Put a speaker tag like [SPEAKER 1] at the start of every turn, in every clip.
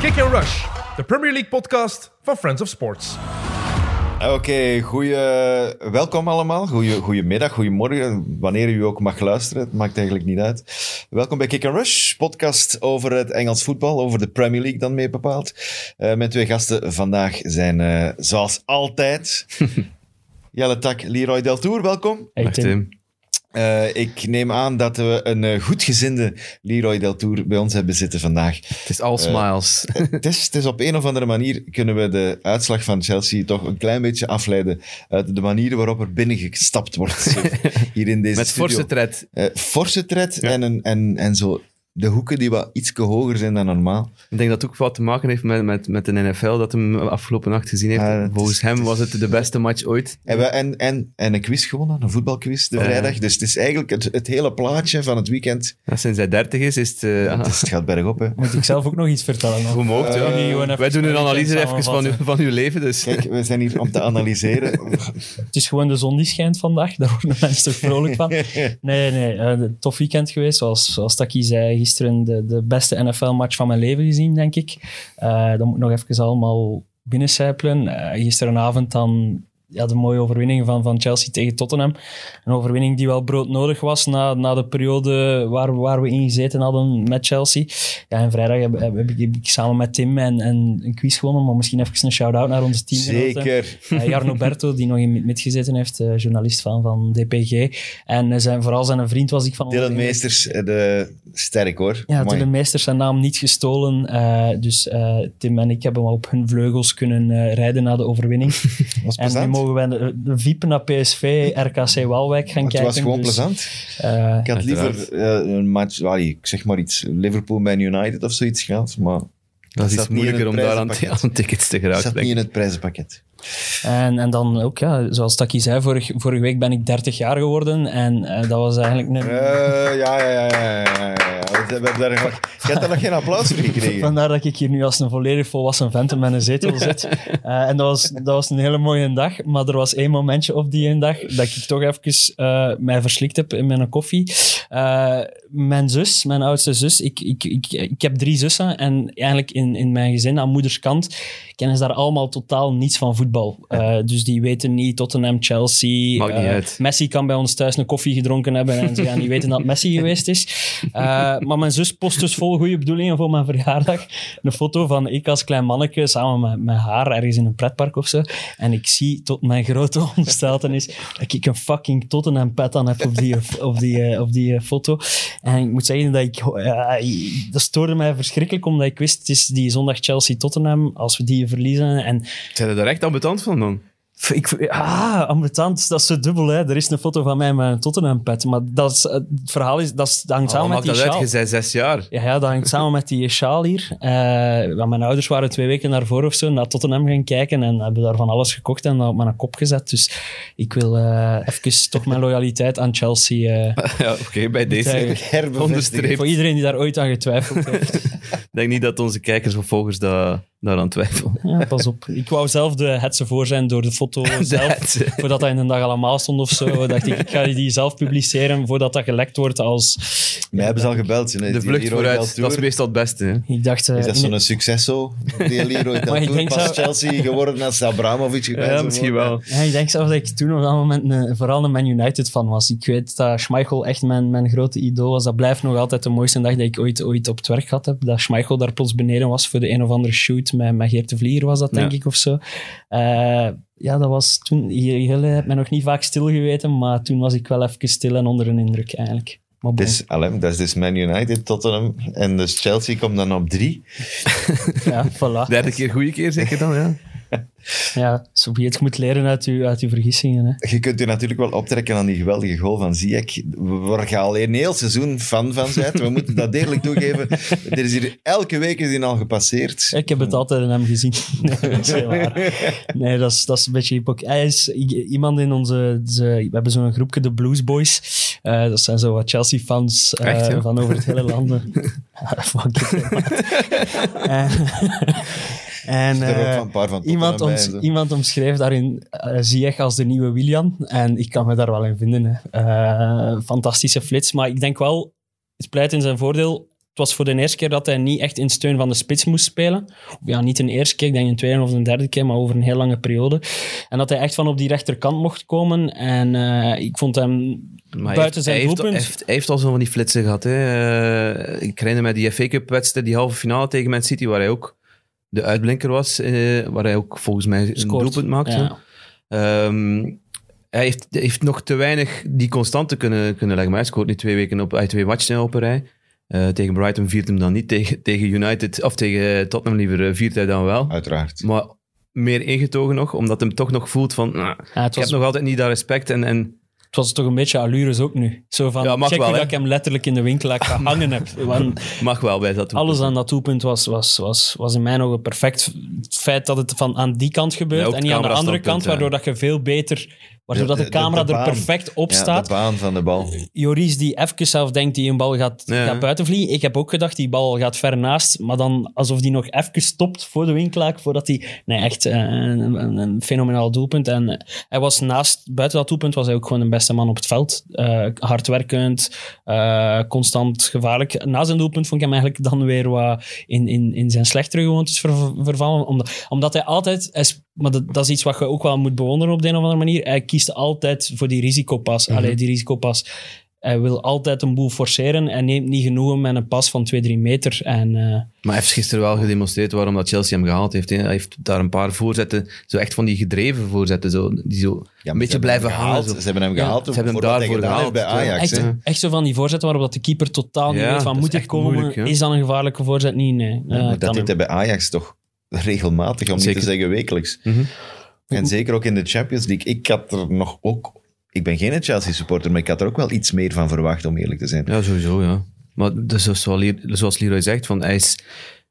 [SPEAKER 1] Kick and Rush, de Premier League podcast van Friends of Sports.
[SPEAKER 2] Oké, goeie... welkom allemaal. Goeie, goedemiddag, goedemorgen, wanneer u ook mag luisteren. Het maakt eigenlijk niet uit. Welkom bij Kick and Rush, podcast over het Engels voetbal, over de Premier League dan mee bepaald. Eh, mijn twee gasten vandaag zijn, eh, zoals altijd, Jelle Tak, Leroy Deltour, welkom.
[SPEAKER 3] Hey, Tim.
[SPEAKER 2] Eh, ik neem aan dat we een eh, goedgezinde Leroy Deltour bij ons hebben zitten vandaag.
[SPEAKER 3] Het is all smiles.
[SPEAKER 2] Eh, Het is, het is op een of andere manier kunnen we de uitslag van Chelsea toch een klein beetje afleiden uit de manier waarop er binnengestapt wordt. Zo, Hier in deze
[SPEAKER 3] Met
[SPEAKER 2] studio.
[SPEAKER 3] forse tred.
[SPEAKER 2] Eh, forse tred en, een, en, en zo de hoeken die wat iets hoger zijn dan normaal.
[SPEAKER 3] Ik denk dat het ook wat te maken heeft met, met, met de NFL, dat hem afgelopen nacht gezien heeft.
[SPEAKER 2] Ja, Ah, het
[SPEAKER 3] Volgens
[SPEAKER 2] is-
[SPEAKER 3] hem was het de beste match ooit.
[SPEAKER 2] En, we, en, en, en een quiz gewonnen, een voetbalquiz de
[SPEAKER 3] Ja.
[SPEAKER 2] vrijdag. Dus het is eigenlijk het, het hele plaatje van het weekend.
[SPEAKER 3] Ja, sinds hij 30 is, is het... eh, aha,
[SPEAKER 2] Het, is- het gaat bergop, hè.
[SPEAKER 4] Moet ik zelf ook nog iets vertellen?
[SPEAKER 3] Hoe moogt, ja.
[SPEAKER 4] Jullie gewoon even
[SPEAKER 3] Wij doen een
[SPEAKER 4] een
[SPEAKER 3] analyse
[SPEAKER 4] weekend
[SPEAKER 3] even van, uw- van uw leven, dus...
[SPEAKER 2] Eh, Kijk, we zijn hier om te analyseren.
[SPEAKER 4] Het is gewoon de zon die schijnt vandaag, daar worden mensen toch vrolijk van. Nee, nee, eh, een tof weekend geweest. Zoals, zoals Taki zei, gisteren de, de beste NFL-match van mijn leven gezien, denk ik. Eh dat moet nog even allemaal binnencijpelen. Eh, gisterenavond dan ja, de mooie overwinning van, van Chelsea tegen Tottenham. Een overwinning die wel broodnodig was na, na de periode waar, waar we in gezeten hadden met Chelsea. Ja, en vrijdag heb, heb, heb ik, heb ik samen met Tim en, en een quiz gewonnen, maar misschien even een shout-out naar onze team.
[SPEAKER 2] Zeker.
[SPEAKER 4] Eh, Jarno Berto, die nog in mid- mid gezeten heeft, eh, journalist van, van DPG. En eh, zijn, vooral zijn vriend was ik van...
[SPEAKER 2] Dylan
[SPEAKER 4] onder-
[SPEAKER 2] Meesters, eh, de, sterk hoor.
[SPEAKER 4] Ja,
[SPEAKER 2] Amai.
[SPEAKER 4] Dylan Meesters zijn naam niet gestolen. eh, dus eh, Tim en ik hebben wel op hun vleugels kunnen eh, rijden na de overwinning.
[SPEAKER 2] was
[SPEAKER 4] en nu
[SPEAKER 2] plezant.
[SPEAKER 4] mogen wij de, de viepen naar PSV, RKC Walwijk gaan
[SPEAKER 2] het
[SPEAKER 4] kijken.
[SPEAKER 2] was gewoon
[SPEAKER 4] dus,
[SPEAKER 2] plezant.
[SPEAKER 4] eh,
[SPEAKER 2] Ik had liever eh, een match, allee, ik zeg maar iets, Liverpool-Man United of zoiets gehad, maar
[SPEAKER 3] Dat
[SPEAKER 2] zat
[SPEAKER 3] is iets
[SPEAKER 2] niet in
[SPEAKER 3] moeilijker
[SPEAKER 2] het
[SPEAKER 3] om daar aan,
[SPEAKER 2] prijzenpakket.
[SPEAKER 3] aan tickets te
[SPEAKER 2] het
[SPEAKER 3] geraken.
[SPEAKER 2] zat
[SPEAKER 3] denk
[SPEAKER 2] niet
[SPEAKER 3] ik.
[SPEAKER 2] in het prijzenpakket.
[SPEAKER 4] En, en dan ook, ja, zoals Taki zei, vorig, vorige week ben ik 30 jaar geworden. En eh, dat was eigenlijk een...
[SPEAKER 2] Eh, ja, ja, ja, ja, ja, ja. We hebben daar nog- Je hebt daar nog geen applaus voor gekregen.
[SPEAKER 4] Vandaar dat ik hier nu als een volledig volwassen vent in mijn zetel zit. Eh, en dat was, dat was een hele mooie dag. Maar er was één momentje op die ene dag dat ik toch even eh, mij verslikt heb in mijn koffie. Eh, mijn zus, mijn oudste zus, ik, ik, ik, ik heb drie zussen. En eigenlijk in, in mijn gezin, aan moederskant, kennen ze daar allemaal totaal niets van voetbal. Eh, dus die weten niet Tottenham, Chelsea.
[SPEAKER 3] Maakt niet
[SPEAKER 4] eh,
[SPEAKER 3] uit.
[SPEAKER 4] Messi kan bij ons thuis een koffie gedronken hebben en ze gaan niet weten dat het Messi geweest is. Eh, maar mijn zus post dus vol goede bedoelingen voor mijn verjaardag een foto van ik als klein manneke samen met, met haar ergens in een pretpark of zo. En ik zie tot mijn grote ontsteltenis dat ik een fucking Tottenham pet aan heb op die, op die, eh, op die eh, foto. En ik moet zeggen dat ik... ja, dat stoorde mij verschrikkelijk omdat ik wist het is die zondag Chelsea-Tottenham als we die verliezen en
[SPEAKER 3] Zijn er daar echt ambetant van, man?
[SPEAKER 4] ik, ah, ambetant, dat is zo dubbel. Hè. Er is een foto van mij met een Tottenham-pet. Maar dat is, eh, het verhaal is, dat, is, dat hangt
[SPEAKER 3] Waarom
[SPEAKER 4] samen
[SPEAKER 3] maakt
[SPEAKER 4] met die
[SPEAKER 3] Oh, dat uit?
[SPEAKER 4] sjaal.
[SPEAKER 3] Je zei zes jaar.
[SPEAKER 4] Ja, ja, dat hangt samen met die sjaal hier. Eh, want mijn ouders waren twee weken daarvoor of zo naar Tottenham gaan kijken en hebben daar van alles gekocht en dat op mijn kop gezet. Dus ik wil eh even toch mijn loyaliteit aan Chelsea... eh,
[SPEAKER 3] Ja, oké, bij deze.
[SPEAKER 4] Betuigen.
[SPEAKER 3] Ik
[SPEAKER 2] Herbevestigd.
[SPEAKER 3] Onderstreep.
[SPEAKER 4] voor iedereen die daar ooit aan getwijfeld heeft.
[SPEAKER 3] denk niet dat onze kijkers of volgers daar, daaraan twijfelen.
[SPEAKER 4] Ja, pas op. Ik wou zelf de hetze voor zijn door de foto zelf
[SPEAKER 3] Dat-
[SPEAKER 4] voordat dat in een dag allemaal stond of zo, dacht ik, ik ga die zelf publiceren voordat dat gelekt wordt als...
[SPEAKER 2] Mij hebben ze al gebeld. hè.
[SPEAKER 3] De
[SPEAKER 2] Die
[SPEAKER 3] vlucht
[SPEAKER 2] Leroy
[SPEAKER 3] vooruit,
[SPEAKER 2] Deltour.
[SPEAKER 3] dat is meestal het beste. Hè?
[SPEAKER 4] Ik dacht... eh,
[SPEAKER 2] Is dat
[SPEAKER 4] in-
[SPEAKER 2] zo'n succes zo? Die Leroy Deltour
[SPEAKER 4] denk
[SPEAKER 2] pas
[SPEAKER 4] zo-
[SPEAKER 2] Chelsea geworden als Abramovic. geweest
[SPEAKER 3] Ja,
[SPEAKER 2] zou
[SPEAKER 3] misschien
[SPEAKER 2] worden.
[SPEAKER 3] wel.
[SPEAKER 4] ja, ik denk zelfs dat ik toen op dat moment een, vooral een Man United fan was. Ik weet dat Schmeichel echt mijn, mijn grote idool was. Dat blijft nog altijd de mooiste dag die ik ooit, ooit op het werk gehad heb. Dat Schmeichel daar plots beneden was voor de een of andere shoot met, met Geert de Vlier was dat, denk
[SPEAKER 3] Ja.
[SPEAKER 4] ik, of zo. Eh, ja, dat was toen... Jullie hebben mij nog niet vaak stilgeweten, maar toen was ik wel even stil en onder een indruk, eigenlijk. Maar bon,
[SPEAKER 2] Dus, alem, dat is dus Man United, Tottenham. En dus Chelsea komt dan op drie.
[SPEAKER 4] ja, voilà.
[SPEAKER 3] Derde keer, goede keer zeker dan, ja.
[SPEAKER 4] Ja, zo be het. Je moet leren uit je, uit uw vergissingen. Hè.
[SPEAKER 2] Je kunt je natuurlijk wel optrekken aan die geweldige goal van Ziyech, waar je al een heel seizoen fan van bent. We moeten dat eerlijk toegeven. Er is hier elke week is Hmm. die al gepasseerd.
[SPEAKER 4] Ik heb het altijd in hem gezien. Nee, dat is heel waar. Nee, dat is, dat is een beetje hypocriet. Hij is i- iemand in onze... ze- we hebben zo'n groepje, de Blues Boys. Eh, dat zijn zo wat Chelsea-fans eh,
[SPEAKER 3] Echt, ja?
[SPEAKER 4] van over het hele land. Ja, fuck it, hè, maat. En... en,
[SPEAKER 2] Er ook
[SPEAKER 4] eh,
[SPEAKER 2] van een paar van Tottenham
[SPEAKER 4] Iemand,
[SPEAKER 2] bij
[SPEAKER 4] oms-
[SPEAKER 2] en zo.
[SPEAKER 4] iemand omschreef daarin eh, Ziyech als de nieuwe William. En ik kan me daar wel in vinden. Hè. Eh, fantastische flits. Maar ik denk wel, het pleit in zijn voordeel. was voor de eerste keer dat hij niet echt in steun van de spits moest spelen. Ja, niet een eerste keer, ik denk een tweede of een derde keer, maar over een heel lange periode. En dat hij echt van op die rechterkant mocht komen. En eh, ik vond hem
[SPEAKER 3] Maar hij
[SPEAKER 4] buiten
[SPEAKER 3] heeft- hij
[SPEAKER 4] zijn
[SPEAKER 3] heeft,
[SPEAKER 4] doelpunt...
[SPEAKER 3] Hij heeft, hij heeft al zo van die flitsen gehad. Hè. Eh, ik herinner me die FA Cup wedstrijd, die halve finale tegen Man City, waar hij ook de uitblinker was. eh, waar hij ook volgens mij een
[SPEAKER 4] scoort.
[SPEAKER 3] doelpunt maakte.
[SPEAKER 4] Ja.
[SPEAKER 3] Ehm, hij heeft, heeft nog te weinig die constante kunnen, kunnen leggen. Maar hij scoort nu twee weken op, uit twee matchen op een rij. Eh, tegen Brighton viert hem dan niet. Tegen, tegen United, of tegen Tottenham liever, eh, viert hij dan wel.
[SPEAKER 2] Uiteraard.
[SPEAKER 3] Maar meer ingetogen nog, omdat hem toch nog voelt van... "Nou,
[SPEAKER 4] Ja, het,
[SPEAKER 3] ik heb
[SPEAKER 4] was,
[SPEAKER 3] nog altijd niet dat respect. En, en
[SPEAKER 4] het was toch een beetje allures ook nu. Zo van,
[SPEAKER 3] Ja, mag
[SPEAKER 4] check
[SPEAKER 3] wel,
[SPEAKER 4] hoe
[SPEAKER 3] hè.
[SPEAKER 4] dat ik hem letterlijk in de winkel hangen heb. Want
[SPEAKER 3] mag wel bij dat
[SPEAKER 4] Alles
[SPEAKER 3] doelpunt.
[SPEAKER 4] aan dat doelpunt was, was, was, was in mijn ogen perfect. Het feit dat het van aan die kant
[SPEAKER 3] Ja,
[SPEAKER 4] gebeurt
[SPEAKER 3] ook
[SPEAKER 4] en niet aan de andere
[SPEAKER 3] camerastandpunt,
[SPEAKER 4] kant,
[SPEAKER 3] ja.
[SPEAKER 4] waardoor dat je veel beter... Waardoor
[SPEAKER 2] Ja,
[SPEAKER 4] dat de
[SPEAKER 2] de- de-
[SPEAKER 4] camera
[SPEAKER 2] de
[SPEAKER 4] er
[SPEAKER 2] baan.
[SPEAKER 4] perfect op
[SPEAKER 2] Ja,
[SPEAKER 4] staat.
[SPEAKER 2] de baan van de
[SPEAKER 3] Eh,
[SPEAKER 2] bal.
[SPEAKER 4] Joris die even zelf denkt die een bal gaat,
[SPEAKER 3] Ja.
[SPEAKER 4] gaat buitenvliegen. Ik heb ook gedacht, die bal gaat ver naast. Maar dan alsof die nog even stopt voor de winklaak, voordat hij... Nee, echt eh, een, een, een fenomenaal doelpunt. En eh, hij was naast, buiten dat doelpunt, was hij ook gewoon de beste man op het veld. Eh, hardwerkend, eh, constant gevaarlijk. Na zijn doelpunt vond ik hem eigenlijk dan weer wat in, in, in zijn slechtere gewoontes ver- vervallen. Omdat, omdat hij altijd... hij is- maar dat, dat is iets wat je ook wel moet bewonderen op de een of andere manier. Hij kiest altijd voor die risicopas. Allee, die risicopas. Hij wil altijd een boel forceren en neemt niet genoegen met een pas van 2-3 meter. En, eh,
[SPEAKER 3] Maar hij heeft gisteren wel gedemonstreerd waarom dat Chelsea hem gehaald heeft. hè. Hij heeft daar een paar voorzetten, zo echt van die gedreven voorzetten, zo, die zo
[SPEAKER 2] Ja,
[SPEAKER 3] een
[SPEAKER 2] maar
[SPEAKER 3] beetje
[SPEAKER 2] ze hebben hem
[SPEAKER 3] blijven halen.
[SPEAKER 2] gehaald.
[SPEAKER 3] zo.
[SPEAKER 2] Ze hebben hem
[SPEAKER 4] Ja,
[SPEAKER 2] gehaald
[SPEAKER 3] ze hebben hem
[SPEAKER 2] voor wat hij
[SPEAKER 3] daarvoor
[SPEAKER 2] gedaan heeft bij
[SPEAKER 3] gehaald, ja.
[SPEAKER 2] Ajax.
[SPEAKER 4] echt,
[SPEAKER 2] hè.
[SPEAKER 4] echt zo van die voorzetten waarop dat de keeper totaal niet
[SPEAKER 3] Ja,
[SPEAKER 4] weet van
[SPEAKER 3] dat is
[SPEAKER 4] moet ik
[SPEAKER 3] echt
[SPEAKER 4] komen,
[SPEAKER 3] moeilijk, hè.
[SPEAKER 4] is dat een gevaarlijke voorzet? Nee, nee. Eh,
[SPEAKER 2] Maar
[SPEAKER 4] kan
[SPEAKER 2] dat deed
[SPEAKER 4] hem.
[SPEAKER 2] hij bij Ajax toch regelmatig, om
[SPEAKER 3] Zeker.
[SPEAKER 2] niet te zeggen wekelijks.
[SPEAKER 3] Mhm.
[SPEAKER 2] En zeker ook in de Champions League. Ik had er nog ook... Ik ben geen Chelsea-supporter, maar ik had er ook wel iets meer van verwacht, om eerlijk te zijn.
[SPEAKER 3] Ja, sowieso, ja. Maar dus zoals Leroy- zoals Leroy zegt, van, hij is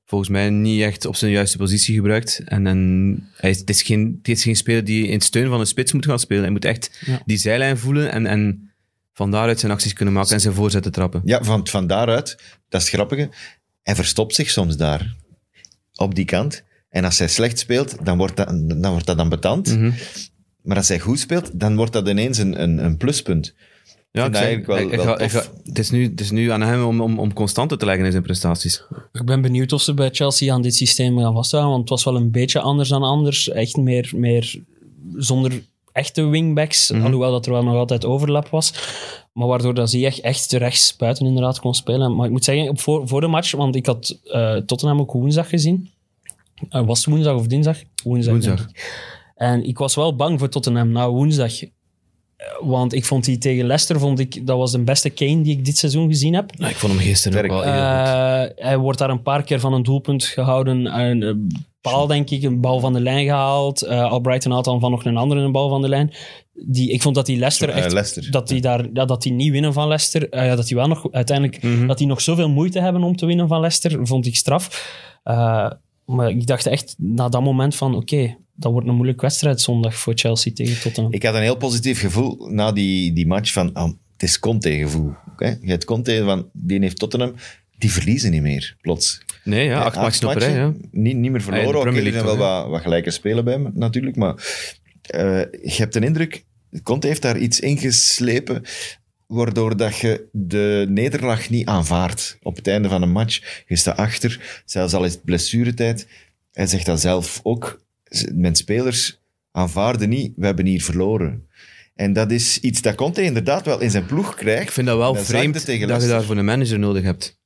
[SPEAKER 3] volgens mij niet echt op zijn juiste positie gebruikt. En, en hij is, het, is geen, het is geen speler die in steun van een spits moet gaan spelen. Hij moet echt
[SPEAKER 4] Ja.
[SPEAKER 3] die zijlijn voelen en, en van daaruit zijn acties kunnen maken en zijn voorzetten trappen.
[SPEAKER 2] Ja, van, van daaruit, dat is het grappige, hij verstopt zich soms daar, op die kant. En als hij slecht speelt, dan wordt dat dan, wordt dat dan betant.
[SPEAKER 3] Mhm.
[SPEAKER 2] Maar als hij goed speelt, dan wordt dat ineens een, een, een pluspunt.
[SPEAKER 3] Ja,
[SPEAKER 2] vind
[SPEAKER 3] ik
[SPEAKER 2] dat
[SPEAKER 3] zeg,
[SPEAKER 2] eigenlijk wel-
[SPEAKER 3] hij- hij
[SPEAKER 2] wel
[SPEAKER 3] gaat- hij
[SPEAKER 2] tof.
[SPEAKER 3] gaat- het, is nu, het is nu aan hem om, om, om constante te leggen in zijn prestaties.
[SPEAKER 4] Ik ben benieuwd of ze bij Chelsea aan dit systeem gaan vasthouden, want het was wel een beetje anders dan anders. Echt meer, meer zonder echte wingbacks,
[SPEAKER 3] Mhm.
[SPEAKER 4] alhoewel dat er wel nog altijd overlap was. Maar waardoor dat Ziyech echt rechts buiten inderdaad kon spelen. Maar ik moet zeggen, op voor, voor de match, want ik had eh, Tottenham ook woensdag gezien. Eh, was het woensdag of dinsdag? Woensdag.
[SPEAKER 3] Woensdag.
[SPEAKER 4] denk ik. En ik was wel bang voor Tottenham na woensdag. Eh, Want ik vond die tegen Leicester, vond ik, dat was de beste Kane die ik dit seizoen gezien heb.
[SPEAKER 3] ik vond hem gisteren
[SPEAKER 2] ook wel
[SPEAKER 4] Eh, hij wordt daar een paar keer van een doelpunt gehouden. Een eh, paal, denk ik, een bal van de lijn gehaald. Eh Albrighton haalt dan van nog een andere een bal van de lijn. Die, ik vond dat die Leicester
[SPEAKER 2] Eh,
[SPEAKER 4] echt...
[SPEAKER 2] Leicester.
[SPEAKER 4] dat die, daar, ja, dat die niet winnen van Leicester. Eh, ja, dat die wel nog uiteindelijk...
[SPEAKER 2] Mhm.
[SPEAKER 4] Dat die nog zoveel moeite hebben om te winnen van Leicester, vond ik straf. Eh, maar ik dacht echt na dat moment van... Oké, dat wordt een moeilijke wedstrijd zondag voor Chelsea tegen Tottenham.
[SPEAKER 2] Ik had een heel positief gevoel na die, die match van... ah, het is Conte-gevoel. hè? Je hebt Conte van, die heeft Tottenham... Die verliezen niet meer, plots.
[SPEAKER 3] Nee, ja,
[SPEAKER 2] Ja,
[SPEAKER 3] acht matchen op rij. Ja.
[SPEAKER 2] Niet, niet meer
[SPEAKER 3] Ah, ja,
[SPEAKER 2] verloren.
[SPEAKER 3] de
[SPEAKER 2] Oké,
[SPEAKER 3] Premier
[SPEAKER 2] er zijn wel
[SPEAKER 3] League
[SPEAKER 2] wat, wat gelijke spelen bij hem, natuurlijk. Maar eh, je hebt een indruk... Conte heeft daar iets ingeslepen waardoor dat je de nederlaag niet aanvaardt. Op het einde van een match, je staat achter, zelfs al is het blessuretijd. Hij zegt dat zelf ook. Mijn spelers aanvaarden niet, we hebben hier verloren. En dat is iets dat Conte inderdaad wel in zijn ploeg
[SPEAKER 3] Ik
[SPEAKER 2] krijgt.
[SPEAKER 3] vind dat wel
[SPEAKER 2] Dat zakte
[SPEAKER 3] vreemd
[SPEAKER 2] tegen
[SPEAKER 3] dat je
[SPEAKER 2] Leicester.
[SPEAKER 3] daarvoor een manager nodig hebt.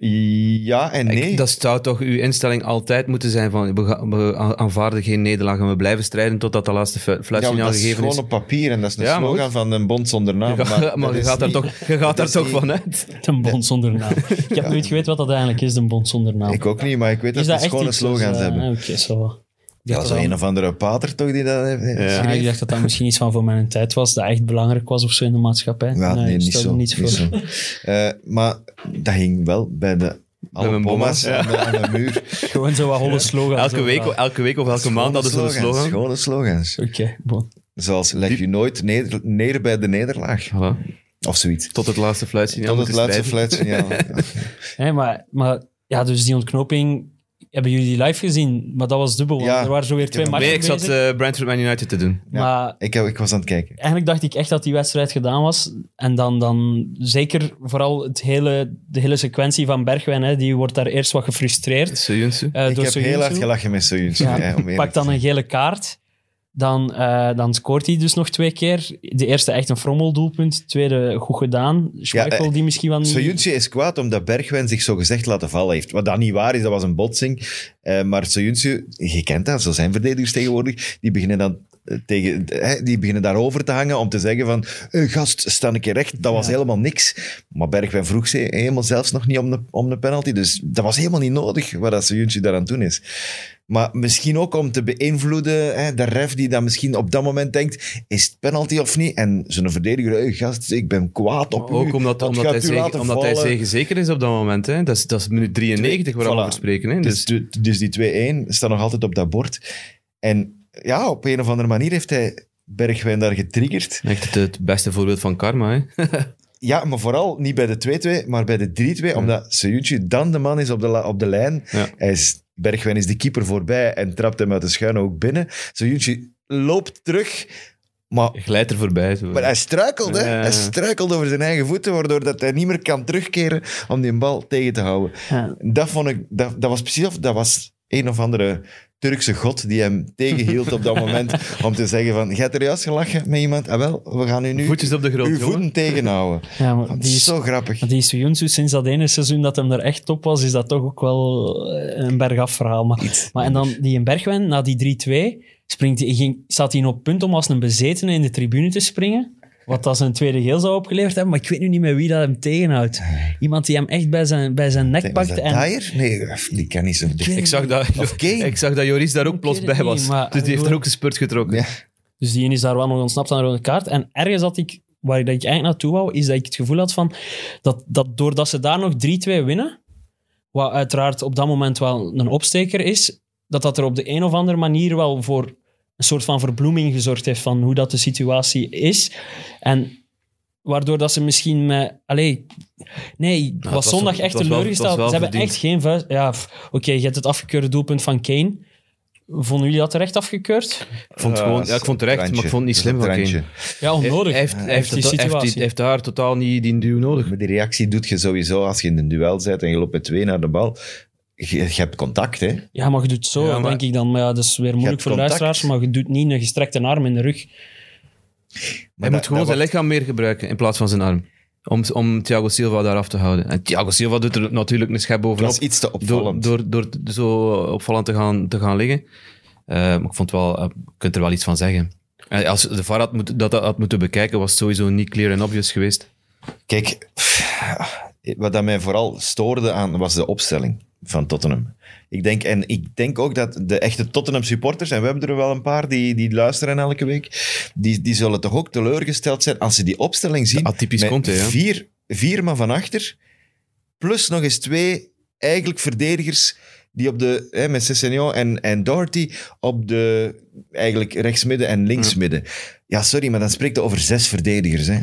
[SPEAKER 2] Ja en
[SPEAKER 3] Ik-
[SPEAKER 2] nee.
[SPEAKER 3] dat zou toch uw instelling altijd moeten zijn van we, gaan- we a- aanvaarden geen nederlaag en we blijven strijden totdat de laatste flu-
[SPEAKER 2] Ja, want
[SPEAKER 3] fluitsignaal
[SPEAKER 2] dat is
[SPEAKER 3] gegeven
[SPEAKER 2] gewoon
[SPEAKER 3] is.
[SPEAKER 2] op papier en dat is een
[SPEAKER 3] Ja, maar
[SPEAKER 2] slogan
[SPEAKER 3] goed.
[SPEAKER 2] van een bond zonder naam.
[SPEAKER 3] Je gaat-
[SPEAKER 2] dat
[SPEAKER 3] maar je
[SPEAKER 2] is
[SPEAKER 3] gaat daar
[SPEAKER 2] niet-
[SPEAKER 3] toch, je gaat daar
[SPEAKER 2] is
[SPEAKER 3] toch
[SPEAKER 2] niet-
[SPEAKER 3] vanuit.
[SPEAKER 4] Een bond zonder naam. Ik heb nooit geweten wat dat eigenlijk is, een bond zonder naam.
[SPEAKER 2] Ik ook niet, maar ik weet dat, ze schone
[SPEAKER 4] iets,
[SPEAKER 2] slogans
[SPEAKER 4] eh,
[SPEAKER 2] hebben.
[SPEAKER 4] Oké, zo wat.
[SPEAKER 2] Ja,
[SPEAKER 4] dat
[SPEAKER 2] zo
[SPEAKER 4] dan-
[SPEAKER 2] een of andere pater toch die dat heeft
[SPEAKER 3] Ja.
[SPEAKER 4] Ja,
[SPEAKER 2] geschreven?
[SPEAKER 4] ik dacht dat dat misschien iets van voor mijn tijd was, dat echt belangrijk was of zo in de maatschappij.
[SPEAKER 2] Ja, nee,
[SPEAKER 4] ik
[SPEAKER 2] niet
[SPEAKER 4] stel er
[SPEAKER 2] zo.
[SPEAKER 4] niets
[SPEAKER 2] niet
[SPEAKER 4] voor.
[SPEAKER 2] zo. Eh, maar dat hing wel bij de alle
[SPEAKER 3] mijn
[SPEAKER 2] bomma's
[SPEAKER 3] bomma's,
[SPEAKER 2] aan, de, aan de muur.
[SPEAKER 4] Gewoon zo wat holle slogans.
[SPEAKER 3] Elke
[SPEAKER 4] zo
[SPEAKER 3] week,
[SPEAKER 4] wat.
[SPEAKER 3] elke week of elke maand hadden ze een
[SPEAKER 2] Slogans, Schone
[SPEAKER 3] slogan.
[SPEAKER 2] slogans.
[SPEAKER 4] Oké, bon.
[SPEAKER 2] Zoals leg je nooit neder, neer bij de nederlaag.
[SPEAKER 3] Voilà.
[SPEAKER 2] Of zoiets.
[SPEAKER 3] Tot het laatste fluitsignaal.
[SPEAKER 2] Tot het
[SPEAKER 3] moeten
[SPEAKER 2] laatste
[SPEAKER 3] strijden.
[SPEAKER 2] fluitsignaal.
[SPEAKER 4] Hé, maar, maar ja, dus die ontknoping. eh, Hebben jullie die live gezien? Maar dat was dubbel. want
[SPEAKER 2] Ja,
[SPEAKER 4] Er waren zo weer
[SPEAKER 2] ik
[SPEAKER 4] twee
[SPEAKER 2] heb hem-
[SPEAKER 4] matchen
[SPEAKER 3] Nee, ik zat
[SPEAKER 4] bezig.
[SPEAKER 3] eh Brentford Man United te doen.
[SPEAKER 2] Ja.
[SPEAKER 4] Maar
[SPEAKER 2] Ik, heb- ik was aan het kijken.
[SPEAKER 4] eigenlijk dacht ik echt dat die wedstrijd gedaan was. En dan, dan zeker vooral het hele, de hele sequentie van Bergwijn. Hè, die wordt daar eerst wat gefrustreerd
[SPEAKER 3] Sejunsu.
[SPEAKER 4] eh,
[SPEAKER 2] ik
[SPEAKER 4] door
[SPEAKER 2] heb heel
[SPEAKER 4] Soyuncu.
[SPEAKER 2] hard gelachen met Soyuncu.
[SPEAKER 4] Ja.
[SPEAKER 2] hè, om eerlijk
[SPEAKER 4] Pakt
[SPEAKER 2] te
[SPEAKER 4] dan een
[SPEAKER 2] zijn.
[SPEAKER 4] gele kaart. Dan, eh, dan scoort hij dus nog twee keer. De eerste echt een frommeldoelpunt. Tweede goed gedaan. Schmeichel
[SPEAKER 2] eh,
[SPEAKER 4] die misschien wel niet...
[SPEAKER 2] Soyuncu is kwaad omdat Bergwijn zich zo gezegd laten vallen heeft. Wat dat niet waar is, dat was een botsing. Eh, maar Soyuncu, je kent dat, zo zijn verdedigers tegenwoordig, die beginnen dan eh, tegen, eh, die beginnen daarover te hangen om te zeggen van eh, gast, sta een keer recht, dat was helemaal niks. Maar Bergwijn vroeg ze helemaal zelfs nog niet om de, om de penalty, dus dat was helemaal niet nodig wat dat Soyuncu daar aan het doen is. Maar misschien ook om te beïnvloeden hè, de ref die dan misschien op dat moment denkt, is het penalty of niet? En zo'n verdediger, hey, gast, ik ben kwaad op u.
[SPEAKER 3] Ook omdat,
[SPEAKER 2] dat
[SPEAKER 3] omdat,
[SPEAKER 2] gaat
[SPEAKER 3] hij,
[SPEAKER 2] u
[SPEAKER 3] zege,
[SPEAKER 2] laten
[SPEAKER 3] omdat hij
[SPEAKER 2] vallen.
[SPEAKER 3] zegenzeker is op dat moment. Hè. Dat, is, dat is minuut 93 waar we
[SPEAKER 2] Voilà.
[SPEAKER 3] over spreken. Hè.
[SPEAKER 2] Dus,
[SPEAKER 3] Dus,
[SPEAKER 2] du- dus die 2-1 staat nog altijd op dat bord. En ja, op een of andere manier heeft hij Bergwijn daar getriggerd.
[SPEAKER 3] Dus echt het, het beste voorbeeld van karma. Hè.
[SPEAKER 2] Ja, maar vooral niet bij de 2-2, maar bij de 3-2, omdat Sejuntje dan de man is op de, la- op de lijn.
[SPEAKER 3] Ja.
[SPEAKER 2] Hij is, Bergwijn is de keeper voorbij en trapt hem uit de schuine hoek binnen. Sejuntje loopt terug, maar
[SPEAKER 3] Glijdt er voorbij. Zo.
[SPEAKER 2] Maar hij struikelt, hè?
[SPEAKER 3] Ja, ja, ja.
[SPEAKER 2] Hij struikelt over zijn eigen voeten, waardoor dat hij niet meer kan terugkeren om die bal tegen te houden.
[SPEAKER 4] Ja.
[SPEAKER 2] Dat vond ik, dat, dat was precies of dat was een of andere Turkse god die hem tegenhield op dat moment om te zeggen van, jij hebt er juist gelachen met iemand? Ah wel, we gaan u nu
[SPEAKER 3] Voetjes op de grond,
[SPEAKER 2] uw
[SPEAKER 3] jongen.
[SPEAKER 2] voeten tegenhouden.
[SPEAKER 4] Ja, maar
[SPEAKER 2] Dat
[SPEAKER 4] die
[SPEAKER 2] is
[SPEAKER 4] is-
[SPEAKER 2] zo grappig.
[SPEAKER 4] Maar Die Soyuncu, sinds dat ene seizoen dat hem er echt top was, is dat toch ook wel eh, een bergaf verhaal. Maar, maar en dan die in Bergwijn, na die 3-2, springt hij- ging, staat hij nog op punt om als een bezetene in de tribune te springen. Wat dat zijn tweede geel zou opgeleverd hebben, maar ik weet nu niet meer wie dat hem tegenhoudt. Iemand die hem echt bij zijn, bij zijn nek
[SPEAKER 2] Was
[SPEAKER 4] pakt.
[SPEAKER 2] dat
[SPEAKER 4] en,
[SPEAKER 2] Dyer? Nee, eh, die kan niet zo dicht.
[SPEAKER 3] Ik zag, dat,
[SPEAKER 2] Of Kane.
[SPEAKER 3] ik zag dat Joris daar ook
[SPEAKER 4] Ik
[SPEAKER 3] plots
[SPEAKER 4] weet het
[SPEAKER 3] bij
[SPEAKER 4] niet,
[SPEAKER 3] was.
[SPEAKER 4] maar- Ah,
[SPEAKER 3] dus die heeft er ook een spurt getrokken.
[SPEAKER 2] Ja.
[SPEAKER 4] Dus die is daar wel nog ontsnapt aan de rode kaart. En ergens had ik, waar ik, dat ik eigenlijk naartoe wou, is dat ik het gevoel had van dat, dat doordat ze daar nog 3-2 winnen, wat uiteraard op dat moment wel een opsteker is, dat dat er op de een of andere manier wel voor een soort van verbloeming gezorgd heeft van hoe dat de situatie is. En waardoor dat ze misschien met... Allee, nee, ik
[SPEAKER 3] Nou, het
[SPEAKER 4] was
[SPEAKER 3] was
[SPEAKER 4] zondag
[SPEAKER 3] wel-
[SPEAKER 4] echt
[SPEAKER 3] het was wel-
[SPEAKER 4] teleurgesteld.
[SPEAKER 3] het was wel
[SPEAKER 4] Ze hebben
[SPEAKER 3] verdiend.
[SPEAKER 4] echt geen vuist... Ja, pff, oké, je hebt het afgekeurde doelpunt van Kane. Vonden jullie dat terecht afgekeurd?
[SPEAKER 3] Ik vond het gewoon, ja, ik vond het terecht, maar ik vond het niet slim van Kane.
[SPEAKER 4] Ja, onnodig.
[SPEAKER 3] Hij heeft, hij heeft,
[SPEAKER 4] die
[SPEAKER 3] dat- hij heeft die-
[SPEAKER 4] situatie.
[SPEAKER 3] hij heeft daar totaal niet die duw nodig.
[SPEAKER 2] Maar die reactie doet je sowieso als je in een duel bent en je loopt met twee naar de bal. Je, je hebt contact, hè?
[SPEAKER 4] ja, maar je doet zo,
[SPEAKER 3] Ja, maar-
[SPEAKER 4] denk ik dan. Maar ja, dat is weer moeilijk
[SPEAKER 2] hebt
[SPEAKER 4] voor
[SPEAKER 2] contact.
[SPEAKER 4] luisteraars, maar je doet niet een gestrekte arm in de rug.
[SPEAKER 2] Maar
[SPEAKER 3] hij
[SPEAKER 2] dat-
[SPEAKER 3] moet gewoon
[SPEAKER 2] dat
[SPEAKER 3] zijn lichaam meer gebruiken in plaats van zijn arm. Om, om Thiago Silva daar af te houden. En Thiago Silva doet er natuurlijk een schep bovenop.
[SPEAKER 2] Dat is iets te
[SPEAKER 3] door,
[SPEAKER 2] opvallend.
[SPEAKER 3] door, door zo opvallend te gaan, te gaan liggen. Eh, maar ik vond wel, eh, je kunt er wel iets van zeggen. En als de VAR had moet, dat had moeten bekijken, was het sowieso niet clear en obvious geweest.
[SPEAKER 2] Kijk, wat dat mij vooral stoorde aan was de opstelling van Tottenham. Ik denk, en ik denk ook dat de echte Tottenham supporters, en we hebben er wel een paar die, die luisteren elke week, die, die zullen toch ook teleurgesteld zijn als ze die opstelling zien.
[SPEAKER 3] atypisch
[SPEAKER 2] met
[SPEAKER 3] Conte, ja.
[SPEAKER 2] vier, vier man van achter, plus nog eens twee eigenlijk verdedigers die op de, hè, met Cessenio en, en Doherty op de eigenlijk rechtsmidden en linksmidden. Ja. sorry, maar dan spreekt het over zes verdedigers. Hè.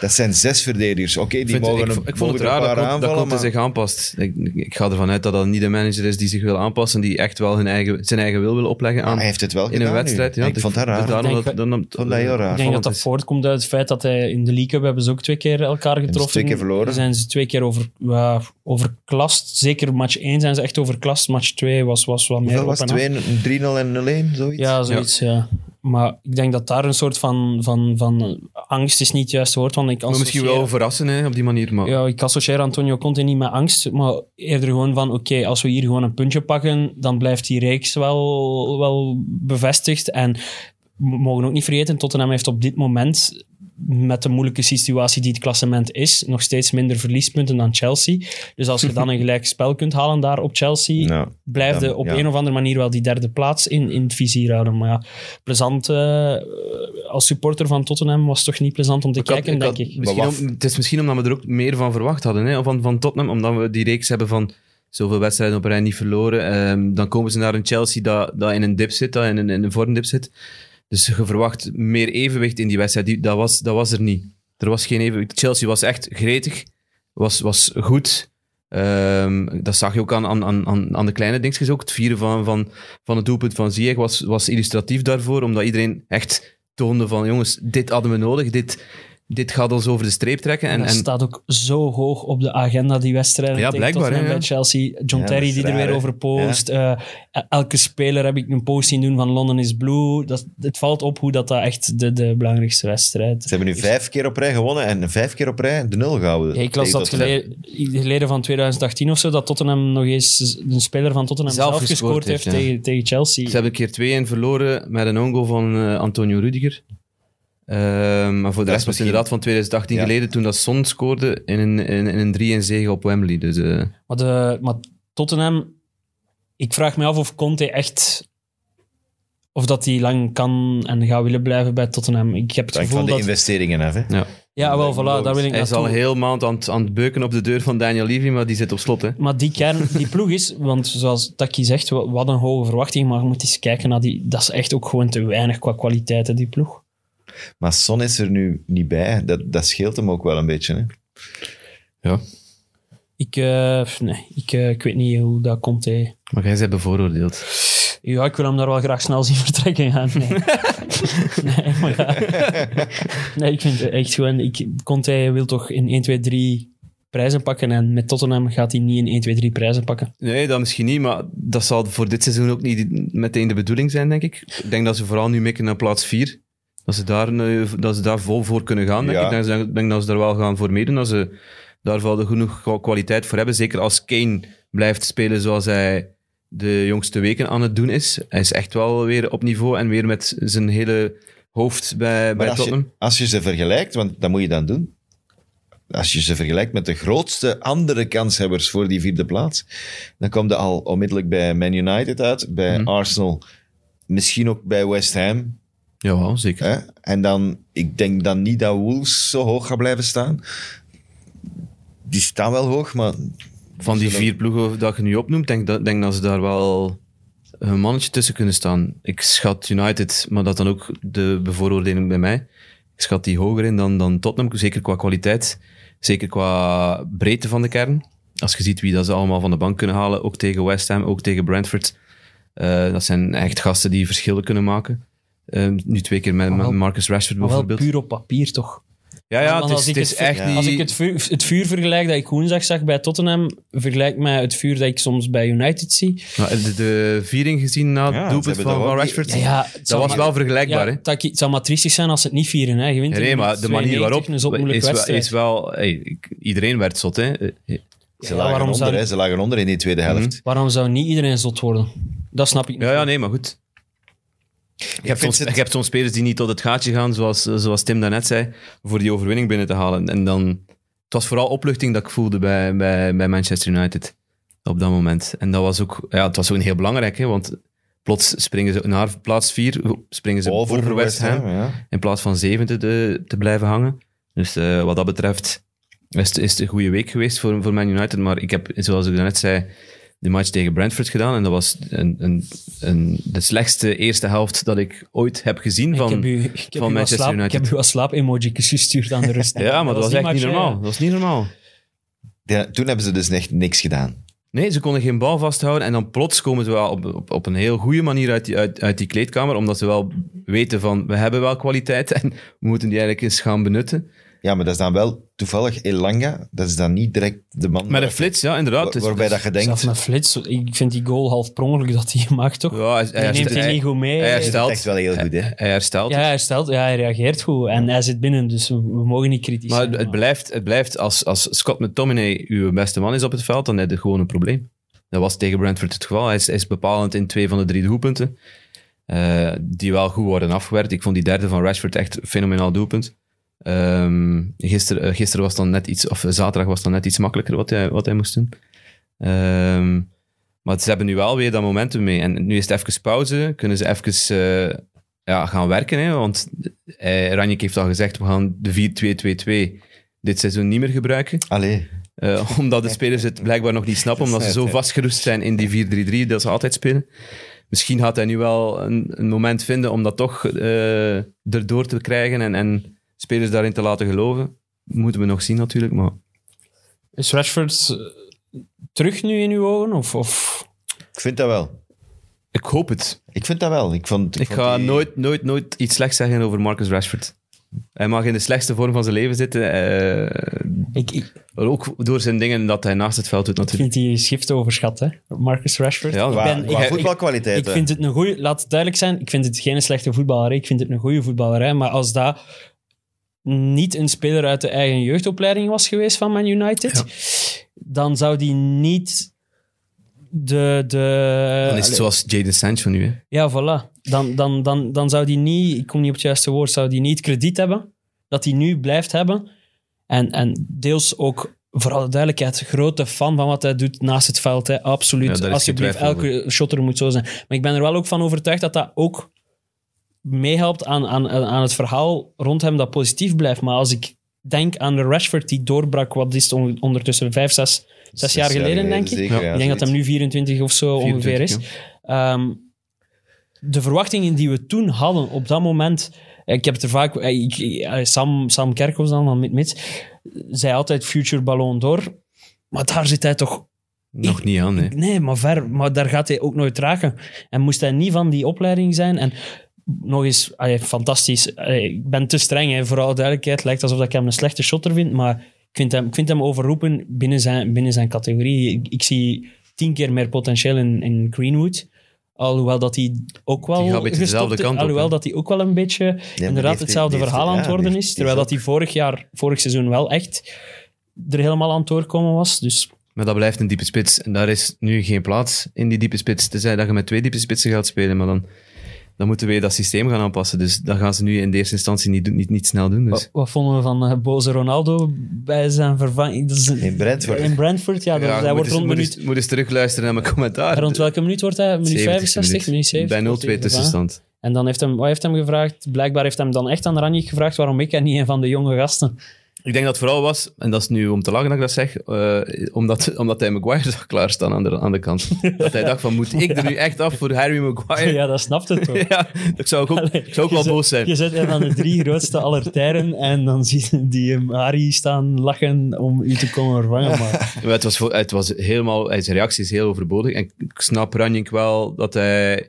[SPEAKER 2] Dat zijn zes verdedigers. Oké, die
[SPEAKER 3] Vind-
[SPEAKER 2] mogen
[SPEAKER 3] ik,
[SPEAKER 2] een-
[SPEAKER 3] ik vond
[SPEAKER 2] mogen
[SPEAKER 3] het
[SPEAKER 2] er een
[SPEAKER 3] raar
[SPEAKER 2] paar
[SPEAKER 3] dat, Conte- dat
[SPEAKER 2] aanvallen,
[SPEAKER 3] Conte
[SPEAKER 2] maar-
[SPEAKER 3] zich aanpast. Ik, ik ga ervan uit dat dat niet de manager is die zich wil aanpassen, die echt wel hun eigen, zijn eigen wil wil opleggen aan,
[SPEAKER 2] Ah, Hij heeft het wel
[SPEAKER 3] in
[SPEAKER 2] gedaan
[SPEAKER 3] een wedstrijd.
[SPEAKER 2] nu.
[SPEAKER 3] Ja,
[SPEAKER 2] ik vond dat raar.
[SPEAKER 3] Dus daarom
[SPEAKER 4] Ik denk-
[SPEAKER 3] dat, dan, dan,
[SPEAKER 2] vond dat heel raar.
[SPEAKER 4] Ik denk dat dat
[SPEAKER 3] is.
[SPEAKER 4] voortkomt uit het feit dat hij in de League Cup hebben ze ook twee keer elkaar
[SPEAKER 2] ze
[SPEAKER 4] getroffen.
[SPEAKER 2] twee keer verloren.
[SPEAKER 4] Zijn ze twee keer over, ja, overklast. Zeker match 1 zijn ze echt overklast. Match 2 was, was wat meer
[SPEAKER 2] Hoeveel
[SPEAKER 4] op
[SPEAKER 2] was
[SPEAKER 4] en
[SPEAKER 2] het?
[SPEAKER 4] af.
[SPEAKER 2] 2-0, 3-0 en 0-1, zoiets?
[SPEAKER 4] Ja, zoiets, ja. Maar ik denk dat daar een soort van, van, van angst is niet het juiste woord. Want ik
[SPEAKER 3] Maar misschien
[SPEAKER 4] associeer-
[SPEAKER 3] wel verrassen hè, op die manier. Maar
[SPEAKER 4] Ja, ik associeer Antonio Conte niet met angst, maar eerder gewoon van, oké, als we hier gewoon een puntje pakken, dan blijft die reeks wel, wel bevestigd. En we mogen ook niet vergeten, Tottenham heeft op dit moment, met de moeilijke situatie die het klassement is, nog steeds minder verliespunten dan Chelsea. Dus als je dan een gelijk spel kunt halen daar op Chelsea,
[SPEAKER 2] Nou,
[SPEAKER 4] blijfde
[SPEAKER 2] dan-
[SPEAKER 4] op
[SPEAKER 2] ja.
[SPEAKER 4] een of andere manier wel die derde plaats in, in het vizier houden. Maar ja, plezant, eh, als supporter van Tottenham was het toch niet plezant om te
[SPEAKER 3] Ik had-
[SPEAKER 4] kijken,
[SPEAKER 3] ik had
[SPEAKER 4] denk ik.
[SPEAKER 3] misschien
[SPEAKER 2] Maar wat-
[SPEAKER 3] om- het is misschien omdat we er ook meer van verwacht hadden hè, van, van Tottenham, omdat we die reeks hebben van zoveel wedstrijden op rij niet verloren. Ehm, dan komen ze naar een Chelsea dat, dat in een dip zit, dat in een, in een vormdip zit. Dus je verwacht meer evenwicht in die wedstrijd. Die, dat, was, dat was er niet. Er was geen evenwicht. Chelsea was echt gretig, was, was goed. Eh, Ehm, dat zag je ook aan, aan, aan, aan de kleine dingetjes ook. Het vieren van, van, van het doelpunt van Ziyech was, was illustratief daarvoor, omdat iedereen echt toonde van, jongens, dit hadden we nodig, dit, dit gaat ons over de streep trekken.
[SPEAKER 4] En,
[SPEAKER 3] En,
[SPEAKER 4] dat
[SPEAKER 3] en
[SPEAKER 4] staat ook zo hoog op de agenda, die wedstrijd.
[SPEAKER 3] Ja, blijkbaar, hè, ja.
[SPEAKER 4] bij Chelsea, John
[SPEAKER 2] Ja,
[SPEAKER 4] Terry
[SPEAKER 2] dat is
[SPEAKER 4] die er
[SPEAKER 2] raar,
[SPEAKER 4] weer
[SPEAKER 2] hè.
[SPEAKER 4] over post. Eh, elke speler heb ik een post zien doen van London is Blue. Dat, het valt op hoe dat, dat echt de, de belangrijkste wedstrijd
[SPEAKER 2] Ze hebben nu vijf keer op rij gewonnen en vijf keer op rij de nul gehouden.
[SPEAKER 4] Ja, ik las
[SPEAKER 2] Tegen
[SPEAKER 4] dat
[SPEAKER 2] Tottenham.
[SPEAKER 4] geleden, geleden van 2018 of zo, dat Tottenham nog eens een speler van Tottenham zelf,
[SPEAKER 3] Zelf
[SPEAKER 4] gescoord
[SPEAKER 3] gescoord
[SPEAKER 4] heeft
[SPEAKER 3] heeft, ja.
[SPEAKER 4] tegen, tegen Chelsea.
[SPEAKER 3] ze hebben een keer 2-1 verloren met een ongo van eh, Antonio Rudiger. Ehm, maar voor de
[SPEAKER 2] Dat is
[SPEAKER 3] rest was het
[SPEAKER 2] misschien-
[SPEAKER 3] inderdaad van 2018
[SPEAKER 2] Ja.
[SPEAKER 3] geleden, toen dat Son scoorde in een, in, in een 3-1 zege op Wembley. Dus, eh,
[SPEAKER 4] Maar, de, maar Tottenham, ik vraag me af of Conte echt. Of dat hij lang kan en gaat willen blijven bij Tottenham. Ik heb
[SPEAKER 2] Het
[SPEAKER 4] het
[SPEAKER 2] hangt van
[SPEAKER 4] gevoel
[SPEAKER 2] de
[SPEAKER 4] dat.
[SPEAKER 2] investeringen af. Hè.
[SPEAKER 3] ja.
[SPEAKER 4] Ja, wel,
[SPEAKER 2] lijkt me
[SPEAKER 4] voilà, daar wil ik
[SPEAKER 3] Hij is
[SPEAKER 4] naartoe.
[SPEAKER 3] al heel maand aan het, aan het beuken op de deur van Daniel Levy, maar die zit op slot. Hè.
[SPEAKER 4] Maar die kern, die ploeg is, want zoals Taki zegt, wa- wat een hoge verwachting. Maar je moet eens kijken naar die. Dat is echt ook gewoon te weinig qua kwaliteiten, die ploeg.
[SPEAKER 2] Maar Son is er nu niet bij. Dat, dat scheelt hem ook wel een beetje. Hè.
[SPEAKER 4] Ik, eh, nee, ik, eh, ik weet niet hoe dat komt. hè.
[SPEAKER 3] Maar jij bent bevooroordeeld.
[SPEAKER 4] Ja, ik wil hem daar wel graag snel zien vertrekken gaan. Nee, nee, maar ja. nee ik vind het echt gewoon... Ik, Conte wil toch in 1, 2, 3 prijzen pakken en met Tottenham gaat hij niet in 1, 2, 3 prijzen pakken.
[SPEAKER 3] Nee, dat misschien niet, maar dat zal voor dit seizoen ook niet meteen de bedoeling zijn, denk ik. Ik denk dat ze vooral nu mikken naar plaats 4. Dat ze daar, eh, dat ze daar vol voor kunnen gaan. Denk
[SPEAKER 2] Ja.
[SPEAKER 3] ik denk, dat ze- denk dat ze daar wel gaan voor meedoen. Dat ze daar wel de genoeg kwa- kwaliteit voor hebben. Zeker als Kane blijft spelen zoals hij de jongste weken aan het doen is. Hij is echt wel weer op niveau en weer met zijn hele hoofd bij, bij
[SPEAKER 2] Maar als
[SPEAKER 3] Tottenham.
[SPEAKER 2] je, als je ze vergelijkt, want dat moet je dan doen. Als je ze vergelijkt met de grootste andere kanshebbers voor die vierde plaats, dan komt er al onmiddellijk bij Man United uit, bij
[SPEAKER 3] Mhm.
[SPEAKER 2] Arsenal, misschien ook bij West Ham.
[SPEAKER 3] Jawel, zeker.
[SPEAKER 2] Hè? En dan, ik denk dan niet dat Wolves zo hoog gaat blijven staan. Die staan wel hoog, maar
[SPEAKER 3] Van die
[SPEAKER 2] Zullen-
[SPEAKER 3] vier ploegen dat je nu opnoemt, denk, dat- denk dat ze daar wel een mannetje tussen kunnen staan. Ik schat United, maar dat dan ook de bevooroordeling bij mij. Ik schat die hoger in dan, dan Tottenham, zeker qua kwaliteit. Zeker qua breedte van de kern. Als je ziet wie dat ze allemaal van de bank kunnen halen, ook tegen West Ham, ook tegen Brentford. Eh, dat zijn echt gasten die verschillen kunnen maken. Eh, nu twee keer met,
[SPEAKER 4] Maar wel-
[SPEAKER 3] met Marcus Rashford
[SPEAKER 4] Maar wel
[SPEAKER 3] bijvoorbeeld.
[SPEAKER 4] puur op papier, toch?
[SPEAKER 3] Ja,
[SPEAKER 4] Want
[SPEAKER 3] ja, het
[SPEAKER 4] als
[SPEAKER 3] is,
[SPEAKER 4] ik
[SPEAKER 3] het is
[SPEAKER 4] het ver-
[SPEAKER 3] echt
[SPEAKER 2] ja.
[SPEAKER 3] niet...
[SPEAKER 4] Als ik het vuur, het vuur vergelijk dat ik woensdag zag bij Tottenham, vergelijk met het vuur dat ik soms bij United zie.
[SPEAKER 3] Maar de, de viering gezien na het
[SPEAKER 2] Ja, ze
[SPEAKER 3] doelpunt
[SPEAKER 2] hebben
[SPEAKER 3] van,
[SPEAKER 2] daar
[SPEAKER 3] van
[SPEAKER 2] wel die-
[SPEAKER 3] Rashford...
[SPEAKER 4] Ja, ja, het
[SPEAKER 3] Dat
[SPEAKER 4] zal
[SPEAKER 3] was
[SPEAKER 4] maar-
[SPEAKER 3] wel vergelijkbaar,
[SPEAKER 4] ja,
[SPEAKER 3] hè?
[SPEAKER 4] Taki, het zou maar triestig zijn als ze het niet vieren. Hè. Je wint
[SPEAKER 3] Nee,
[SPEAKER 4] in
[SPEAKER 3] nee, maar de manier
[SPEAKER 4] 92,
[SPEAKER 3] waarop
[SPEAKER 4] een zot moeilijke
[SPEAKER 3] is, wel-
[SPEAKER 4] wedstrijd.
[SPEAKER 3] is wel... hey, ik- iedereen werd zot, hè? Eh,
[SPEAKER 2] ze,
[SPEAKER 4] Ja,
[SPEAKER 2] lagen,
[SPEAKER 4] waarom
[SPEAKER 2] onder,
[SPEAKER 4] zou-
[SPEAKER 2] hè. ze lagen onder in die tweede
[SPEAKER 3] Mhm.
[SPEAKER 2] helft.
[SPEAKER 4] Waarom zou niet iedereen zot worden? Dat snap ik niet.
[SPEAKER 3] Ja, ja, nee, maar goed. Je hebt,
[SPEAKER 2] vind
[SPEAKER 3] soms,
[SPEAKER 2] het-
[SPEAKER 3] je hebt soms spelers die niet tot het gaatje gaan, zoals, eh, zoals Tim daarnet zei, voor die overwinning binnen te halen. En dan... Het was vooral opluchting dat ik voelde bij, bij, bij Manchester United op dat moment. En dat was ook... Ja, het was ook een heel belangrijk, hè? Want plots springen ze naar plaats 4, springen ze over, West Ham.
[SPEAKER 2] ja.
[SPEAKER 3] in plaats van zevende te, te blijven hangen. Dus eh, wat dat betreft is het, is het een goede week geweest voor, voor Man United. Maar ik heb, zoals ik net zei, de match tegen Brentford gedaan. En dat was een, een, een, de slechtste eerste helft dat ik ooit heb gezien. Van,
[SPEAKER 4] ik heb u, ik heb
[SPEAKER 3] van
[SPEAKER 4] u
[SPEAKER 3] Manchester
[SPEAKER 4] slaap,
[SPEAKER 3] United.
[SPEAKER 4] Ik heb u wat slaap-emoji gestuurd aan de rust.
[SPEAKER 3] ja, maar dat was,
[SPEAKER 4] die
[SPEAKER 3] echt niet
[SPEAKER 4] match, hè.
[SPEAKER 3] normaal. Dat was niet normaal.
[SPEAKER 2] Ja, Toen hebben ze dus echt niks gedaan.
[SPEAKER 3] Nee, ze konden geen bal vasthouden. En dan plots komen ze wel op, op, op een heel goede manier uit die, uit, uit die kleedkamer. Omdat ze wel weten van, we hebben wel kwaliteit. En we moeten die eigenlijk eens gaan benutten.
[SPEAKER 2] Ja, maar dat is dan wel toevallig Elanga. Dat is dan niet direct de man
[SPEAKER 3] Met een
[SPEAKER 2] waar-
[SPEAKER 3] flits, ja, inderdaad.
[SPEAKER 2] waar-
[SPEAKER 3] Dus-
[SPEAKER 2] waarbij dat je denkt...
[SPEAKER 4] Zelfs een flits. Ik vind die goal half per ongeluk dat hij maakt, toch?
[SPEAKER 3] ja, hij,
[SPEAKER 4] die
[SPEAKER 3] hij-
[SPEAKER 4] neemt hij
[SPEAKER 3] hij-
[SPEAKER 4] niet goed mee. eh,
[SPEAKER 3] hij
[SPEAKER 2] dat is
[SPEAKER 3] herstelt.
[SPEAKER 2] echt wel heel goed, hè?
[SPEAKER 3] Hij herstelt.
[SPEAKER 4] ja,
[SPEAKER 3] het.
[SPEAKER 4] hij herstelt. Ja, hij reageert goed. En hij zit binnen, dus we, we mogen niet kritisch
[SPEAKER 3] Maar
[SPEAKER 4] zijn.
[SPEAKER 3] het, het blijft, het blijft als, als Scott McTominay uw beste man is op het veld, dan heb je gewoon een probleem. Dat was tegen Brentford het geval. Hij is, hij is bepalend in twee van de drie doelpunten, eh, die wel goed worden afgewerkt. Ik vond die derde van Rashford echt een fenomenaal doelpunt. Ehm gisteren, eh, gisteren was dan net iets, of eh, zaterdag was dan net iets makkelijker wat hij, wat hij moest doen. Ehm, maar ze hebben nu wel weer dat momentum mee. En nu is het even pauze. Kunnen ze even eh, ja, gaan werken. Hè? Want eh, Ranjik heeft al gezegd, we gaan de 4-2-2-2 dit seizoen niet meer gebruiken.
[SPEAKER 2] Allee.
[SPEAKER 3] Eh, omdat de spelers het blijkbaar nog niet snappen, omdat ze zo vastgeroest zijn in die 4-3-3 dat ze altijd spelen. Misschien gaat hij nu wel een, een moment vinden om dat toch eh, erdoor te krijgen en, en spelers daarin te laten geloven. Moeten we nog zien natuurlijk, maar
[SPEAKER 4] Is Rashford eh, terug nu in uw ogen? Of, of...
[SPEAKER 2] Ik vind dat wel.
[SPEAKER 3] Ik hoop het.
[SPEAKER 2] Ik vind dat wel. Ik, vond,
[SPEAKER 3] Ik,
[SPEAKER 2] vond
[SPEAKER 3] ga
[SPEAKER 2] die-
[SPEAKER 3] nooit, nooit, nooit iets slechts zeggen over Marcus Rashford. Hij mag in de slechtste vorm van zijn leven zitten. eh,
[SPEAKER 4] Ik, ik
[SPEAKER 3] ook door zijn dingen dat hij naast het veld doet natuurlijk.
[SPEAKER 4] vind die schrift overschat, hè? Marcus Rashford.
[SPEAKER 3] Ja,
[SPEAKER 4] ik
[SPEAKER 2] Qua,
[SPEAKER 4] ben,
[SPEAKER 2] qua
[SPEAKER 4] ik, ik,
[SPEAKER 2] voetbalkwaliteit.
[SPEAKER 4] ik
[SPEAKER 2] hè.
[SPEAKER 4] vind het een goede, laat het duidelijk zijn, ik vind het geen slechte voetballer. hè. Ik vind het een goede voetballer. hè. Maar als dat niet een speler uit de eigen jeugdopleiding was geweest van Man United, dan zou die niet de. de
[SPEAKER 3] Dan is het zoals Jaden Sancho van nu. Hè.
[SPEAKER 4] Ja, voilà. Dan, dan, dan, dan zou die niet, ik kom niet op het juiste woord, zou die niet krediet hebben dat hij nu blijft hebben. En, en deels ook, voor alle duidelijkheid, grote fan van wat hij doet naast het veld. Hè.
[SPEAKER 3] Ja,
[SPEAKER 4] Absoluut.
[SPEAKER 3] daar is geen
[SPEAKER 4] Alsjeblieft,
[SPEAKER 3] twijfel over.
[SPEAKER 4] elke shotter moet zo zijn. Maar ik ben er wel ook van overtuigd dat dat ook meehelpt aan, aan, aan het verhaal rond hem dat positief blijft. Maar als ik denk aan de Rashford die doorbrak, wat is het on- ondertussen, vijf, zes, zes jaar geleden, denk ik.
[SPEAKER 2] zeker,
[SPEAKER 3] Ja.
[SPEAKER 2] ja,
[SPEAKER 4] ik denk dat hij
[SPEAKER 2] zoiets.
[SPEAKER 4] nu 24 of zo ongeveer is.
[SPEAKER 3] 24, ja.
[SPEAKER 4] Ehm, de verwachtingen die we toen hadden op dat moment. Ik heb het er vaak. eh, ik- eh, Sam, Sam Kerkhoff dan van Mits. zei altijd Future Ballon d'Or. Maar daar zit hij toch.
[SPEAKER 3] Nog niet aan, hè.
[SPEAKER 4] Nee, maar ver. Maar daar gaat hij ook nooit raken. En moest hij niet van die opleiding zijn. En nog eens, allee, fantastisch. Allee, ik ben te streng, hè, voor alle duidelijkheid. Het lijkt alsof ik hem een slechte shotter vind. Maar ik vind hem, ik vind hem overroepen binnen zijn, binnen zijn categorie. Ik, ik zie tien keer meer potentieel in, in Greenwood. Alhoewel dat hij ook wel.
[SPEAKER 3] Die gaat een beetje
[SPEAKER 4] gestopt
[SPEAKER 3] dezelfde
[SPEAKER 4] is.
[SPEAKER 3] kant op,
[SPEAKER 4] Alhoewel
[SPEAKER 3] hè?
[SPEAKER 4] dat hij ook wel een beetje.
[SPEAKER 2] die
[SPEAKER 4] inderdaad
[SPEAKER 2] heeft-
[SPEAKER 4] hetzelfde
[SPEAKER 2] die heeft-
[SPEAKER 4] verhaal aan
[SPEAKER 2] ja,
[SPEAKER 4] het worden
[SPEAKER 2] die
[SPEAKER 4] is.
[SPEAKER 2] heeft-
[SPEAKER 4] Terwijl
[SPEAKER 2] die
[SPEAKER 4] dat hij vorig jaar, vorig seizoen wel echt er helemaal aan het doorkomen was. Dus
[SPEAKER 3] Maar dat blijft een diepe spits. En daar is nu geen plaats in die diepe spits. Tenzij dat je met twee diepe spitsen gaat spelen. Maar dan, dan moeten we weer dat systeem gaan aanpassen. Dus dat gaan ze nu in de eerste instantie niet, doen- niet, niet snel doen. Dus.
[SPEAKER 4] Wat, wat vonden we van eh, boze Ronaldo bij zijn vervanging? Dat is-
[SPEAKER 2] In Brentford.
[SPEAKER 4] In Brentford, ja. dat-
[SPEAKER 3] Ja,
[SPEAKER 4] hij
[SPEAKER 3] je moet
[SPEAKER 4] wordt
[SPEAKER 3] eens-
[SPEAKER 4] rond
[SPEAKER 3] moet
[SPEAKER 4] minuut...
[SPEAKER 3] eens- Moet eens terugluisteren naar mijn commentaar.
[SPEAKER 4] Rond welke minuut wordt hij? Minuut
[SPEAKER 3] 70ste
[SPEAKER 4] 65, minuut, 70.
[SPEAKER 3] Bij
[SPEAKER 4] wordt hij
[SPEAKER 3] 0-2 tussenstand.
[SPEAKER 4] vervangen. En dan heeft hem, wat heeft hem gevraagd? Blijkbaar heeft hem dan echt aan Ranjik gevraagd waarom ik en niet een van de jonge gasten.
[SPEAKER 3] Ik denk dat het vooral was, en dat is nu om te lachen dat ik dat zeg, eh, omdat, omdat hij Maguire zag klaarstaan aan de, aan de kant. Dat hij dacht van, moet ik er nu echt af voor Harry Maguire? Ja,
[SPEAKER 4] Ja, dat snapt het toch.
[SPEAKER 3] dat zou ik ook,
[SPEAKER 4] Allee,
[SPEAKER 3] ik zou ook wel
[SPEAKER 4] je
[SPEAKER 3] boos
[SPEAKER 4] zet-
[SPEAKER 3] zijn.
[SPEAKER 4] Je zet een van de drie grootste aller tijden en dan zie je die hem Harry staan lachen om u te komen vervangen. Maar
[SPEAKER 3] Maar het was, voor- het was helemaal, eh, zijn reactie is heel overbodig. En ik snap Ranjink wel dat hij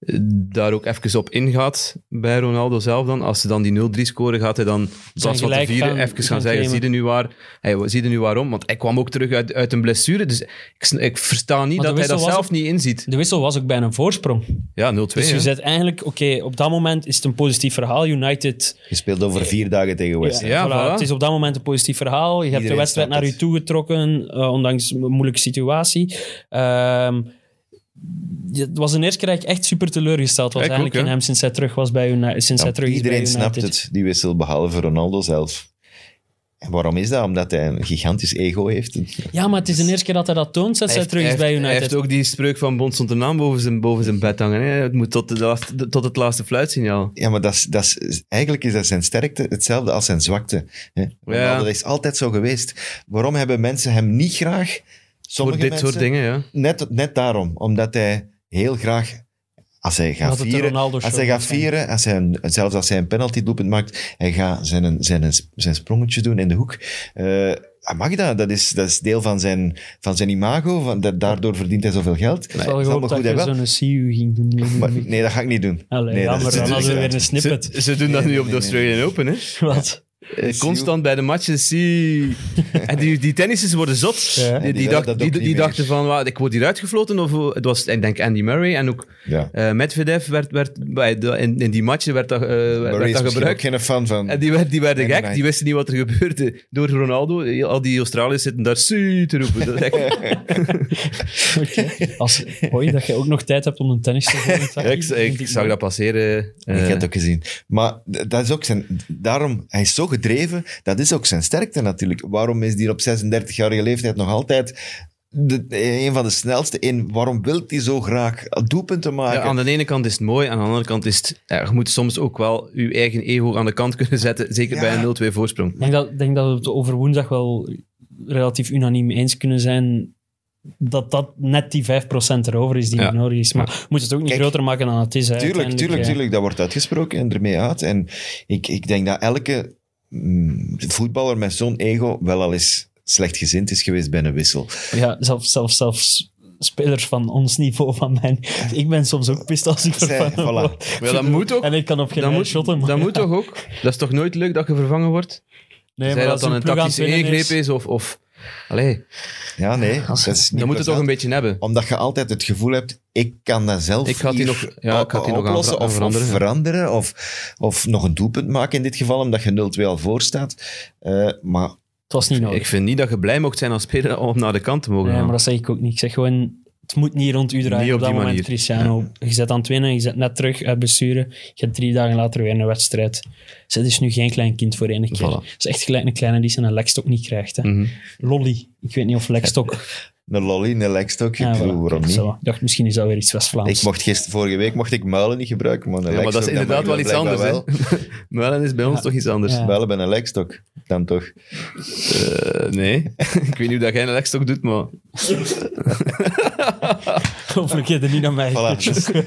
[SPEAKER 3] eh, daar ook even op ingaat bij Ronaldo zelf dan. Als ze dan die 0-3 scoren, gaat hij dan, in plaats van te
[SPEAKER 4] gelijk
[SPEAKER 3] vieren,
[SPEAKER 4] gaan-
[SPEAKER 3] even gaan
[SPEAKER 4] gaan
[SPEAKER 3] zeggen,
[SPEAKER 4] claimen.
[SPEAKER 3] zie je nu, waar, hey, wa- zie je nu waarom? Want hij kwam ook terug uit, uit een blessure, dus ik, sn- ik versta niet
[SPEAKER 4] Maar
[SPEAKER 3] dat
[SPEAKER 4] de
[SPEAKER 3] hij dat
[SPEAKER 4] wissel was
[SPEAKER 3] zelf niet inziet.
[SPEAKER 4] de wissel was ook bijna een voorsprong.
[SPEAKER 3] Ja, 0-2.
[SPEAKER 4] Dus
[SPEAKER 3] hè.
[SPEAKER 4] je zet eigenlijk, oké, op dat moment is het een positief verhaal. United
[SPEAKER 2] Je speelt over vier dagen tegen West Ham.
[SPEAKER 3] Ja, voilà.
[SPEAKER 4] Het is op dat moment een positief verhaal. Je hebt
[SPEAKER 2] Iedereen
[SPEAKER 4] de wedstrijd
[SPEAKER 2] snapt
[SPEAKER 4] naar je
[SPEAKER 2] het.
[SPEAKER 4] toegetrokken, eh ondanks een moeilijke situatie. Ehm, ja, het was de eerste keer dat ik echt super teleurgesteld was
[SPEAKER 3] Ja, ik
[SPEAKER 4] eigenlijk
[SPEAKER 3] ook,
[SPEAKER 4] in
[SPEAKER 3] hè.
[SPEAKER 4] hem sinds hij terug was bij United. Sinds hij
[SPEAKER 2] Ja,
[SPEAKER 4] terug is bij
[SPEAKER 2] iedereen snapt
[SPEAKER 4] United.
[SPEAKER 2] het, die wissel, behalve Ronaldo zelf. En waarom is dat? Omdat hij een gigantisch ego heeft.
[SPEAKER 4] Ja, maar het is de eerste keer dat hij dat toont sinds hij, terug is
[SPEAKER 3] heeft-
[SPEAKER 4] bij
[SPEAKER 3] Hij
[SPEAKER 4] United.
[SPEAKER 3] heeft ook die spreuk van Bond stond de naam boven zijn, boven zijn bed hangen. Hè. Het moet tot, de laatste, tot het laatste fluitsignaal.
[SPEAKER 2] Ja, maar dat is, dat is, eigenlijk is dat zijn sterkte hetzelfde als zijn zwakte. Hè? Ronaldo dat is altijd zo geweest. Waarom hebben mensen hem niet graag?
[SPEAKER 3] Voor
[SPEAKER 2] Sommige
[SPEAKER 3] dit
[SPEAKER 2] mensen,
[SPEAKER 3] soort dingen, ja.
[SPEAKER 2] Net, net daarom. Omdat hij heel graag, als hij gaat
[SPEAKER 4] Laat het de
[SPEAKER 2] vieren,
[SPEAKER 4] Ronaldo-show
[SPEAKER 2] als hij gaat
[SPEAKER 4] zijn.
[SPEAKER 2] vieren als hij een- zelfs als hij een penalty doelpunt maakt, hij gaat zijn, zijn, zijn sprongetje doen in de hoek. Eh, hij mag dat. Dat is, dat is deel van zijn, van zijn imago. Van, da- daardoor verdient hij zoveel geld.
[SPEAKER 4] Ik had
[SPEAKER 2] Dat
[SPEAKER 4] wel
[SPEAKER 2] is
[SPEAKER 4] gehoopt
[SPEAKER 2] allemaal
[SPEAKER 4] dat
[SPEAKER 2] goed, hè,
[SPEAKER 4] je
[SPEAKER 2] wel.
[SPEAKER 4] zo'n CU ging doen.
[SPEAKER 2] Maar, nee, dat ga ik niet doen.
[SPEAKER 4] Allee,
[SPEAKER 2] nee,
[SPEAKER 4] jammer,
[SPEAKER 2] dat is
[SPEAKER 4] dan hadden we
[SPEAKER 2] natuurlijk
[SPEAKER 4] weer een
[SPEAKER 3] Ze,
[SPEAKER 4] snippet.
[SPEAKER 3] ze doen dat
[SPEAKER 2] Nee,
[SPEAKER 3] nu
[SPEAKER 2] nee,
[SPEAKER 3] op de
[SPEAKER 2] nee,
[SPEAKER 3] Australian Open, hè.
[SPEAKER 4] Wat?
[SPEAKER 3] Eh, Constant bij de matchen, zie... En die, die tennissers worden zot.
[SPEAKER 4] Ja.
[SPEAKER 3] Die,
[SPEAKER 2] Die
[SPEAKER 3] die,
[SPEAKER 2] willen
[SPEAKER 3] dacht-
[SPEAKER 2] dat
[SPEAKER 3] die,
[SPEAKER 2] ook
[SPEAKER 3] die
[SPEAKER 2] niet meer.
[SPEAKER 3] dachten van, "Wa, ik word hier uitgefloten. Of, het was, ik denk, Andy Murray en ook
[SPEAKER 2] Ja.
[SPEAKER 3] eh Medvedev werd, werd bij de- in, in die matchen werd dat, eh, werd-
[SPEAKER 2] Murray is
[SPEAKER 3] werd dat
[SPEAKER 2] misschien ook
[SPEAKER 3] gebruikt.
[SPEAKER 2] geen fan van.
[SPEAKER 3] En die, werd- die werden
[SPEAKER 2] Nee,
[SPEAKER 3] gek,
[SPEAKER 2] nee.
[SPEAKER 3] die wisten niet wat er gebeurde door Ronaldo. Al die Australiërs zitten daar "Zie" te roepen. Dat is echt-
[SPEAKER 4] Oké. Als, hoi, dat je ook nog tijd hebt om een tennis te
[SPEAKER 3] Ja,
[SPEAKER 4] volgen.
[SPEAKER 3] ik, ik zag dat passeren. eh,
[SPEAKER 2] ik heb het ook gezien. Maar d- dat is ook zijn... Daarom, hij is zo gedreven. Dat is ook zijn sterkte natuurlijk. Waarom is hij op 36-jarige leeftijd nog altijd de, een van de snelste in? Waarom wil hij zo graag doelpunten
[SPEAKER 3] ja,
[SPEAKER 2] maken?
[SPEAKER 3] aan de ene kant is het mooi, aan de andere kant is het... ja, je moet soms ook wel je eigen ego aan de kant kunnen zetten, zeker
[SPEAKER 2] Ja.
[SPEAKER 3] bij een 0-2 voorsprong.
[SPEAKER 4] Ik denk dat, ik denk dat we het over woensdag wel relatief unaniem eens kunnen zijn dat dat net die 5% erover is die
[SPEAKER 3] Ja.
[SPEAKER 4] nodig is. Maar we moeten het ook niet
[SPEAKER 2] Kijk,
[SPEAKER 4] groter maken dan het is. hè,
[SPEAKER 2] Tuurlijk, tuurlijk,
[SPEAKER 4] uiteindelijk, hè.
[SPEAKER 2] tuurlijk. Dat wordt uitgesproken en ermee uit. En ik, ik denk dat elke mm, voetballer met zo'n ego wel al eens slecht gezind is geweest bij een wissel.
[SPEAKER 4] Ja, zelfs, zelfs, zelfs spelers van ons niveau, van mijn... Ik ben soms ook pist als ik
[SPEAKER 2] Zij-
[SPEAKER 4] ervan
[SPEAKER 2] voilà.
[SPEAKER 4] word.
[SPEAKER 3] Ja, dat moet toch?
[SPEAKER 4] En ik kan op geen
[SPEAKER 3] Dat
[SPEAKER 4] eind
[SPEAKER 3] moet,
[SPEAKER 4] shotten. maar-
[SPEAKER 3] dat moet toch ook? Dat is toch nooit leuk dat je vervangen wordt?
[SPEAKER 4] Nee,
[SPEAKER 3] Zij
[SPEAKER 4] maar
[SPEAKER 3] dat
[SPEAKER 4] als
[SPEAKER 3] dan
[SPEAKER 4] uw
[SPEAKER 3] een
[SPEAKER 4] ploeg aan het
[SPEAKER 3] tactische
[SPEAKER 4] winnen
[SPEAKER 3] ingreep is of... of allee,
[SPEAKER 2] Ja, nee. Dat, is niet
[SPEAKER 3] Ah, dan moet het toch een
[SPEAKER 2] plezant.
[SPEAKER 3] beetje hebben.
[SPEAKER 2] Omdat je altijd het gevoel hebt, ik kan dat zelf
[SPEAKER 3] Ik ga die
[SPEAKER 2] hier
[SPEAKER 3] nog- ja, ik ga die nog aan-
[SPEAKER 2] oplossen
[SPEAKER 3] aan
[SPEAKER 2] of,
[SPEAKER 3] veranderen.
[SPEAKER 2] Of, veranderen of, of nog een doelpunt maken in dit geval, omdat je 0-2 al voor staat. Eh, maar
[SPEAKER 4] Het was niet nodig.
[SPEAKER 3] Ik vind niet dat je blij mocht zijn als speler om naar de kant te mogen
[SPEAKER 4] Nee,
[SPEAKER 3] gaan.
[SPEAKER 4] maar dat zeg ik ook niet. Ik zeg gewoon, het moet niet rond u draaien op,
[SPEAKER 3] Niet op
[SPEAKER 4] dat
[SPEAKER 3] die
[SPEAKER 4] moment,
[SPEAKER 3] manier.
[SPEAKER 4] Cristiano. Je zet aan het winnen, je zet net terug uit besturen. Je hebt drie dagen later weer een wedstrijd. Dus het is nu geen klein kind voor één keer.
[SPEAKER 3] Voilà.
[SPEAKER 4] Het is echt gelijk een kleine die zijn lekstok niet krijgt. Hè.
[SPEAKER 3] Mhm.
[SPEAKER 4] Lolly. Ik weet niet of lekstok...
[SPEAKER 2] een lolly, een lekstok, ik
[SPEAKER 4] Ja,
[SPEAKER 2] bedoel,
[SPEAKER 4] voilà.
[SPEAKER 2] waarom niet?
[SPEAKER 4] Zo. Ik dacht, misschien is dat weer iets
[SPEAKER 2] Ik
[SPEAKER 4] West-Vlaams.
[SPEAKER 2] mocht gisteren, vorige week mocht ik muilen niet gebruiken, maar een
[SPEAKER 3] Ja, maar dat is
[SPEAKER 2] lekstok,
[SPEAKER 3] inderdaad wel
[SPEAKER 2] mag
[SPEAKER 3] iets
[SPEAKER 2] blijkbaar
[SPEAKER 3] anders. hè.
[SPEAKER 2] wel.
[SPEAKER 3] Muilen is bij ons toch iets anders.
[SPEAKER 4] Ja.
[SPEAKER 2] Muilen bij een lekstok, dan toch.
[SPEAKER 3] Eh, nee, ik weet niet hoe dat jij een lekstok doet, maar...
[SPEAKER 4] Hopelijk je er niet naar mij.
[SPEAKER 2] Voilà,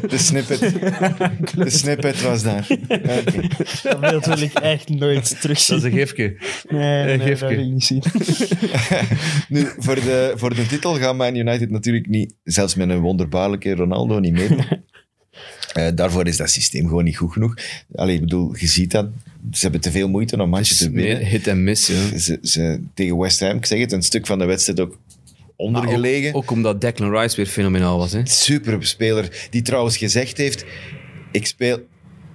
[SPEAKER 2] de snippet, de snippet was daar. Oké.
[SPEAKER 4] Dat beeld wil ik echt nooit terugzien.
[SPEAKER 3] Dat is een gifje.
[SPEAKER 4] Nee, nee, dat
[SPEAKER 3] gifke.
[SPEAKER 4] wil ik niet zien.
[SPEAKER 2] Nu, voor de, voor de titel gaan Man United natuurlijk niet, zelfs met een wonderbaarlijke Ronaldo, niet mee. Eh, daarvoor is dat systeem gewoon niet goed genoeg. Allee, ik bedoel, je ziet dat. Ze hebben te veel moeite om matchen te
[SPEAKER 3] Meer
[SPEAKER 2] winnen.
[SPEAKER 3] hit en miss, ja.
[SPEAKER 2] Ze, ze, tegen West Ham, ik zeg het, een stuk van de wedstrijd ook ondergelegen.
[SPEAKER 3] Ook, ook omdat Declan Rice weer fenomenaal was. Hè.
[SPEAKER 2] Super speler, die trouwens gezegd heeft, ik speel...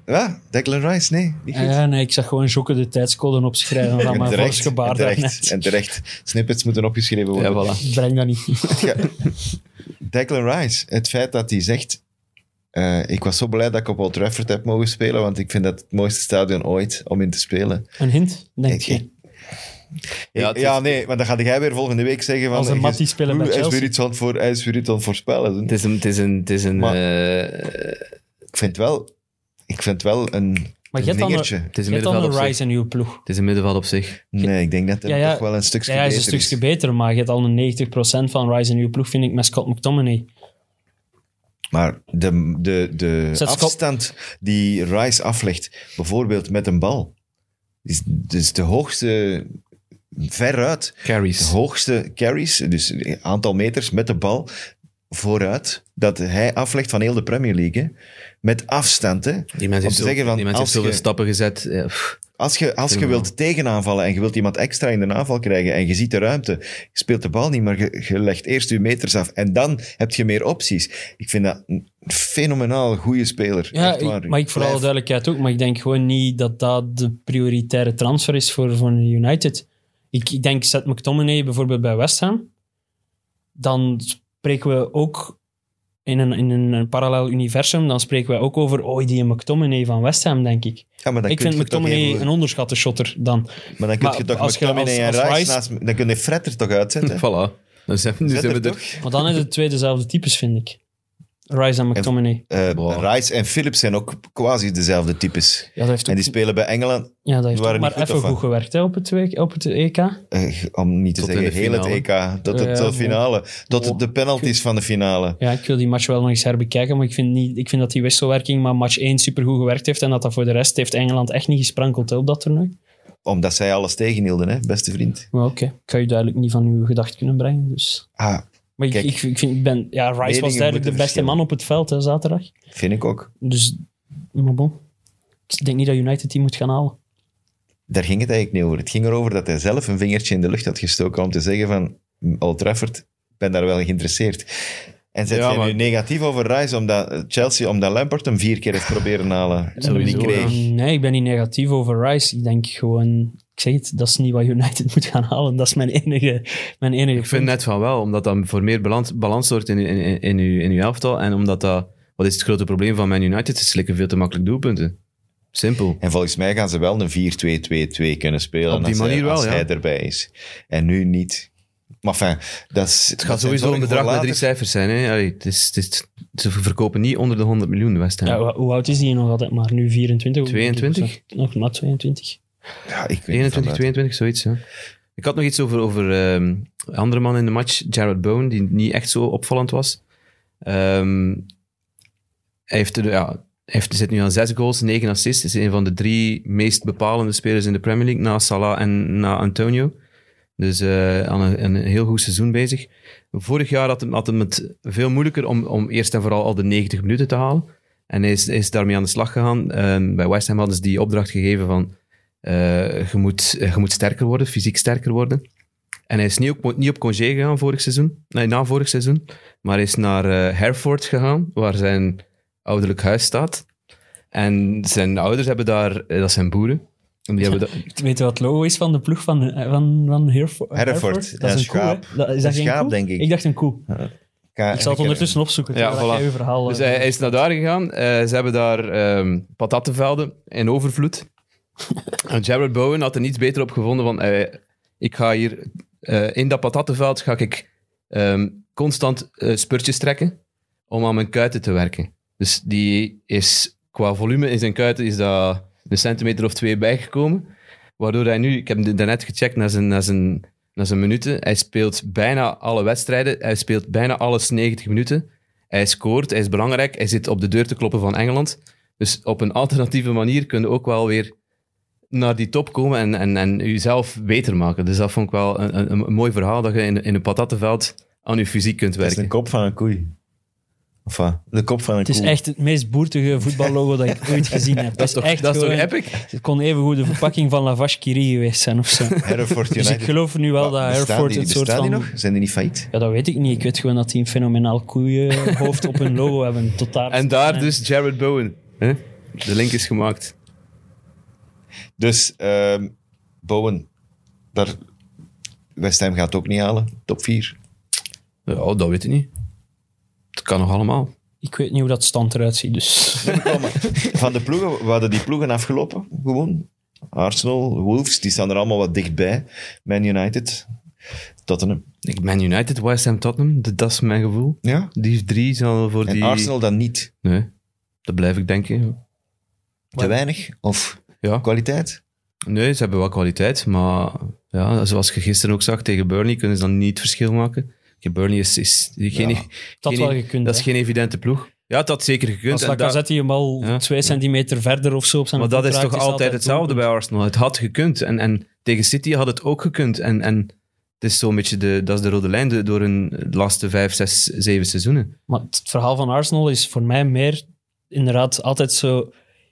[SPEAKER 2] Ja, Declan Rice, nee,
[SPEAKER 3] Nou,
[SPEAKER 2] niet goed.
[SPEAKER 4] Ja, nee, ik zag gewoon Jokke de tijdscode opschrijven van mijn
[SPEAKER 2] en
[SPEAKER 4] volksgebaar
[SPEAKER 2] terecht,
[SPEAKER 4] daarnet.
[SPEAKER 2] en terecht. Snippets moeten opgeschreven worden.
[SPEAKER 3] Ja, voilà.
[SPEAKER 4] Breng dat niet.
[SPEAKER 2] Ja. Declan Rice, het feit dat hij zegt... eh, ik was zo blij dat ik op Old Trafford heb mogen spelen, want ik vind dat het mooiste stadion ooit om in te spelen.
[SPEAKER 4] Een hint, denk
[SPEAKER 2] Ik-
[SPEAKER 4] je?
[SPEAKER 3] Ja,
[SPEAKER 2] Ja,
[SPEAKER 3] het is-
[SPEAKER 2] nee, want dan ga jij weer volgende week zeggen van...
[SPEAKER 4] Als een
[SPEAKER 2] eh,
[SPEAKER 4] Mattie spelen bij
[SPEAKER 2] oeh, Hij is
[SPEAKER 4] Chelsea.
[SPEAKER 2] weer iets aan het, voor, hij is weer iets aan het voorspellen.
[SPEAKER 3] Het is een... Het is een, het is een
[SPEAKER 2] Maar-
[SPEAKER 3] eh,
[SPEAKER 2] Ik vind wel... Ik vind wel een,
[SPEAKER 4] Maar je
[SPEAKER 2] een
[SPEAKER 4] hebt dan
[SPEAKER 2] dingertje.
[SPEAKER 3] het is
[SPEAKER 4] Je
[SPEAKER 3] een
[SPEAKER 4] hebt dan
[SPEAKER 3] middenveld op
[SPEAKER 4] een
[SPEAKER 3] zich.
[SPEAKER 4] Rice in uw ploeg.
[SPEAKER 3] Het is een middenveld op zich.
[SPEAKER 2] Nee, ik denk dat hij
[SPEAKER 4] Ja, ja.
[SPEAKER 2] toch wel een stukje
[SPEAKER 4] Ja, hij is een
[SPEAKER 2] beter
[SPEAKER 4] stukje beter, maar je hebt al een 90% van Rice in uw ploeg, vind ik, met Scott McTominay.
[SPEAKER 2] Maar de, de, de
[SPEAKER 4] Zet Scott-
[SPEAKER 2] afstand die Rice aflegt, bijvoorbeeld met een bal, is, is de hoogste... Veruit de
[SPEAKER 3] Carries.
[SPEAKER 2] hoogste carries, dus een aantal meters met de bal vooruit, dat hij aflegt van heel de Premier League. hè. Met afstand. Hè.
[SPEAKER 3] Die mensen
[SPEAKER 2] Om te
[SPEAKER 3] heeft,
[SPEAKER 2] zeggen
[SPEAKER 3] zo,
[SPEAKER 2] van,
[SPEAKER 3] die
[SPEAKER 2] als
[SPEAKER 3] mens heeft zoveel
[SPEAKER 2] je-
[SPEAKER 3] stappen gezet. Ja, pff.
[SPEAKER 2] Als je, als je
[SPEAKER 3] Helemaal.
[SPEAKER 2] wilt tegenaanvallen en je wilt iemand extra in de aanval krijgen en je ziet de ruimte, je speelt de bal niet, maar je, je legt eerst je meters af en dan heb je meer opties. Ik vind dat een fenomenaal goede speler.
[SPEAKER 4] Ja,
[SPEAKER 2] Echt waar.
[SPEAKER 4] ik- maar ik voor alle
[SPEAKER 2] Blijf-
[SPEAKER 4] duidelijkheid ook. Maar ik denk gewoon niet dat dat de prioritaire transfer is voor, voor United. Ik, ik denk, zet McTominay bijvoorbeeld bij West Ham, dan spreken we ook in een, in een, een parallel universum, dan spreken we ook over oh, die McTominay van West Ham, denk ik.
[SPEAKER 2] Ja, maar dan
[SPEAKER 4] ik
[SPEAKER 2] kun
[SPEAKER 4] vind
[SPEAKER 2] je toch
[SPEAKER 4] McTominay
[SPEAKER 2] even-
[SPEAKER 4] een onderschatte shotter dan.
[SPEAKER 2] Maar dan kun
[SPEAKER 4] maar
[SPEAKER 2] je toch
[SPEAKER 4] als je-
[SPEAKER 2] McTominay
[SPEAKER 4] als-
[SPEAKER 2] en Rice,
[SPEAKER 4] als Rice-
[SPEAKER 2] naast... Dan kun je Fred er toch uitzetten?
[SPEAKER 3] Voilà. Dan zijn, nu
[SPEAKER 2] Zet
[SPEAKER 3] zijn
[SPEAKER 2] er
[SPEAKER 3] we er.
[SPEAKER 2] toch?
[SPEAKER 4] Maar dan hebben de twee dezelfde types, vind ik. Rice en McTominay.
[SPEAKER 2] Eh,
[SPEAKER 3] Wow.
[SPEAKER 2] Rice en Phillips zijn ook quasi dezelfde types.
[SPEAKER 4] Ja, dat heeft
[SPEAKER 2] En
[SPEAKER 4] ook,
[SPEAKER 2] die spelen bij Engeland,
[SPEAKER 4] ja, dat heeft
[SPEAKER 2] waren
[SPEAKER 4] ook
[SPEAKER 2] niet
[SPEAKER 4] maar
[SPEAKER 2] goed,
[SPEAKER 4] even
[SPEAKER 2] of wat?
[SPEAKER 4] goed gewerkt hè, op, het, week- op het E EK.
[SPEAKER 2] eh, om niet te
[SPEAKER 3] Tot in
[SPEAKER 2] zeggen
[SPEAKER 3] de
[SPEAKER 2] heel het EK,
[SPEAKER 3] finale.
[SPEAKER 2] tot
[SPEAKER 4] Ja,
[SPEAKER 2] het
[SPEAKER 4] ja.
[SPEAKER 2] eh, finale, tot het de penalties van de finale.
[SPEAKER 4] Ja, ik wil die match wel nog eens herbekijken, maar ik vind, niet, ik vind dat die wisselwerking maar match 1 supergoed gewerkt heeft en dat dat voor de rest heeft Engeland echt niet gesprankeld hè, op dat toernooi.
[SPEAKER 2] Omdat zij alles tegenhielden, hè, beste vriend.
[SPEAKER 4] Maar oké, ik ga je duidelijk niet van uw gedacht kunnen brengen. Dus.
[SPEAKER 2] Ah,
[SPEAKER 4] Maar ik,
[SPEAKER 2] Kijk,
[SPEAKER 4] ik, ik vind, ik ben, ja, Rice
[SPEAKER 2] meningen
[SPEAKER 4] was
[SPEAKER 2] moeten
[SPEAKER 4] duidelijk de beste
[SPEAKER 2] verschillen.
[SPEAKER 4] man op het veld hè, zaterdag.
[SPEAKER 2] vind ik ook.
[SPEAKER 4] Dus, maar bon. Ik denk niet dat United die moet gaan halen.
[SPEAKER 2] Daar ging het eigenlijk niet over. Het ging erover dat hij zelf een vingertje in de lucht had gestoken om te zeggen van, "Mm, Old Trafford, ik ben daar wel geïnteresseerd. En zet
[SPEAKER 3] Ja,
[SPEAKER 2] jij nu
[SPEAKER 3] maar-
[SPEAKER 2] negatief over Rice, omdat eh, Chelsea, omdat Lampard hem vier keer heeft proberen halen.
[SPEAKER 3] Sowieso,
[SPEAKER 2] Niet kreeg.
[SPEAKER 4] Nee, ik ben niet negatief over Rice. Ik denk gewoon, ik zeg het, dat is niet wat United moet gaan halen. Dat is mijn enige, mijn enige
[SPEAKER 3] Ik vind net van wel, omdat dat voor meer balans, balans zorgt in, uw- in, in, in, uw, in uw elftal. En omdat dat... Wat is het grote probleem van Man United? Ze slikken veel te makkelijk doelpunten. Simpel.
[SPEAKER 2] En volgens mij gaan ze wel een 4-2-2-2 kunnen spelen
[SPEAKER 3] Op die
[SPEAKER 2] als, hij-
[SPEAKER 3] manier wel,
[SPEAKER 2] als
[SPEAKER 3] ja.
[SPEAKER 2] hij erbij is. En nu niet. Maar enfin, dat is...
[SPEAKER 3] Het gaat sowieso een bedrag met drie cijfers zijn. Hè? Allee, het is, het is, ze verkopen niet onder de 100 miljoen West Ham.
[SPEAKER 4] Ja, hoe- hoe oud is die nog altijd? Maar nu 24?
[SPEAKER 3] 22?
[SPEAKER 4] Nog maar 22.
[SPEAKER 2] Ja, ik weet
[SPEAKER 3] 21,
[SPEAKER 2] niet
[SPEAKER 3] 22, zoiets. Ja. Ik had nog iets over, over ehm, een andere man in de match, Jared Bowen, die niet echt zo opvallend was. Ehm, hij, heeft, er- ja, hij heeft, zit nu aan zes goals, negen assists. Is een van de drie meest bepalende spelers in de Premier League, na Salah en na Antonio. Dus eh, aan een, een heel goed seizoen bezig. Vorig jaar had hem, had hem het veel moeilijker om, om eerst en vooral al de 90 minuten te halen. En hij is, hij is daarmee aan de slag gegaan. Ehm, bij West Ham hadden ze die opdracht gegeven van eh, je, moet, eh, je moet sterker worden, fysiek sterker worden. En hij is niet op, niet op congé gegaan vorig seizoen, nee, na vorig seizoen. Maar hij is naar eh, Hereford gegaan, waar zijn ouderlijk huis staat. En zijn ouders hebben daar, eh, dat zijn boeren. En die hebben daar-
[SPEAKER 4] Weet je wat het logo is van de ploeg van, eh, van, van Hereford?
[SPEAKER 2] Hereford,
[SPEAKER 4] Dat
[SPEAKER 2] ja,
[SPEAKER 4] is een
[SPEAKER 2] schaap.
[SPEAKER 4] koe, hè? Dat, is dat
[SPEAKER 2] Een
[SPEAKER 4] geen
[SPEAKER 2] schaap,
[SPEAKER 4] koe?
[SPEAKER 2] denk ik.
[SPEAKER 4] Ik dacht een koe.
[SPEAKER 2] Ga-
[SPEAKER 4] Ik zal het ondertussen opzoeken,
[SPEAKER 3] Ja,
[SPEAKER 4] terwijl
[SPEAKER 3] voilà.
[SPEAKER 4] jij je verhaal...
[SPEAKER 3] Dus
[SPEAKER 4] eh,
[SPEAKER 3] hij, hij is naar daar gegaan. Eh, ze hebben daar ehm patattenvelden in overvloed. en Jared Bowen had er niets beter op gevonden van... eh, ik ga hier eh, in dat patattenveld ga ik ehm, constant eh, spurtjes trekken om aan mijn kuiten te werken. Dus die is qua volume in zijn kuiten is daar een centimeter of twee bijgekomen. Waardoor hij nu, ik heb hem daarnet gecheckt naar zijn, naar zijn, naar zijn minuten, hij speelt bijna alle wedstrijden, hij speelt bijna alles 90 minuten. Hij scoort, hij is belangrijk, hij zit op de deur te kloppen van Engeland. Dus op een alternatieve manier kun je ook wel weer naar die top komen en, en, en jezelf beter maken. Dus dat vond ik wel een, een, een mooi verhaal, dat je in, in een patattenveld aan je fysiek kunt
[SPEAKER 2] Het is
[SPEAKER 3] werken.
[SPEAKER 2] de kop van een koei. Of wat? De kop van een
[SPEAKER 4] het is
[SPEAKER 2] koe.
[SPEAKER 4] echt het meest boertige voetballogo dat ik ooit gezien heb.
[SPEAKER 3] Dat is toch,
[SPEAKER 4] echt
[SPEAKER 3] dat is toch
[SPEAKER 4] gewoon-
[SPEAKER 3] epic?
[SPEAKER 4] Het kon even goed de verpakking van Lavash Curie geweest zijn of zo.
[SPEAKER 2] Hereford
[SPEAKER 4] Dus ik
[SPEAKER 2] United.
[SPEAKER 4] geloof nu wel dat
[SPEAKER 2] Bestaan
[SPEAKER 4] Hereford
[SPEAKER 2] die-
[SPEAKER 4] een soort
[SPEAKER 2] bestaan
[SPEAKER 4] van...
[SPEAKER 2] die nog? Zijn die niet failliet?
[SPEAKER 4] Ja, dat weet ik niet. Ik weet gewoon dat die een fenomenaal koeienhoofd op hun logo hebben. Tot daar.
[SPEAKER 3] En daar dus Jared Bowen. Hè? De link is gemaakt.
[SPEAKER 2] Dus, ehm, Bowen. Daar, West Ham gaat het ook niet halen. Top 4.
[SPEAKER 3] Ja, dat weet ik niet. Het kan nog allemaal.
[SPEAKER 4] Ik weet niet hoe dat stand eruit ziet, dus...
[SPEAKER 2] Van de ploegen, we hadden die ploegen afgelopen. Gewoon. Arsenal, Wolves, die staan er allemaal wat dichtbij. Man United, Tottenham.
[SPEAKER 3] Ik Man United, West Ham, Tottenham. Dat dat is mijn gevoel.
[SPEAKER 2] Ja.
[SPEAKER 3] Die drie zijn voor
[SPEAKER 2] En
[SPEAKER 3] die...
[SPEAKER 2] Arsenal dan niet.
[SPEAKER 3] Nee, dat blijf ik denken.
[SPEAKER 2] Te weinig of
[SPEAKER 3] Ja.
[SPEAKER 2] kwaliteit?
[SPEAKER 3] Nee, ze hebben wel kwaliteit, maar ja, zoals je gisteren ook zag tegen Burnley, kunnen ze dan niet het verschil maken. Oké, Burnley is, is geen,
[SPEAKER 2] Ja,
[SPEAKER 4] Dat
[SPEAKER 3] geen-
[SPEAKER 4] wel gekund,
[SPEAKER 3] Dat is
[SPEAKER 4] hè?
[SPEAKER 3] geen evidente ploeg. Ja, dat had zeker gekund.
[SPEAKER 4] Als
[SPEAKER 3] en dat-
[SPEAKER 4] Lacazette hem al
[SPEAKER 3] Ja.
[SPEAKER 4] twee centimeter verder of zo op zijn
[SPEAKER 3] Maar dat
[SPEAKER 4] voet
[SPEAKER 3] is
[SPEAKER 4] raakt,
[SPEAKER 3] toch altijd hetzelfde bij
[SPEAKER 4] doelpunt.
[SPEAKER 3] Arsenal. Het had gekund. En, en tegen City had het ook gekund. En, en het is zo'n beetje de, dat is de rode lijn de- door hun laatste vijf, zes, zeven seizoenen.
[SPEAKER 4] Maar het verhaal van Arsenal is voor mij meer inderdaad altijd zo...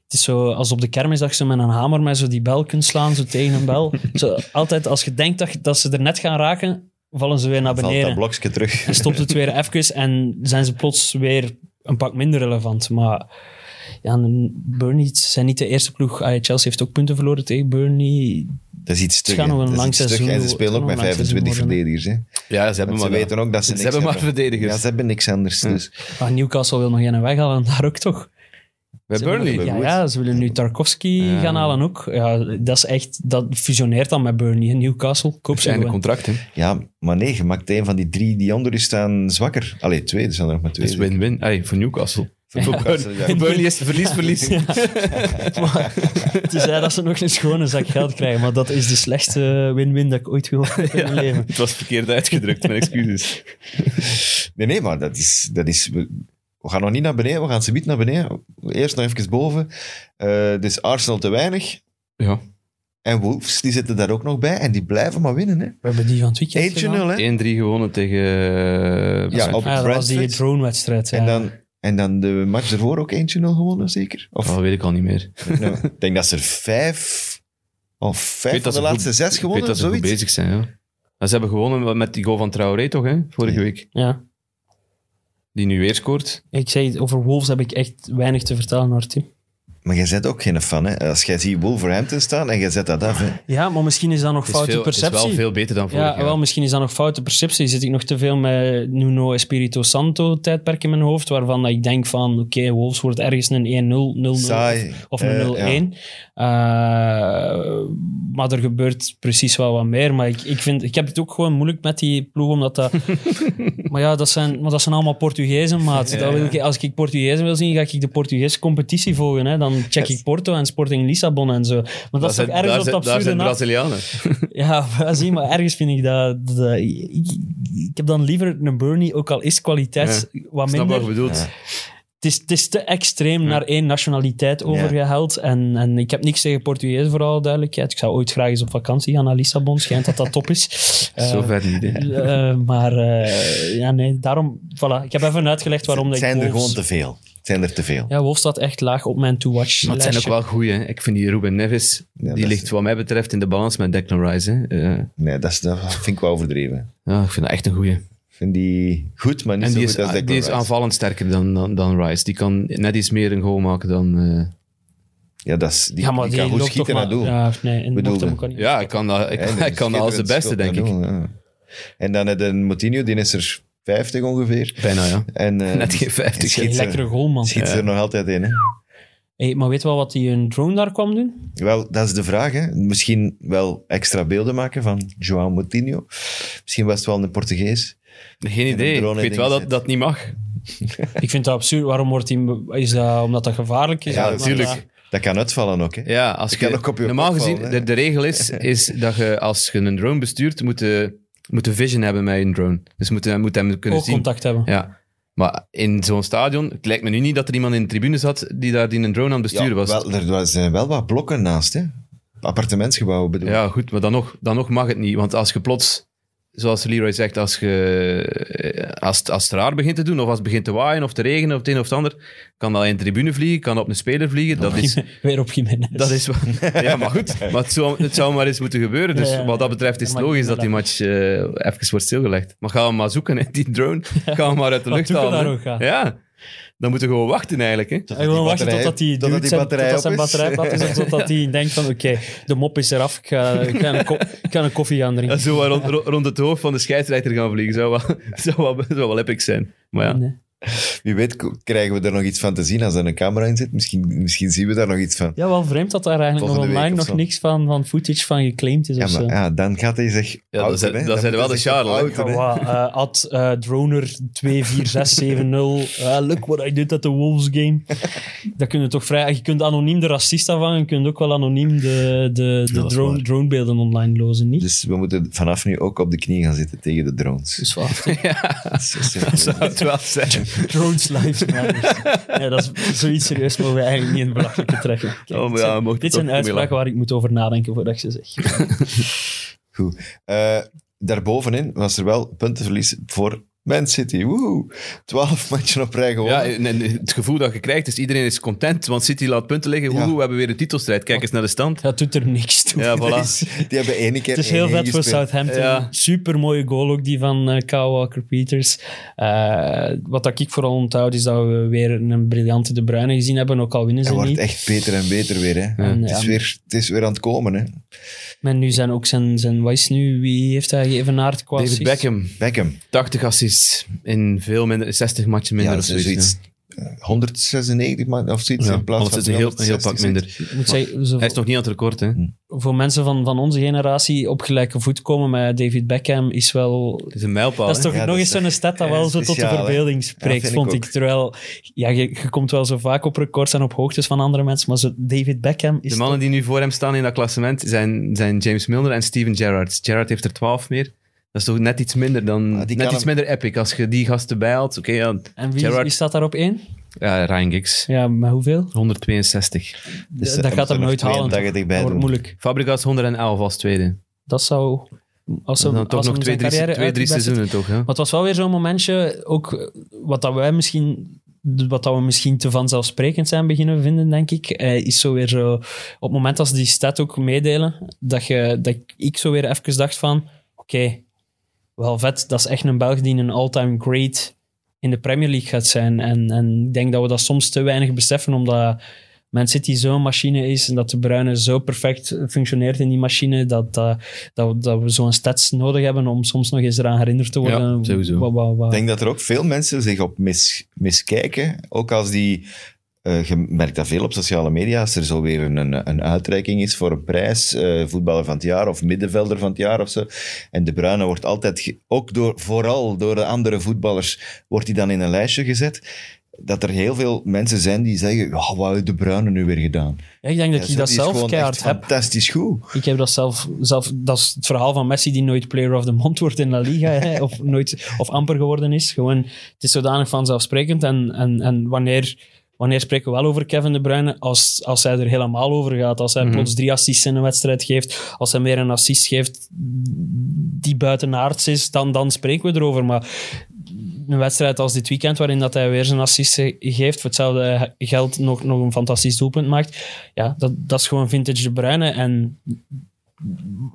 [SPEAKER 4] Het is zo als op de kermis dat je zo met een hamer met zo die bel kunt slaan, zo tegen een bel. zo, altijd als je denkt dat, je- dat ze er net gaan raken, vallen ze weer naar
[SPEAKER 2] Valt dat
[SPEAKER 4] beneden.
[SPEAKER 2] blokje terug.
[SPEAKER 4] En stopt het weer even en zijn ze plots weer een pak minder relevant. Maar ja, Burnley zijn niet de eerste ploeg. Ah, Chelsea heeft ook punten verloren tegen Burnley.
[SPEAKER 2] Dat is iets terug.
[SPEAKER 4] gaat nog een lang seizoen
[SPEAKER 2] En ze
[SPEAKER 4] doen.
[SPEAKER 2] spelen
[SPEAKER 4] Het
[SPEAKER 2] ook met
[SPEAKER 4] gaat nog een lang seizoen
[SPEAKER 2] 25 verdedigers. Hè.
[SPEAKER 3] Ja, ze
[SPEAKER 2] Want ze weten ook dat ze
[SPEAKER 3] Ze
[SPEAKER 2] niks
[SPEAKER 3] hebben maar
[SPEAKER 2] Ja,
[SPEAKER 3] verdedigers.
[SPEAKER 2] ze hebben niks anders. Dus.
[SPEAKER 4] Maar Ah, Newcastle wil nog geen weghalen, daar ook toch?
[SPEAKER 3] Bij
[SPEAKER 4] Ze
[SPEAKER 3] Burnley.
[SPEAKER 4] willen-
[SPEAKER 2] Bij
[SPEAKER 4] Ja,
[SPEAKER 2] Woods.
[SPEAKER 4] ja, ze willen nu Tarkovsky
[SPEAKER 3] Ja.
[SPEAKER 4] gaan halen ook. Ja, dat is echt... Dat fusioneert dan met Burnley en Newcastle. Koop ze
[SPEAKER 3] Zijn de
[SPEAKER 4] gewoon.
[SPEAKER 3] contracten.
[SPEAKER 2] Ja, maar nee, je maakt een van die drie die onder u staan zwakker. Allee, twee, er zijn er nog maar
[SPEAKER 3] Het
[SPEAKER 2] twee.
[SPEAKER 3] is win-win. Hey, voor Newcastle.
[SPEAKER 2] Voor Newcastle, ja.
[SPEAKER 3] Voor Burnley is het verlies, verlies.
[SPEAKER 4] Maar het is ja dat ze nog een schone zak geld krijgen. Maar dat is de slechtste win-win dat ik ooit gehoord heb in mijn leven.
[SPEAKER 3] Het was verkeerd uitgedrukt, mijn excuses.
[SPEAKER 2] Nee, nee, maar dat is... Dat is we, we gaan nog niet naar beneden, we gaan ze niet naar beneden. Eerst nog even boven. Eh, dus Arsenal te weinig.
[SPEAKER 3] Ja, 1-3
[SPEAKER 2] En Wolves, die zitten daar ook nog bij. En die blijven maar winnen, hè.
[SPEAKER 4] We hebben die van het weekend
[SPEAKER 2] 1-0,
[SPEAKER 4] gedaan.
[SPEAKER 2] hè.
[SPEAKER 3] gewonnen tegen... eh,
[SPEAKER 2] Ja, op
[SPEAKER 4] Ah, dat was die
[SPEAKER 2] Brentford.
[SPEAKER 4] drone-wedstrijd.
[SPEAKER 2] En
[SPEAKER 4] ja.
[SPEAKER 2] dan, en dan de match ervoor ook 1-0 gewonnen, zeker? Of,
[SPEAKER 3] dat Oh, weet ik al niet meer.
[SPEAKER 2] nou, ik denk dat ze er vijf... Of
[SPEAKER 3] Ik
[SPEAKER 2] vijf
[SPEAKER 3] weet
[SPEAKER 2] van
[SPEAKER 3] dat
[SPEAKER 2] de
[SPEAKER 3] ze
[SPEAKER 2] laatste
[SPEAKER 3] goed-
[SPEAKER 2] zes
[SPEAKER 3] Ik weet
[SPEAKER 2] gewonnen,
[SPEAKER 3] dat ze goed
[SPEAKER 2] zoiets.
[SPEAKER 3] bezig zijn, ja. Maar ze hebben gewonnen met die goal van Traoré, toch, hè? Vorige
[SPEAKER 2] Ja.
[SPEAKER 3] week.
[SPEAKER 4] Ja.
[SPEAKER 3] Die nu weer scoort.
[SPEAKER 4] Ik zei, het, over Wolves heb ik echt weinig te vertellen, hoor, Tim.
[SPEAKER 2] Maar jij zet ook geen fan, hè? Als jij ziet Wolverhampton staan en jij zet dat af, hè?
[SPEAKER 4] Ja, maar misschien is dat nog
[SPEAKER 3] Het is,
[SPEAKER 4] foute
[SPEAKER 3] veel, het is
[SPEAKER 4] perceptie.
[SPEAKER 3] wel veel beter dan vorig
[SPEAKER 4] ja,
[SPEAKER 3] jaar.
[SPEAKER 4] wel, misschien is dat nog foute perceptie. Zit ik nog te veel met Nuno Espirito Santo tijdperk in mijn hoofd, waarvan dat ik denk van, oké, Wolves wordt ergens een 1-0, 0-0
[SPEAKER 2] Saai.
[SPEAKER 4] of
[SPEAKER 2] Eh,
[SPEAKER 4] een 0-1. Eh, maar er gebeurt precies wel wat meer. Maar ik, ik, vind, ik heb het ook gewoon moeilijk met die ploeg, omdat dat... maar ja, dat zijn, maar dat zijn allemaal Portugezen, maat. Dat wil ik, als ik Portugezen wil zien, ga ik de Portugese competitie volgen. Hè. Dan check ik Porto en Sporting Lissabon en zo. Maar dat is toch ergens op het
[SPEAKER 3] daar
[SPEAKER 4] absurde
[SPEAKER 3] zijn
[SPEAKER 4] na-
[SPEAKER 3] Brazilianen.
[SPEAKER 4] ja, maar zie, maar ergens vind ik dat... dat- ik, ik heb dan liever een Burnley, ook al is kwaliteit wat
[SPEAKER 3] Snap wat
[SPEAKER 4] minder.
[SPEAKER 3] je bedoelt.
[SPEAKER 2] Ja.
[SPEAKER 4] Het is, het is te extreem naar één nationaliteit overgeheld. En, en ik heb niks tegen Portugees, voor alle duidelijkheid. Ik zou ooit graag eens op vakantie gaan naar Lissabon. Schijnt dat dat top is. Eh,
[SPEAKER 3] Zo ver niet. hè.
[SPEAKER 4] eh, maar eh, ja, nee, daarom... Voilà, ik heb even uitgelegd waarom
[SPEAKER 2] Het
[SPEAKER 4] dat ik
[SPEAKER 2] zijn er
[SPEAKER 4] Wolves-
[SPEAKER 2] gewoon te veel. Het zijn er te veel.
[SPEAKER 4] Ja, Wolf staat echt laag op mijn to-watch
[SPEAKER 3] Maar het zijn ook
[SPEAKER 4] lijstje.
[SPEAKER 3] wel goeie. hè. Ik vind die Ruben Neves,
[SPEAKER 2] dat
[SPEAKER 3] die
[SPEAKER 2] is-
[SPEAKER 3] ligt wat mij betreft in de balans met Declan Rice. Hè. Eh,
[SPEAKER 2] Nee, dat, is, dat vind ik wel overdreven.
[SPEAKER 3] ja, ik vind dat echt een goeie.
[SPEAKER 2] Ik vind die goed, maar niet
[SPEAKER 3] En
[SPEAKER 2] zo
[SPEAKER 3] die
[SPEAKER 2] goed
[SPEAKER 3] is,
[SPEAKER 2] als Declan
[SPEAKER 3] die is
[SPEAKER 2] Rice.
[SPEAKER 3] aanvallend sterker dan, dan, dan Rice. Die kan net iets meer een goal maken dan... eh,
[SPEAKER 2] Ja, dat is, die,
[SPEAKER 4] Ja, maar
[SPEAKER 2] die kan goed
[SPEAKER 4] loopt toch
[SPEAKER 2] schieten naar
[SPEAKER 4] maar-
[SPEAKER 2] doel.
[SPEAKER 4] Ja, nee, en
[SPEAKER 2] Bedoelde.
[SPEAKER 4] mocht hem ook al niet.
[SPEAKER 3] eh, ja, ik kan dat, ik,
[SPEAKER 2] Hè,
[SPEAKER 3] kan-
[SPEAKER 2] die
[SPEAKER 3] ik kan dat als de
[SPEAKER 2] schitterend
[SPEAKER 3] beste,
[SPEAKER 2] schot
[SPEAKER 3] denk
[SPEAKER 2] naar
[SPEAKER 3] ik.
[SPEAKER 2] doel, ja. En dan heb je een Moutinho, die is er 50 ongeveer.
[SPEAKER 3] Bijna, ja.
[SPEAKER 2] En, eh,
[SPEAKER 3] Net geen
[SPEAKER 2] die
[SPEAKER 3] 50.
[SPEAKER 2] schiet
[SPEAKER 4] Een
[SPEAKER 2] ze-
[SPEAKER 4] lekkere goal, man.
[SPEAKER 2] Schiet ze er nog altijd in, hè?
[SPEAKER 4] Hey, maar weet je wel wat die een drone daar kwam doen?
[SPEAKER 2] Wel, dat is de vraag. Hè. Misschien wel extra beelden maken van João Moutinho. Misschien was het wel een Portugees.
[SPEAKER 3] Geen
[SPEAKER 2] een
[SPEAKER 3] idee.
[SPEAKER 2] drone
[SPEAKER 3] Ik
[SPEAKER 2] in
[SPEAKER 3] weet wel
[SPEAKER 2] dingen
[SPEAKER 3] dat dat niet mag.
[SPEAKER 4] Ik vind dat absurd. Waarom wordt die... Is dat omdat dat gevaarlijk is?
[SPEAKER 2] Ja,
[SPEAKER 4] Omdat
[SPEAKER 2] natuurlijk.
[SPEAKER 4] dat-
[SPEAKER 2] Dat kan uitvallen ook. Hè.
[SPEAKER 3] Ja, als
[SPEAKER 2] Je
[SPEAKER 3] je,
[SPEAKER 2] kan ook op je
[SPEAKER 3] normaal
[SPEAKER 2] kop
[SPEAKER 3] gezien,
[SPEAKER 2] vallen, hè.
[SPEAKER 3] de, de regel is, is dat je als je een drone bestuurt, moet de, moet de vision hebben met een drone. Dus moet, hij moet hem kunnen
[SPEAKER 4] Ook
[SPEAKER 3] zien.
[SPEAKER 4] contact hebben.
[SPEAKER 3] Ja. Maar in zo'n stadion, het lijkt me nu niet dat er iemand in de tribune zat die daar die een drone aan het
[SPEAKER 2] Ja,
[SPEAKER 3] besturen was.
[SPEAKER 2] wel, er wa- zijn wel wat blokken naast. Hè. Appartementsgebouwen bedoel ik.
[SPEAKER 3] Ja, goed, maar dan nog, dan nog mag het niet. Want als je plots, zoals Leroy zegt, als, je, eh, als, het- als het raar begint te doen, of als het begint te waaien of te regenen of het een of het ander, kan dat in de tribune vliegen, kan op een speler vliegen. Dat is,
[SPEAKER 4] Weer op Jiménez.
[SPEAKER 3] dat is wel- ja, maar goed. Maar het zou, het zou maar eens moeten gebeuren. Dus
[SPEAKER 4] Ja, ja,
[SPEAKER 3] wat dat betreft is
[SPEAKER 4] ja,
[SPEAKER 3] het
[SPEAKER 4] maar
[SPEAKER 3] logisch
[SPEAKER 4] ik
[SPEAKER 3] dat die match eh, even wordt stilgelegd. Maar ga hem maar zoeken, hè, die drone. Ga hem maar uit de
[SPEAKER 4] Wat
[SPEAKER 3] lucht
[SPEAKER 4] Tuchel daar
[SPEAKER 3] halen.
[SPEAKER 4] ook
[SPEAKER 3] hè.
[SPEAKER 4] gaat.
[SPEAKER 3] Ja, dan moeten we gewoon wachten eigenlijk. Hè.
[SPEAKER 4] Hij wil
[SPEAKER 2] die
[SPEAKER 4] wachten
[SPEAKER 2] batterij-
[SPEAKER 4] totdat die,
[SPEAKER 2] totdat
[SPEAKER 4] dude
[SPEAKER 2] die
[SPEAKER 4] zijn,
[SPEAKER 2] batterij
[SPEAKER 4] totdat zijn
[SPEAKER 2] op is.
[SPEAKER 4] batterij plat is. Of totdat hij denkt van, oké, de mop is eraf. Ik ga, ik ga, een, ko- ik ga een koffie gaan
[SPEAKER 3] En
[SPEAKER 4] drinken.
[SPEAKER 3] Zo wat rond, ro- rond het hoofd van de scheidsrechter gaan vliegen. Zou wel, zou wel, zou wel epic zijn. Maar ja.
[SPEAKER 4] Nee.
[SPEAKER 2] Wie weet k- krijgen we er nog iets van te zien als er een camera in zit. Misschien, misschien zien we daar nog iets van.
[SPEAKER 4] Ja, wel vreemd dat daar eigenlijk nog
[SPEAKER 2] Volgende week
[SPEAKER 4] online
[SPEAKER 2] of
[SPEAKER 4] nog
[SPEAKER 2] zo.
[SPEAKER 4] niks van, van footage van geclaimd is.
[SPEAKER 2] Ja,
[SPEAKER 4] of zo.
[SPEAKER 2] maar ja, dan gaat hij zich
[SPEAKER 3] dat
[SPEAKER 2] outen,
[SPEAKER 3] zijn-
[SPEAKER 2] hè.
[SPEAKER 3] dat
[SPEAKER 2] Dan
[SPEAKER 3] zijn
[SPEAKER 2] moet
[SPEAKER 3] wel
[SPEAKER 2] hij
[SPEAKER 3] de
[SPEAKER 2] zich
[SPEAKER 3] Charles, hè.
[SPEAKER 2] outen, hè.
[SPEAKER 4] Wow, eh, at eh, droner 24670. Eh, look what I did at the Wolves game. Dat kun je toch vrij... Je kunt anoniem de racist aanvangen. Je kunt ook wel anoniem de, de, de
[SPEAKER 2] dat is
[SPEAKER 4] drone,
[SPEAKER 2] waar.
[SPEAKER 4] dronebeelden online lozen, niet?
[SPEAKER 2] Dus we moeten vanaf nu ook op de knie gaan zitten tegen de drones.
[SPEAKER 4] Dus wat?
[SPEAKER 2] Dat is zo
[SPEAKER 3] Dat
[SPEAKER 2] simpel.
[SPEAKER 3] zou het wel zijn.
[SPEAKER 4] Drones lives matter. Nee, dat is, zoiets serieus mogen we eigenlijk niet in het belachelijke trekken. Kijk,
[SPEAKER 3] Oh, maar
[SPEAKER 4] dit
[SPEAKER 3] ja,
[SPEAKER 4] zijn-
[SPEAKER 3] mocht
[SPEAKER 4] dit
[SPEAKER 3] het
[SPEAKER 4] zijn
[SPEAKER 3] ook niet
[SPEAKER 4] uitspraken waar ik moet over nadenken voordat ik ze zeg.
[SPEAKER 2] Goed. Eh, daarbovenin was er wel puntenverlies voor Man City. Woehoe. 12 matchen op rij
[SPEAKER 3] Ja,
[SPEAKER 2] gewonnen.
[SPEAKER 3] en- en het gevoel dat je krijgt is iedereen is content, want City laat punten liggen. Woehoe,
[SPEAKER 2] Ja.
[SPEAKER 3] we hebben weer een titelstrijd. Kijk eens naar de stand.
[SPEAKER 4] Dat doet er niks toe.
[SPEAKER 3] Ja, voilà.
[SPEAKER 2] Die hebben één keer
[SPEAKER 4] Het is heel
[SPEAKER 2] 1-1
[SPEAKER 4] vet voor
[SPEAKER 2] gespeeld.
[SPEAKER 4] Southampton.
[SPEAKER 3] Ja.
[SPEAKER 4] Super mooie goal ook die van eh Kyle Walker-Peters. Eh, wat dat ik vooral onthoud is dat we weer een briljante De Bruyne gezien hebben, ook al winnen
[SPEAKER 2] Hij
[SPEAKER 4] ze
[SPEAKER 2] wordt
[SPEAKER 4] niet.
[SPEAKER 2] echt beter en beter weer. Hè.
[SPEAKER 4] En,
[SPEAKER 2] Het, is
[SPEAKER 4] ja,
[SPEAKER 2] weer het is weer aan het komen. Hè.
[SPEAKER 4] Maar nu zijn ook zijn, zijn wat is nu, wie heeft hij geëvenaard qua
[SPEAKER 3] David
[SPEAKER 4] assists?
[SPEAKER 3] Beckham,
[SPEAKER 2] Beckham.
[SPEAKER 3] 80 assists in veel minder, 60 matchen minder
[SPEAKER 2] Ja,
[SPEAKER 3] of
[SPEAKER 2] dat is
[SPEAKER 3] zoiets.
[SPEAKER 2] zoiets.
[SPEAKER 3] ja.
[SPEAKER 2] 196 man- of zoiets.
[SPEAKER 3] Ja,
[SPEAKER 2] in plaats
[SPEAKER 3] want
[SPEAKER 2] van
[SPEAKER 3] het is een heel, een heel
[SPEAKER 2] 160
[SPEAKER 3] pak minder.
[SPEAKER 4] Ik Moet zeggen, zo-
[SPEAKER 3] Hij is nog niet aan het record, hè?
[SPEAKER 2] Hmm.
[SPEAKER 4] Voor mensen van, van onze generatie op gelijke voet komen met David Beckham is wel
[SPEAKER 3] Het is een mijlpaal.
[SPEAKER 4] Dat is
[SPEAKER 3] hè.
[SPEAKER 4] toch
[SPEAKER 2] Ja,
[SPEAKER 4] nog
[SPEAKER 2] dat
[SPEAKER 4] eens
[SPEAKER 2] is toch-
[SPEAKER 4] zo'n stat dat
[SPEAKER 2] ja,
[SPEAKER 4] wel zo tot de
[SPEAKER 2] speciaal, hè?
[SPEAKER 4] verbeelding spreekt,
[SPEAKER 2] vind ik
[SPEAKER 4] vond ik.
[SPEAKER 2] ook.
[SPEAKER 4] Terwijl, ja, je, je komt wel zo vaak op records en op hoogtes van andere mensen, maar zo David Beckham is...
[SPEAKER 3] De mannen die nu voor hem staan in dat klassement zijn, zijn James Milner en Steven Gerrard. Gerrard heeft er 12 meer. Dat is toch net iets minder dan.
[SPEAKER 2] Ah, die
[SPEAKER 3] net
[SPEAKER 2] kan
[SPEAKER 3] iets
[SPEAKER 2] hem-
[SPEAKER 3] minder epic. Als je die gasten bijhaalt. Oké, ja.
[SPEAKER 4] en wie,
[SPEAKER 3] Gerrard-
[SPEAKER 4] wie staat daar op één?
[SPEAKER 3] ja. Ryan Giggs.
[SPEAKER 4] Ja, maar hoeveel?
[SPEAKER 3] 162.
[SPEAKER 2] Dus
[SPEAKER 4] dat
[SPEAKER 2] hij
[SPEAKER 4] gaat
[SPEAKER 2] moet
[SPEAKER 4] hem
[SPEAKER 2] er nog
[SPEAKER 4] nooit halen.
[SPEAKER 2] 82
[SPEAKER 4] Dat
[SPEAKER 2] bij
[SPEAKER 4] wordt
[SPEAKER 2] doen.
[SPEAKER 4] moeilijk.
[SPEAKER 3] Fabregas 111 als tweede.
[SPEAKER 4] Dat zou... Als
[SPEAKER 3] Dat
[SPEAKER 4] ze,
[SPEAKER 3] is dan toch
[SPEAKER 4] als
[SPEAKER 3] nog
[SPEAKER 4] hem
[SPEAKER 3] twee,
[SPEAKER 4] zijn
[SPEAKER 3] drie,
[SPEAKER 4] carrière
[SPEAKER 3] twee, drie
[SPEAKER 4] uitbesteedt.
[SPEAKER 3] seizoenen toch? Hè?
[SPEAKER 2] Oh,
[SPEAKER 4] Maar het was wel weer zo'n momentje, ook eh, wat dat wij misschien, wat dat we misschien te vanzelfsprekend zijn beginnen vinden, denk ik, eh, is zo weer zo, op het moment als ze die stat ook meedelen, dat, je, dat ik zo weer even dacht van, oké, wel vet, dat is echt een Belg die een all-time great in de Premier League gaat zijn. En, en ik denk dat we dat soms te weinig beseffen, omdat Man City zo'n machine is en dat de Bruyne zo perfect functioneert in die machine, dat, dat, dat, we- dat we zo'n stats nodig hebben om soms nog eens eraan herinnerd te worden.
[SPEAKER 3] Ja, sowieso.
[SPEAKER 4] Wat- wat- wat-
[SPEAKER 2] Ik denk dat er ook veel mensen zich op mis, miskijken. Ook als die. eh, je merkt dat veel op sociale media. Als er zo weer een, een, een uitreiking is voor een prijs, eh, voetballer van het jaar of middenvelder van het jaar of zo. En De Bruyne wordt altijd, ge- ook door, vooral door de andere voetballers, wordt hij dan in een lijstje gezet. dat er heel veel mensen zijn die zeggen, ja, wat heeft De Bruyne nu weer gedaan?
[SPEAKER 4] Ja, ik denk dat
[SPEAKER 2] Ja,
[SPEAKER 4] ik dat
[SPEAKER 2] die is
[SPEAKER 4] zelf
[SPEAKER 2] gewoon
[SPEAKER 4] keihard
[SPEAKER 2] echt
[SPEAKER 4] heb.
[SPEAKER 2] Fantastisch goed.
[SPEAKER 4] Ik heb dat zelf, zelf... Dat is het verhaal van Messi die nooit player of the month wordt in La Liga. hè, of, nooit, of amper geworden is. Gewoon, het is zodanig vanzelfsprekend. En, en, en wanneer, wanneer spreken we wel over Kevin De Bruyne? Als, als hij er helemaal over gaat. Als hij
[SPEAKER 3] Mhm.
[SPEAKER 4] plots drie assists in een wedstrijd geeft. Als hij meer een assist geeft die buitenaards is. Dan, dan spreken we erover. Maar een wedstrijd als dit weekend, waarin dat hij weer zijn assist ge- geeft, voor hetzelfde geld nog, nog een fantastisch doelpunt maakt. Ja, dat, dat is gewoon vintage De Bruyne. En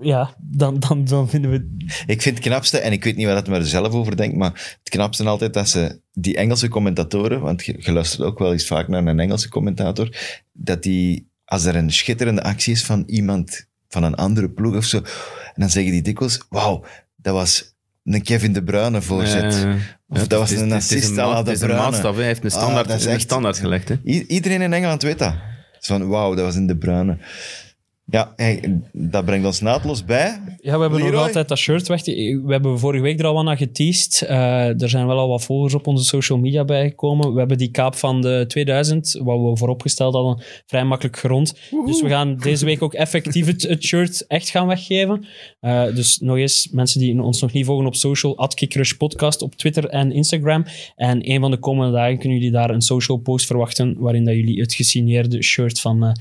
[SPEAKER 4] ja, dan, dan, dan vinden we...
[SPEAKER 2] Ik vind het knapste, en ik weet niet waar het maar zelf over denkt, maar het knapste altijd dat ze die Engelse commentatoren, want je, je luistert ook wel eens vaak naar een Engelse commentator, dat die, als er een schitterende actie is van iemand van een andere ploeg of zo, en dan zeggen die dikwijls, wauw, dat was een Kevin De Bruyne voorzet.
[SPEAKER 3] Eh,
[SPEAKER 2] Of
[SPEAKER 3] ja,
[SPEAKER 2] dat was
[SPEAKER 3] het is-
[SPEAKER 2] een
[SPEAKER 3] het is
[SPEAKER 2] assist à
[SPEAKER 3] maat-
[SPEAKER 2] la
[SPEAKER 3] Het
[SPEAKER 2] De
[SPEAKER 3] is een
[SPEAKER 2] Bruyne.
[SPEAKER 3] maatstaf, hè. hij heeft een
[SPEAKER 2] Ah,
[SPEAKER 3] standaard,
[SPEAKER 2] dat is
[SPEAKER 3] een
[SPEAKER 2] echt-
[SPEAKER 3] standaard gelegd. Hè.
[SPEAKER 2] I- iedereen in Engeland weet dat. Het is van, wauw, dat was in De Bruyne. Ja, hey, dat brengt ons naadloos bij.
[SPEAKER 4] Ja, we hebben nog
[SPEAKER 2] Leroy?
[SPEAKER 4] altijd dat shirt weg. We hebben vorige week er al wat naar geteased. Eh, er zijn wel al wat volgers op onze social media bijgekomen. We hebben die kaap van de 2000, wat we vooropgesteld hadden, vrij makkelijk gerond. Dus we gaan deze week ook effectief het, het shirt echt gaan weggeven. Eh, dus nog eens, mensen die ons nog niet volgen op social, Adkicrush Podcast op Twitter en Instagram. En een van de komende dagen kunnen jullie daar een social post verwachten, waarin dat jullie het gesigneerde shirt van eh,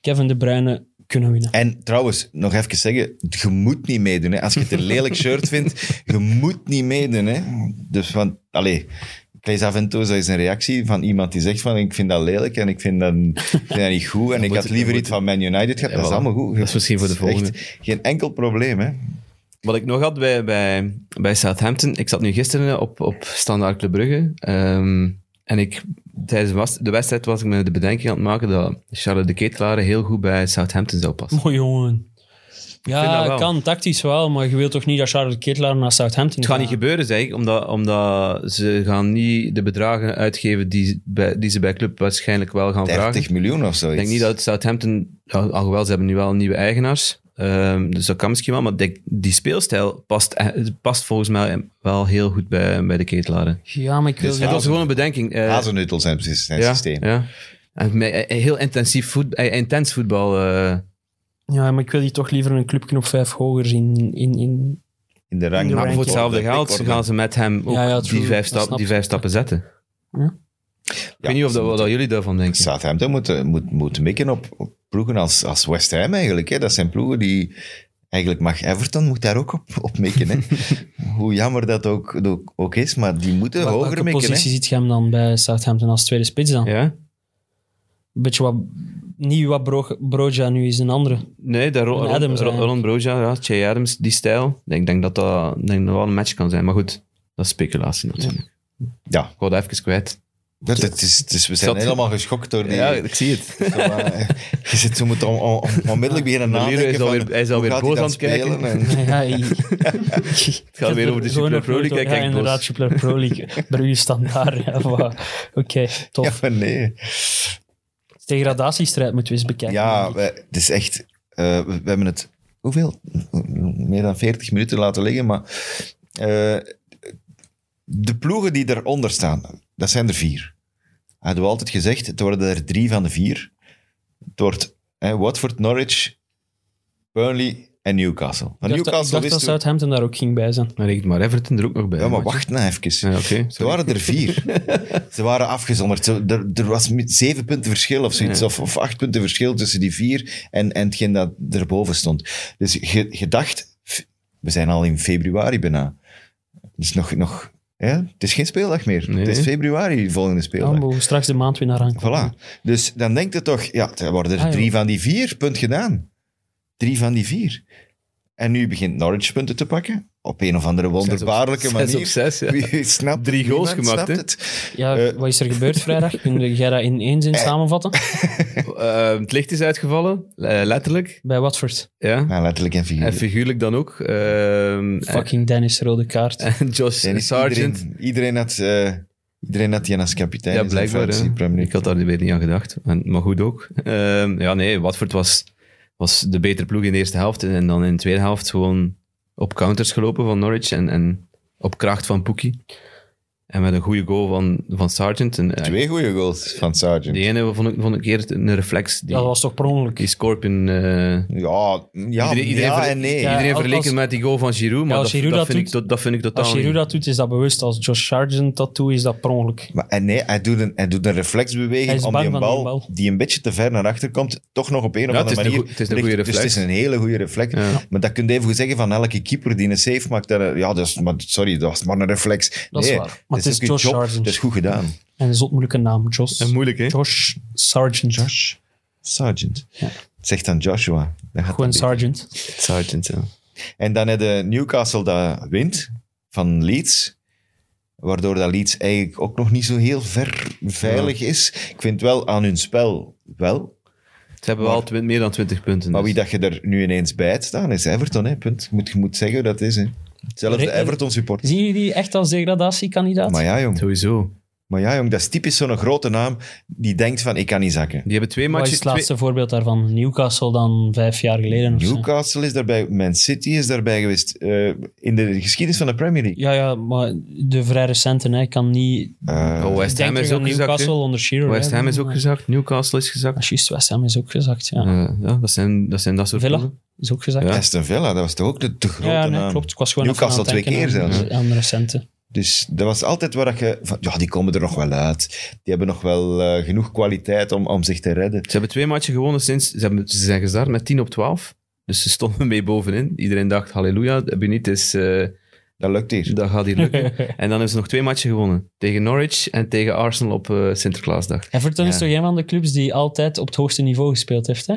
[SPEAKER 4] Kevin De Bruyne kunnen winnen.
[SPEAKER 2] En trouwens, nog even zeggen, je moet niet meedoen. Hè. Als je het een lelijk shirt vindt, je moet niet meedoen. Hè. Dus van, allee, ik lees af en toe zo eens een reactie van iemand die zegt van, ik vind dat lelijk en ik vind dat, ik vind dat niet goed en ik
[SPEAKER 3] moet
[SPEAKER 2] had
[SPEAKER 3] het-
[SPEAKER 2] liever
[SPEAKER 3] moet
[SPEAKER 2] iets van Man United gehad. dat is
[SPEAKER 3] voilà.
[SPEAKER 2] allemaal goed.
[SPEAKER 3] Dat is misschien voor de
[SPEAKER 2] echt
[SPEAKER 3] volgende.
[SPEAKER 2] geen enkel probleem, hè.
[SPEAKER 3] Wat ik nog had bij, bij, bij Southampton, ik zat nu gisteren op, op Standaard Club Brugge. ehm, en ik, tijdens de was- de wedstrijd was ik me de bedenking aan het maken dat Charles de Ketelare heel goed bij Southampton zou passen.
[SPEAKER 4] Mooi jongen.
[SPEAKER 3] vind dat
[SPEAKER 4] Ja,
[SPEAKER 3] wel.
[SPEAKER 4] kan tactisch wel, maar je wilt toch niet dat Charles Kittler naar Southampton
[SPEAKER 3] Het gaat niet gebeuren, zeg ik, omdat, omdat ze gaan niet de bedragen uitgeven die, bij, die ze bij club waarschijnlijk wel gaan vragen.
[SPEAKER 2] 30 miljoen of zoiets.
[SPEAKER 3] Ik denk niet dat Southampton, al- alhoewel ze hebben nu wel nieuwe eigenaars, ehm dus dat kan misschien wel, maar ik denk, die speelstijl past, eh, past volgens mij wel heel goed bij, bij de ketelaren.
[SPEAKER 4] Ja, maar ik wil...
[SPEAKER 2] Dus
[SPEAKER 3] Het
[SPEAKER 4] ja,
[SPEAKER 3] was gewoon een bedenking. eh,
[SPEAKER 2] Hazelnuttel zijn, zijn
[SPEAKER 3] ja,
[SPEAKER 2] systeem.
[SPEAKER 3] Ja. En met, eh, heel intensief voet, eh, intens voetbal. eh,
[SPEAKER 4] ja, maar ik wil die toch liever een clubje op vijf hoger zien. In, in...
[SPEAKER 2] In de rang.
[SPEAKER 4] In de
[SPEAKER 3] maar
[SPEAKER 4] ranking.
[SPEAKER 3] voor hetzelfde
[SPEAKER 2] Worden,
[SPEAKER 3] geld
[SPEAKER 2] worden.
[SPEAKER 3] gaan ze met hem ook
[SPEAKER 4] Ja, ja, true.
[SPEAKER 3] die, vijf
[SPEAKER 4] Dat
[SPEAKER 3] stap-
[SPEAKER 4] snap
[SPEAKER 3] die
[SPEAKER 4] ik.
[SPEAKER 3] vijf stappen zetten. Ik weet niet of dat, wat jullie daarvan denken.
[SPEAKER 2] Southampton moet, eh, moet, moet mikken op, op ploegen als, als West Ham eigenlijk. Hè. Dat zijn ploegen die... Eigenlijk mag Everton moet daar ook op, op mikken. Hè. Hoe jammer dat ook, ook, ook is, maar die moeten
[SPEAKER 4] Wel-
[SPEAKER 2] hoger
[SPEAKER 4] welke
[SPEAKER 2] mikken.
[SPEAKER 4] positie
[SPEAKER 2] Hè.
[SPEAKER 4] ziet je hem dan bij Southampton als tweede spits dan?
[SPEAKER 3] Ja?
[SPEAKER 4] Een beetje wat... Niet wat Bro- Broja nu is, een andere.
[SPEAKER 3] Nee, daar, Ron,
[SPEAKER 4] Adams
[SPEAKER 3] Ron,
[SPEAKER 4] eigenlijk.
[SPEAKER 3] Ron Broja, ja, Che Adams, die stijl. Ik denk, denk dat dat, ik denk dat wel een match kan zijn. Maar goed, dat is speculatie natuurlijk.
[SPEAKER 2] Ja,
[SPEAKER 3] Ik wou dat even kwijt.
[SPEAKER 2] dat, dat is, dus we zijn
[SPEAKER 3] Zat-
[SPEAKER 2] helemaal geschokt door die...
[SPEAKER 3] Ja, ik zie het.
[SPEAKER 2] Zo, eh, je zit zo moeten om, om- om- onmiddellijk beginnen
[SPEAKER 3] Leroy
[SPEAKER 2] nadenken
[SPEAKER 3] is
[SPEAKER 2] van,
[SPEAKER 3] alweer- hij is
[SPEAKER 2] hoe
[SPEAKER 3] alweer
[SPEAKER 2] gaat hij
[SPEAKER 3] boos
[SPEAKER 2] dat
[SPEAKER 3] aan het kijken.
[SPEAKER 2] spelen en-
[SPEAKER 4] Ja, ik-
[SPEAKER 3] Het gaat weer over de
[SPEAKER 4] Gewoon
[SPEAKER 3] Super
[SPEAKER 4] nog
[SPEAKER 3] Pro
[SPEAKER 4] nooit over-
[SPEAKER 3] League. Hij
[SPEAKER 4] Ja,
[SPEAKER 3] kijkt boos.
[SPEAKER 4] inderdaad, Super Pro League. Brugge standaard. Ja, maar- Oké, tof.
[SPEAKER 2] Ja, maar nee.
[SPEAKER 4] Degradatiestrijd moeten we eens bekijken.
[SPEAKER 2] Ja,
[SPEAKER 4] denk ik.
[SPEAKER 2] we- het is echt. eh, we, we hebben het. Hoeveel? Meer dan 40 minuten laten liggen. Maar. eh, de ploegen die eronder staan, dat zijn er vier. Hadden we altijd gezegd, het worden er drie van de vier. Het wordt eh, Watford, Norwich, Burnley en Newcastle. Maar
[SPEAKER 4] Ik dacht, dat- ik
[SPEAKER 2] Newcastle
[SPEAKER 4] dacht dat
[SPEAKER 2] wisten we-
[SPEAKER 4] Southampton daar ook ging bij zijn.
[SPEAKER 3] Dan rekent maar Everton er ook nog bij.
[SPEAKER 2] Ja, maar
[SPEAKER 3] maatje.
[SPEAKER 2] wacht nou even.
[SPEAKER 3] Ja, oké.
[SPEAKER 2] Er waren er vier. Ze waren afgezonderd. Zo, Er, er was met zeven punten verschil of zoiets.
[SPEAKER 3] Ja.
[SPEAKER 2] Of, of acht punten verschil tussen die vier en, en hetgeen dat erboven stond. Dus ge- gedacht, f- we zijn al in februari bijna. Dus nog... nog hè? Het is geen speeldag meer.
[SPEAKER 3] Nee.
[SPEAKER 2] Het is februari, de volgende
[SPEAKER 4] Ja,
[SPEAKER 2] speeldag.
[SPEAKER 4] maar we straks de maand weer naar aankomen.
[SPEAKER 2] Voilà. Dus dan denkt het toch, ja, er worden er
[SPEAKER 4] Ah, ja.
[SPEAKER 2] drie van die vier, punt gedaan. Drie van die vier. En nu begint Norwich punten te pakken. Op een of andere wonderbaarlijke
[SPEAKER 3] Zes op-
[SPEAKER 2] manier.
[SPEAKER 3] Zes op zes, ja.
[SPEAKER 2] Wie snapt
[SPEAKER 3] Drie goals
[SPEAKER 2] niemand
[SPEAKER 3] gemaakt,
[SPEAKER 2] snapt
[SPEAKER 3] hè?
[SPEAKER 2] het.
[SPEAKER 4] Ja,
[SPEAKER 2] Eh.
[SPEAKER 4] wat is er gebeurd vrijdag? Kun jij dat in één zin samenvatten?
[SPEAKER 3] Eh, het licht is uitgevallen, eh, letterlijk.
[SPEAKER 4] Bij Watford.
[SPEAKER 3] Ja.
[SPEAKER 2] Ja, Nou, letterlijk en
[SPEAKER 3] En
[SPEAKER 2] figuurlijk.
[SPEAKER 3] figuurlijk dan ook. Ehm,
[SPEAKER 4] Fucking Dennis, rode kaart.
[SPEAKER 3] En, en Josh
[SPEAKER 2] En is
[SPEAKER 3] Sargent.
[SPEAKER 2] Iedereen, iedereen, had, eh, iedereen had die als kapitein.
[SPEAKER 3] Ja,
[SPEAKER 2] in zijn
[SPEAKER 3] blijkbaar.
[SPEAKER 2] fantasy
[SPEAKER 3] hè.
[SPEAKER 2] Premier
[SPEAKER 3] Ik
[SPEAKER 2] League.
[SPEAKER 3] had daar weer niet aan gedacht. En, maar goed ook. Ehm, ja, nee, Watford was, was de betere ploeg in de eerste helft. En dan in de tweede helft gewoon op counters gelopen van Norwich. En, en op kracht van Pookie. En met een goede goal van, van Sargent. En, eh,
[SPEAKER 2] Twee goede goals van Sargent.
[SPEAKER 3] Die ene vond ik, vond ik eerder een reflex. Die,
[SPEAKER 4] dat was toch per ongeluk.
[SPEAKER 3] die Scorpion... eh,
[SPEAKER 2] Ja, ja,
[SPEAKER 3] Iedereen- iedereen
[SPEAKER 2] ja
[SPEAKER 3] ver-
[SPEAKER 2] en nee.
[SPEAKER 4] Ja,
[SPEAKER 3] iedereen
[SPEAKER 4] als-
[SPEAKER 3] verleek het
[SPEAKER 4] als-
[SPEAKER 3] met die goal van Giroud, maar
[SPEAKER 4] Ja, als
[SPEAKER 3] dat,
[SPEAKER 4] Giroud
[SPEAKER 3] dat,
[SPEAKER 4] dat
[SPEAKER 3] vind ik,
[SPEAKER 4] doet-
[SPEAKER 3] to- dat vind ik totaal
[SPEAKER 4] Als Giroud
[SPEAKER 3] niet.
[SPEAKER 4] dat doet, is dat bewust. Als Josh Sargent dat doet, is dat per ongeluk.
[SPEAKER 2] Maar, en nee, hij doet een, hij doet een
[SPEAKER 4] Hij
[SPEAKER 2] reflexbeweging
[SPEAKER 4] is
[SPEAKER 2] om
[SPEAKER 4] bang
[SPEAKER 2] die
[SPEAKER 4] van die
[SPEAKER 2] bal,
[SPEAKER 4] bal.
[SPEAKER 2] die een beetje te ver naar achter komt, toch nog op een of
[SPEAKER 3] het
[SPEAKER 2] andere
[SPEAKER 3] is een
[SPEAKER 2] manier.
[SPEAKER 3] goe- het is een
[SPEAKER 2] richt-
[SPEAKER 3] goede
[SPEAKER 2] Dus
[SPEAKER 3] reflex.
[SPEAKER 2] het is een hele goede reflex.
[SPEAKER 3] Ja.
[SPEAKER 2] Maar dat kun je even goed zeggen van elke keeper die een save maakt. Dat, ja, dat is, maar, sorry, dat was maar een reflex.
[SPEAKER 4] Dat is
[SPEAKER 2] nee,
[SPEAKER 4] waar. Maar het
[SPEAKER 2] dat
[SPEAKER 4] is
[SPEAKER 2] ook je job.
[SPEAKER 4] Josh Sargent.
[SPEAKER 2] Dat is goed gedaan.
[SPEAKER 4] En een zot moeilijke naam, Josh.
[SPEAKER 3] En Eh, moeilijk, hè?
[SPEAKER 4] Josh Sargent.
[SPEAKER 2] Josh Sargent.
[SPEAKER 4] Ja.
[SPEAKER 2] Zegt dan Joshua. Dan gaat
[SPEAKER 4] Gewoon
[SPEAKER 2] dat beter.
[SPEAKER 4] Sargent.
[SPEAKER 3] Sargent, ja.
[SPEAKER 2] En dan heb je Newcastle dat wint van Leeds. Waardoor dat Leeds eigenlijk ook nog niet zo heel ver veilig is. Ik vind wel aan hun spel wel.
[SPEAKER 3] Ze hebben wel twi- meer dan 20 punten.
[SPEAKER 2] Maar
[SPEAKER 3] dus.
[SPEAKER 2] wie dat je er nu ineens bij hebt staan, is Everton. Hè. Punt. Je moet, je moet zeggen hoe dat is. Hè. Zelfs de
[SPEAKER 4] Re-
[SPEAKER 2] Everton supporters.
[SPEAKER 4] Zien jullie die echt als degradatiekandidaat?
[SPEAKER 2] Maar ja, jong.
[SPEAKER 3] Sowieso.
[SPEAKER 2] Maar ja, jong. Dat is typisch zo'n grote naam die denkt van, ik kan niet zakken.
[SPEAKER 3] Die hebben twee
[SPEAKER 4] Wat is
[SPEAKER 3] matchen...
[SPEAKER 4] het
[SPEAKER 3] Twee,
[SPEAKER 4] laatste voorbeeld daarvan? Newcastle dan vijf jaar geleden of zo?
[SPEAKER 2] Newcastle is daarbij, Man City is daarbij geweest. eh, in de geschiedenis van de Premier League.
[SPEAKER 4] Ja, ja, maar de vrij recente, hè, ik kan niet...
[SPEAKER 2] Eh,
[SPEAKER 3] oh,
[SPEAKER 4] Ik
[SPEAKER 3] West
[SPEAKER 4] denk
[SPEAKER 3] Ham is
[SPEAKER 4] terug
[SPEAKER 3] ook
[SPEAKER 4] aan
[SPEAKER 3] gezakt.
[SPEAKER 4] Newcastle
[SPEAKER 3] hè.
[SPEAKER 4] onder Shearer.
[SPEAKER 3] West
[SPEAKER 4] hè.
[SPEAKER 3] Ham is ook gezakt. Newcastle is gezakt.
[SPEAKER 4] Ah, juist, West Ham is ook gezakt, ja.
[SPEAKER 3] Eh, ja, dat zijn, dat zijn dat soort
[SPEAKER 4] Villa
[SPEAKER 3] ploegen.
[SPEAKER 4] is ook gezakt.
[SPEAKER 3] Ja.
[SPEAKER 2] Aston Villa, dat was toch ook de te grote
[SPEAKER 4] Ja, nee,
[SPEAKER 2] naam.
[SPEAKER 4] klopt. Ik was gewoon even
[SPEAKER 2] Newcastle
[SPEAKER 4] aan het
[SPEAKER 2] twee
[SPEAKER 4] denken
[SPEAKER 2] keer
[SPEAKER 4] aan-
[SPEAKER 2] zelfs.
[SPEAKER 4] Aan de recente.
[SPEAKER 2] Dus dat was altijd waar dat je... Van, ja, die komen er nog wel uit. Die hebben nog wel eh, genoeg kwaliteit om, om zich te redden.
[SPEAKER 3] Ze hebben twee matchen gewonnen sinds... Ze, hebben, ze zijn gestart met 10 op 12. Dus ze stonden mee bovenin. Iedereen dacht, halleluja, Benitez, eh
[SPEAKER 2] Dat lukt hier.
[SPEAKER 3] dat gaat hier lukken. en dan hebben ze nog twee matchen gewonnen. Tegen Norwich en tegen Arsenal op eh, Sinterklaasdag.
[SPEAKER 4] Everton is
[SPEAKER 2] Ja.
[SPEAKER 4] toch een van de clubs die altijd op het hoogste niveau gespeeld heeft, hè?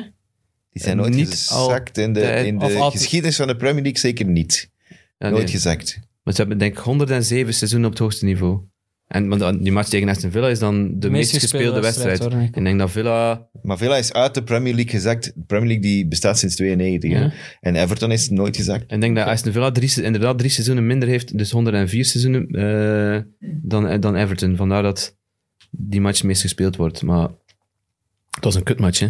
[SPEAKER 2] Die zijn nooit
[SPEAKER 3] Niet
[SPEAKER 2] gezakt in de,
[SPEAKER 3] altijd-
[SPEAKER 2] in de
[SPEAKER 4] of altijd-
[SPEAKER 2] geschiedenis van de Premier League. Zeker niet.
[SPEAKER 3] Ja,
[SPEAKER 2] nooit
[SPEAKER 3] nee.
[SPEAKER 2] gezakt.
[SPEAKER 3] Maar ze hebben denk ik 107 seizoenen op het hoogste niveau. En want dan- die match tegen Aston Villa is dan de meest gespeelde wedstrijd.
[SPEAKER 4] hoor.
[SPEAKER 3] Ik denk dat Villa...
[SPEAKER 2] Maar Villa is uit de Premier League gezakt. De Premier League die bestaat sinds 92. hè.
[SPEAKER 4] Ja.
[SPEAKER 2] En Everton is nooit gezakt.
[SPEAKER 3] Ik denk dat Aston Villa drie, se- inderdaad drie seizoenen minder heeft, dus 104 seizoenen, eh, dan, dan Everton. Vandaar dat die match meest gespeeld wordt. Maar het was een kutmatch, hè?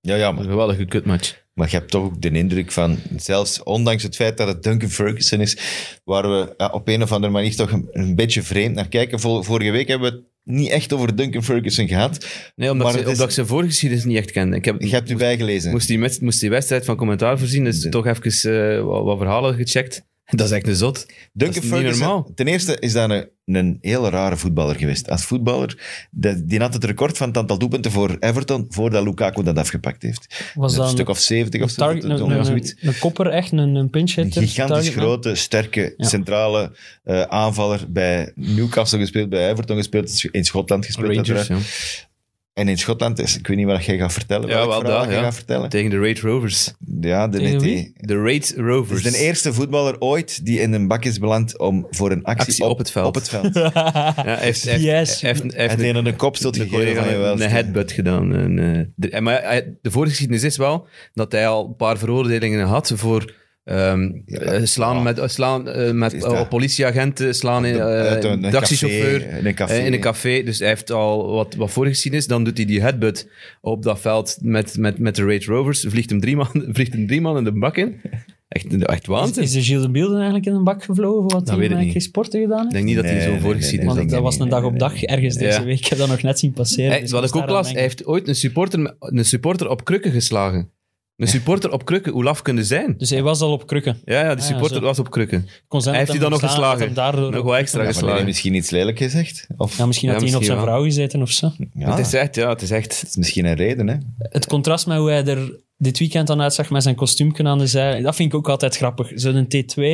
[SPEAKER 2] Ja, ja,
[SPEAKER 3] Een
[SPEAKER 2] maar,
[SPEAKER 3] geweldige kutmatch.
[SPEAKER 2] maar je hebt toch ook de indruk van... Zelfs ondanks het feit dat het Duncan Ferguson is, waar we ja, op een of andere manier toch een, een beetje vreemd naar kijken. Vol- vorige week hebben we het niet echt over Duncan Ferguson gehad.
[SPEAKER 3] Nee, omdat,
[SPEAKER 2] Maar
[SPEAKER 3] ze,
[SPEAKER 2] het is-
[SPEAKER 3] omdat ik zijn voorgeschiedenis niet echt kende. Ik heb,
[SPEAKER 2] Je hebt u bijgelezen.
[SPEAKER 3] moest, die, met- moest die wedstrijd van commentaar voorzien, dus
[SPEAKER 2] De-
[SPEAKER 3] toch even eh, wat, wat verhalen gecheckt. Dat is echt een zot.
[SPEAKER 2] Duncan
[SPEAKER 3] Dat is niet
[SPEAKER 2] Ferguson,
[SPEAKER 3] normaal.
[SPEAKER 2] ten eerste is dat een, een hele rare voetballer geweest. Als voetballer, de- die had het record van het aantal doelpunten voor Everton voordat Lukaku dat afgepakt heeft.
[SPEAKER 4] Was
[SPEAKER 2] een
[SPEAKER 4] dat
[SPEAKER 2] stuk
[SPEAKER 4] een,
[SPEAKER 2] of 70 of zo.
[SPEAKER 4] target-
[SPEAKER 2] dat-
[SPEAKER 4] een,
[SPEAKER 2] dat-
[SPEAKER 4] een,
[SPEAKER 2] zoiets.
[SPEAKER 4] een, een kopper, echt een, een pinch
[SPEAKER 2] Een
[SPEAKER 4] hitter?
[SPEAKER 2] gigantisch
[SPEAKER 4] targetman?
[SPEAKER 2] grote, sterke,
[SPEAKER 4] Ja.
[SPEAKER 2] centrale eh, aanvaller. Bij Newcastle gespeeld, bij Everton gespeeld, in Schotland gespeeld.
[SPEAKER 3] Rangers,
[SPEAKER 2] uiteraard.
[SPEAKER 3] ja.
[SPEAKER 2] En in Schotland, is, ik weet niet wat jij gaat vertellen.
[SPEAKER 3] Ja,
[SPEAKER 2] welk
[SPEAKER 3] wel
[SPEAKER 2] verhaal
[SPEAKER 3] dat,
[SPEAKER 2] dat jij
[SPEAKER 3] ja.
[SPEAKER 2] gaat vertellen.
[SPEAKER 3] Tegen de Raid Rovers.
[SPEAKER 2] Ja, de
[SPEAKER 4] Tegen
[SPEAKER 2] NT.
[SPEAKER 4] wie?
[SPEAKER 3] De Raid
[SPEAKER 2] Het
[SPEAKER 3] Rovers.
[SPEAKER 2] is de eerste voetballer ooit die in een bak is beland om voor een actie,
[SPEAKER 3] Actie op het veld.
[SPEAKER 2] Op het veld.
[SPEAKER 3] Ja, hij heeft, hij
[SPEAKER 4] Yes.
[SPEAKER 3] heeft, hij heeft, hij heeft
[SPEAKER 2] En
[SPEAKER 3] een-
[SPEAKER 2] tegen een kopstoot
[SPEAKER 3] een
[SPEAKER 2] gegeven
[SPEAKER 3] collega
[SPEAKER 2] van je wel.
[SPEAKER 3] een headbutt gedaan. En, eh, de, en maar hij- de voorgeschiedenis is wel dat hij al een paar veroordelingen had voor ehm,
[SPEAKER 2] Ja,
[SPEAKER 3] eh, slaan,
[SPEAKER 2] ja.
[SPEAKER 3] met, eh, staan, eh, met
[SPEAKER 2] Is
[SPEAKER 3] eh,
[SPEAKER 2] dat-
[SPEAKER 3] politieagenten, slaan in eh,
[SPEAKER 2] Uit een- een
[SPEAKER 3] taxichauffeur.
[SPEAKER 2] café, in een café.
[SPEAKER 3] eh, in een café, dus hij heeft al wat, wat voorgeschiedenis. Dan doet hij die headbutt op dat veld met, met, met de Raid Rovers. Vliegt hem drie man, vliegt hem drie man in de bak in. Echt, echt
[SPEAKER 4] Is,
[SPEAKER 3] waanzin.
[SPEAKER 4] is de Gilles de Bielden eigenlijk in een bak gevlogen voor wat hij
[SPEAKER 3] weet ik
[SPEAKER 4] eigenlijk
[SPEAKER 3] niet.
[SPEAKER 4] sporten gedaan
[SPEAKER 3] Ik
[SPEAKER 4] heeft?
[SPEAKER 3] denk niet dat hij
[SPEAKER 2] Nee,
[SPEAKER 3] zo'n
[SPEAKER 2] nee, nee,
[SPEAKER 3] voorgeschiedenis
[SPEAKER 2] nee, denk
[SPEAKER 4] Want
[SPEAKER 3] had.
[SPEAKER 4] dat
[SPEAKER 2] ik
[SPEAKER 4] was
[SPEAKER 2] niet,
[SPEAKER 4] een dag
[SPEAKER 2] nee,
[SPEAKER 4] op
[SPEAKER 2] nee,
[SPEAKER 4] dag ergens
[SPEAKER 3] nee.
[SPEAKER 4] deze
[SPEAKER 3] Ja.
[SPEAKER 4] week. Ik heb dat nog net zien passeren.
[SPEAKER 3] Hij,
[SPEAKER 4] dus
[SPEAKER 3] wat
[SPEAKER 4] moest
[SPEAKER 3] ik ook
[SPEAKER 4] daaraan
[SPEAKER 3] las,
[SPEAKER 4] denken.
[SPEAKER 3] hij heeft ooit een supporter, met- een supporter op krukken geslagen. Een supporter op krukken, hoe laf kunnen zijn?
[SPEAKER 4] Dus hij was al op krukken.
[SPEAKER 3] Ja, ja, die
[SPEAKER 4] Ah,
[SPEAKER 3] supporter
[SPEAKER 4] zo.
[SPEAKER 3] was op krukken.
[SPEAKER 4] Kon zijn
[SPEAKER 3] Hij
[SPEAKER 4] dat
[SPEAKER 3] heeft die dan nog
[SPEAKER 4] ontstaan-
[SPEAKER 3] geslagen.
[SPEAKER 4] dat hem daardoor-
[SPEAKER 3] Nog wel extra
[SPEAKER 2] Ja, maar die heeft
[SPEAKER 3] geslagen.
[SPEAKER 2] misschien iets lelijk gezegd. Of,
[SPEAKER 4] Ja, misschien
[SPEAKER 3] Ja,
[SPEAKER 4] had hij nog op
[SPEAKER 3] misschien
[SPEAKER 4] zijn
[SPEAKER 3] wel.
[SPEAKER 4] vrouw gezeten of zo.
[SPEAKER 2] ja,
[SPEAKER 3] Het
[SPEAKER 2] dat
[SPEAKER 3] is echt, ja, het is echt...
[SPEAKER 2] is misschien een reden. Hè?
[SPEAKER 4] Het contrast met hoe hij er dit weekend dan uitzag met zijn kostuumken aan de zij, dat vind ik ook altijd grappig. Zo'n T2,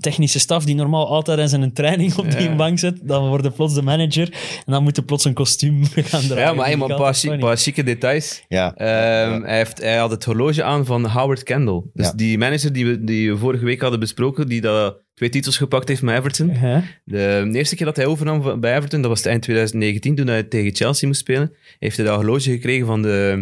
[SPEAKER 4] technische staf die normaal altijd in zijn training op die
[SPEAKER 3] Ja.
[SPEAKER 4] bank zit, dan wordt hij plots de manager en dan moet hij plots een kostuum gaan dragen.
[SPEAKER 3] Ja, maar hey,
[SPEAKER 4] Vind
[SPEAKER 3] maar
[SPEAKER 4] ik
[SPEAKER 3] een paar,
[SPEAKER 4] altijd
[SPEAKER 3] chic-
[SPEAKER 4] funny.
[SPEAKER 3] paar chique details.
[SPEAKER 2] Ja.
[SPEAKER 3] Ehm, hij, heeft, hij had het horloge aan van Howard Kendall. Dus
[SPEAKER 2] Ja.
[SPEAKER 3] die manager die we, die we vorige week hadden besproken, die dat twee titels gepakt heeft met Everton.
[SPEAKER 4] Ja.
[SPEAKER 3] De eerste keer dat hij overnam van- bij Everton, dat was eind 2019, toen hij tegen Chelsea moest spelen, heeft hij dat horloge gekregen van de,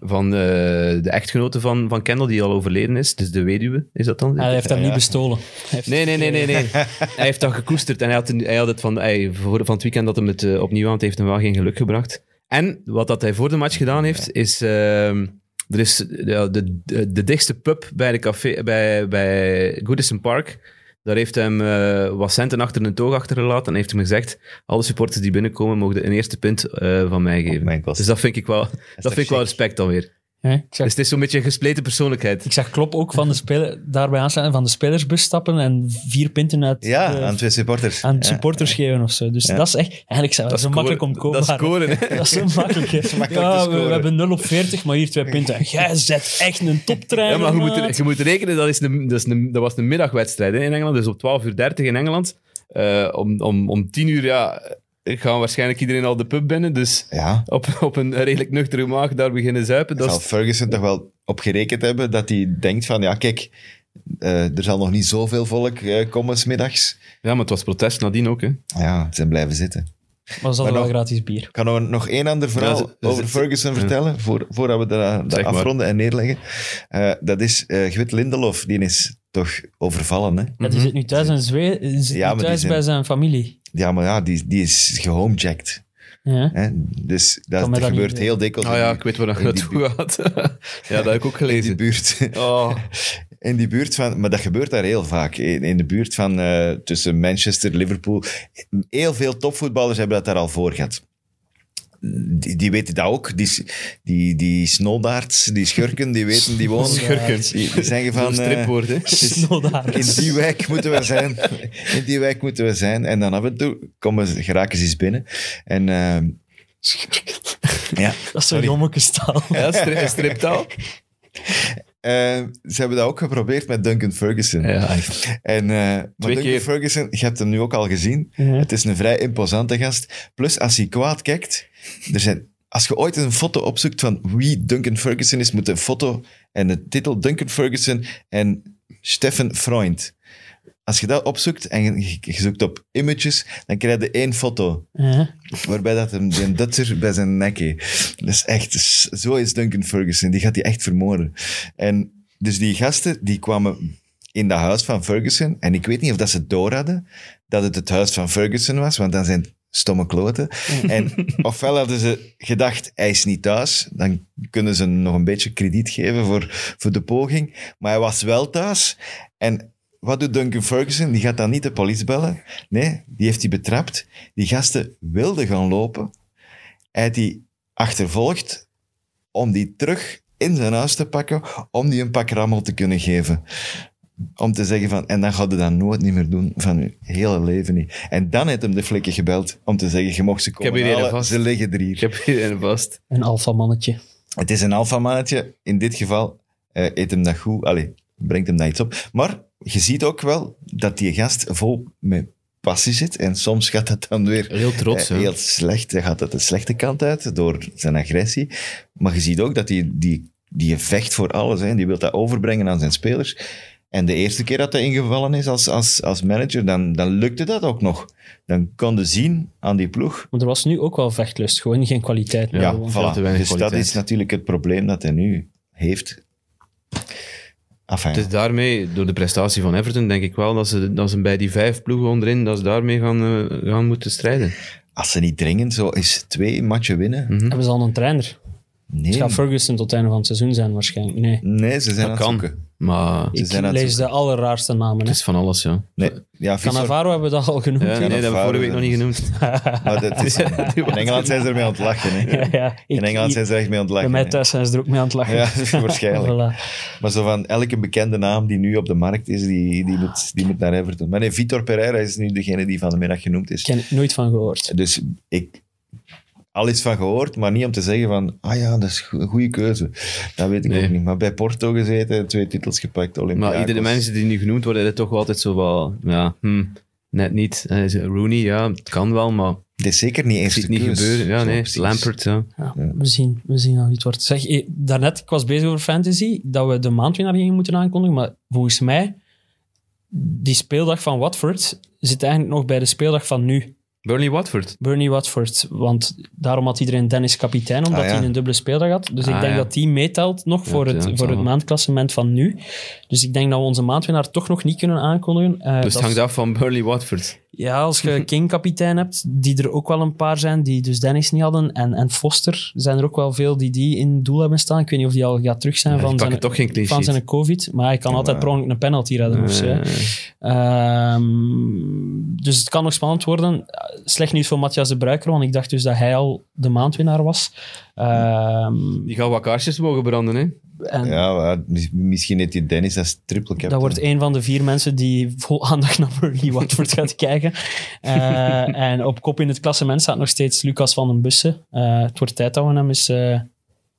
[SPEAKER 3] van eh, de, de echtgenote van, van Kendall, die al overleden is. Dus de weduwe, is dat dan?
[SPEAKER 4] Ah, Hij heeft dat
[SPEAKER 2] Ja,
[SPEAKER 4] niet
[SPEAKER 2] ja.
[SPEAKER 4] bestolen.
[SPEAKER 3] Nee, nee, nee, nee. nee. hij heeft dat gekoesterd en hij had, een- hij had het van, hij, voor, van het weekend dat hem het eh, opnieuw aan, het heeft hem wel geen geluk gebracht. En wat dat hij voor de match gedaan heeft, is... ehm, er is ja, de, de, de dichtste pub bij, de café, bij, bij Goodison Park. Daar heeft hem eh, wat centen achter een toog achtergelaten en heeft hem gezegd, alle supporters die binnenkomen mogen een eerste punt eh, van mij geven.
[SPEAKER 2] Oh, mijn kosten.
[SPEAKER 3] dus dat vind ik wel, dat
[SPEAKER 2] toch
[SPEAKER 3] vind ik wel
[SPEAKER 2] chic?
[SPEAKER 3] respect dan weer.
[SPEAKER 4] Hè? Ik zag
[SPEAKER 3] Dus het is zo'n beetje een gespleten persoonlijkheid.
[SPEAKER 4] Ik zag Klop ook van de speler, daarbij aansluiten van de spelersbus stappen en vier punten uit
[SPEAKER 2] Ja,
[SPEAKER 4] eh,
[SPEAKER 2] aan twee supporters.
[SPEAKER 4] aan
[SPEAKER 2] Ja.
[SPEAKER 4] supporters geven of zo. Dus
[SPEAKER 2] Ja.
[SPEAKER 4] dat is echt, eigenlijk zijn we
[SPEAKER 3] is
[SPEAKER 4] zo makkelijk
[SPEAKER 3] scoren-
[SPEAKER 4] omkoopbaar.
[SPEAKER 3] Dat is scoren, hè.
[SPEAKER 4] Dat is zo makkelijk. hè.
[SPEAKER 2] makkelijk te
[SPEAKER 4] ja, we, we
[SPEAKER 2] scoren.
[SPEAKER 4] hebben 0 op 40, maar hier twee punten. En Jij zet echt een toptrein.
[SPEAKER 3] Ja, maar je moet, je moet rekenen, dat, is een, dat, is een, dat was een middagwedstrijd hè, in Engeland. Dus op 12.30 uur in Engeland. Eh, om, om, om 10 uur ja, gaan waarschijnlijk iedereen al de pub binnen. Dus
[SPEAKER 2] Ja,
[SPEAKER 3] op, op een redelijk nuchtere maag daar beginnen zuipen. Dat
[SPEAKER 2] zal
[SPEAKER 3] is,
[SPEAKER 2] Ferguson toch wel op gerekend hebben dat hij denkt van, ja, kijk, eh, er zal nog niet zoveel volk eh, komen smiddags.
[SPEAKER 3] ja, maar het was protest nadien ook. Hè.
[SPEAKER 2] Ja, ze zijn blijven zitten.
[SPEAKER 4] Maar ze hadden
[SPEAKER 2] Maar
[SPEAKER 4] wel
[SPEAKER 2] nog-
[SPEAKER 4] gratis bier.
[SPEAKER 2] Ik kan nog, nog één ander verhaal
[SPEAKER 3] Ja, ze- ze-
[SPEAKER 2] over
[SPEAKER 3] ze-
[SPEAKER 2] Ferguson
[SPEAKER 3] ja.
[SPEAKER 2] vertellen, voor, voordat we dat,
[SPEAKER 3] Zeg
[SPEAKER 2] dat
[SPEAKER 3] maar.
[SPEAKER 2] afronden en neerleggen. Eh, dat is eh Gwit Lindelof, die is toch overvallen, hè?
[SPEAKER 4] Ja, die zit nu thuis, in Zwe- die
[SPEAKER 2] Mhm.
[SPEAKER 4] zit
[SPEAKER 2] Ja,
[SPEAKER 4] nu
[SPEAKER 2] maar die
[SPEAKER 4] thuis
[SPEAKER 2] zijn-
[SPEAKER 4] bij zijn familie.
[SPEAKER 2] Ja, maar ja, die, die is gehomejacked.
[SPEAKER 4] Ja.
[SPEAKER 2] Hè? Dus
[SPEAKER 4] mij
[SPEAKER 2] dat,
[SPEAKER 4] dat niet
[SPEAKER 2] gebeurt
[SPEAKER 4] doen.
[SPEAKER 2] heel dikwijls
[SPEAKER 3] Ah
[SPEAKER 2] in,
[SPEAKER 3] ja,
[SPEAKER 2] die,
[SPEAKER 3] ik weet waar dat
[SPEAKER 2] in die
[SPEAKER 3] naartoe gaat. ja, dat heb ik ook
[SPEAKER 2] in die
[SPEAKER 3] gelezen.
[SPEAKER 2] buurt.
[SPEAKER 3] Oh,
[SPEAKER 2] In die buurt van, maar dat gebeurt daar heel vaak. In, in de buurt van eh, tussen Manchester, Liverpool. Heel veel topvoetballers hebben dat daar al voor gehad. Die, die weten dat ook. Die, die, die snoldaards, die schurken, die weten die wonen.
[SPEAKER 3] schurken.
[SPEAKER 2] Die, die zeggen
[SPEAKER 3] Van,
[SPEAKER 2] van.
[SPEAKER 3] een stripwoord, hè.
[SPEAKER 2] eh, het is-
[SPEAKER 4] Snowdaard.
[SPEAKER 2] in die wijk moeten we zijn. In die wijk moeten we zijn. En dan af en toe komen ze, geraken ze eens binnen. En. eh, ja.
[SPEAKER 4] Dat is zo'n jommekestaal.
[SPEAKER 3] Ja, stri- een striptaal.
[SPEAKER 2] Eh, ze hebben dat ook geprobeerd met Duncan Ferguson.
[SPEAKER 3] Ja, echt.
[SPEAKER 2] En, eh maar Duncan
[SPEAKER 3] keer.
[SPEAKER 2] Ferguson, je hebt hem nu ook al gezien.
[SPEAKER 4] Ja.
[SPEAKER 2] Het is een vrij imposante gast. Plus, als hij kwaad kijkt, er zijn, als je ooit een foto opzoekt van wie Duncan Ferguson is, moet de foto en de titel Duncan Ferguson en Steffen Freund. Als je dat opzoekt en je, je zoekt op images, dan krijg je één foto.
[SPEAKER 4] Ja.
[SPEAKER 2] Waarbij dat hem die Dutser bij zijn nek heeft. Dat is echt, zo is Duncan Ferguson. Die gaat die echt vermoorden. En dus die gasten, die kwamen in dat huis van Ferguson. En ik weet niet of dat ze door hadden dat het het huis van Ferguson was, want dan zijn het stomme kloten. En ofwel hadden ze gedacht, hij is niet thuis, dan kunnen ze hem nog een beetje krediet geven voor, voor de poging. Maar hij was wel thuis. En wat doet Duncan Ferguson? Die gaat dan niet de politie bellen. Nee, die heeft hij betrapt. Die gasten wilden gaan lopen. Hij heeft die achtervolgd om die terug in zijn huis te pakken, om die een pak rammel te kunnen geven. Om te zeggen van, en dan gaat je dat nooit niet meer doen, van je hele leven niet. En dan heeft hem de flikken gebeld om te zeggen, je mocht ze komen
[SPEAKER 3] heb hier een
[SPEAKER 2] halen,
[SPEAKER 3] vast.
[SPEAKER 2] ze liggen er hier.
[SPEAKER 3] Ik heb hier een vast.
[SPEAKER 4] Een alfamannetje.
[SPEAKER 2] Het is een alfamannetje. In dit geval eh, eet hem dat goed. Allee, brengt hem dat iets op. Maar je ziet ook wel dat die gast vol met passie zit. En soms gaat dat dan weer
[SPEAKER 3] Heel trots,
[SPEAKER 2] eh,
[SPEAKER 3] hè.
[SPEAKER 2] heel slecht. Dan gaat dat de slechte kant uit door zijn agressie. Maar je ziet ook dat die, die, die vecht voor alles. Hè. Die wil dat overbrengen aan zijn spelers. En de eerste keer dat hij ingevallen is als, als, als manager, dan, dan lukte dat ook nog. Dan kon je zien aan die ploeg
[SPEAKER 4] Maar er was nu ook wel vechtlust. Gewoon geen kwaliteit meer.
[SPEAKER 2] ja,
[SPEAKER 4] Gewoon.
[SPEAKER 2] voilà.
[SPEAKER 3] veel te weinig
[SPEAKER 2] dus dat
[SPEAKER 3] kwaliteit.
[SPEAKER 2] is natuurlijk het probleem dat hij nu heeft. Enfin,
[SPEAKER 3] Het is Dus daarmee, door de prestatie van Everton, denk ik wel dat ze, dat ze bij die vijf ploegen onderin, dat ze daarmee gaan, eh, gaan moeten strijden.
[SPEAKER 2] als ze niet dringend zo is twee matchen winnen.
[SPEAKER 3] Mhm.
[SPEAKER 4] Hebben ze al een trainer? Het
[SPEAKER 2] Nee,
[SPEAKER 4] gaat Ferguson tot het einde van het seizoen zijn waarschijnlijk. Nee.
[SPEAKER 2] nee ze zijn
[SPEAKER 3] Dat
[SPEAKER 2] aan het
[SPEAKER 3] kan.
[SPEAKER 2] zoeken.
[SPEAKER 3] Maar
[SPEAKER 2] Ze
[SPEAKER 4] Ik
[SPEAKER 2] zijn aan het
[SPEAKER 4] lees de allerraarste namen.
[SPEAKER 3] het
[SPEAKER 4] Hè.
[SPEAKER 3] is van alles, ja.
[SPEAKER 2] Nee, ja, Visser,
[SPEAKER 4] Cannavaro hebben we dat al genoemd.
[SPEAKER 3] Ja,
[SPEAKER 4] hè?
[SPEAKER 3] nee, dat hebben we vorige week nog niet genoemd.
[SPEAKER 2] maar dat is, in Engeland zijn ze ermee aan het lachen. Hè.
[SPEAKER 4] Ja, ja.
[SPEAKER 2] In
[SPEAKER 4] Ik-
[SPEAKER 2] Engeland
[SPEAKER 4] ik-
[SPEAKER 2] zijn ze er echt mee aan het
[SPEAKER 4] Bij
[SPEAKER 2] lachen.
[SPEAKER 4] mij
[SPEAKER 2] hè.
[SPEAKER 4] thuis zijn ze er ook mee aan het lachen.
[SPEAKER 2] Ja, waarschijnlijk.
[SPEAKER 4] Voilà.
[SPEAKER 2] Maar zo van elke bekende naam die nu op de markt is, die, die, moet, die moet naar Everton. Maar nee, Vitor Pereira is nu degene die van de middag genoemd is.
[SPEAKER 4] Ik heb er nooit van gehoord.
[SPEAKER 2] Dus ik al iets van gehoord, maar niet om te zeggen van, ah ja, dat is go- een goede keuze. Dat weet ik
[SPEAKER 3] Nee.
[SPEAKER 2] ook niet. Maar bij Porto gezeten, twee titels gepakt, Olympiakos.
[SPEAKER 3] Maar iedere mensen die nu genoemd worden, is toch wel altijd zo wel, ja, hm, net niet. Eh, is- Rooney, ja, het kan wel, maar het
[SPEAKER 2] Het is zeker niet eens
[SPEAKER 3] ziet
[SPEAKER 2] de
[SPEAKER 3] niet
[SPEAKER 2] keus.
[SPEAKER 3] gebeuren. Ja,
[SPEAKER 2] Zo,
[SPEAKER 3] nee,
[SPEAKER 2] precies.
[SPEAKER 3] Lampert, ja.
[SPEAKER 4] Ja, we, zien, we zien al wie het wordt. Zeg, eh, daarnet, ik was bezig over fantasy, dat we de maandwinnaar gingen moeten aankondigen, maar volgens mij, die speeldag van Watford zit eigenlijk nog bij de speeldag van nu.
[SPEAKER 3] Burnley Watford.
[SPEAKER 4] Bernie Watford. Want daarom had iedereen Dennis kapitein, omdat
[SPEAKER 2] Ah, ja.
[SPEAKER 4] hij een dubbele speeldag had. Dus
[SPEAKER 3] Ah,
[SPEAKER 4] ik denk
[SPEAKER 3] ja.
[SPEAKER 4] dat die meetelt nog voor,
[SPEAKER 3] ja,
[SPEAKER 4] het,
[SPEAKER 3] dat
[SPEAKER 4] voor
[SPEAKER 3] zal
[SPEAKER 4] het
[SPEAKER 3] wel.
[SPEAKER 4] maandklassement van nu. Dus ik denk dat we onze maandwinnaar toch nog niet kunnen aankondigen. Eh,
[SPEAKER 3] Dus
[SPEAKER 4] dat
[SPEAKER 3] het hangt af van Burnley Watford.
[SPEAKER 4] is- Ja, als je King kapitein hebt, die er ook wel een paar zijn, die dus Dennis niet hadden. En, en Foster zijn er ook wel veel die die in het doel hebben staan. Ik weet niet of die al gaat terug zijn
[SPEAKER 3] Ja, die
[SPEAKER 4] van,
[SPEAKER 3] pakken
[SPEAKER 4] zijn,
[SPEAKER 3] toch geen clean
[SPEAKER 4] van
[SPEAKER 3] sheet.
[SPEAKER 4] zijn COVID. Maar hij kan altijd
[SPEAKER 2] maar-
[SPEAKER 4] per ongeluk een penalty redden. of zo, hè.
[SPEAKER 3] Eh,
[SPEAKER 4] Ehm, dus het kan nog spannend worden. Slecht nieuws voor Matthias de Bruiker, want ik dacht dus dat hij al de maandwinnaar was. Ehm,
[SPEAKER 3] die gaan wat kaarsjes mogen branden, hè?
[SPEAKER 4] en
[SPEAKER 2] Ja, maar mis- misschien heeft die Dennis als triple captain.
[SPEAKER 4] dat wordt een van de vier mensen die vol aandacht naar Burnley Watford gaat kijken. Eh, en op kop in het klassement staat nog steeds Lucas van den Bussen. Eh, het wordt tijd dat we hem eens, eh,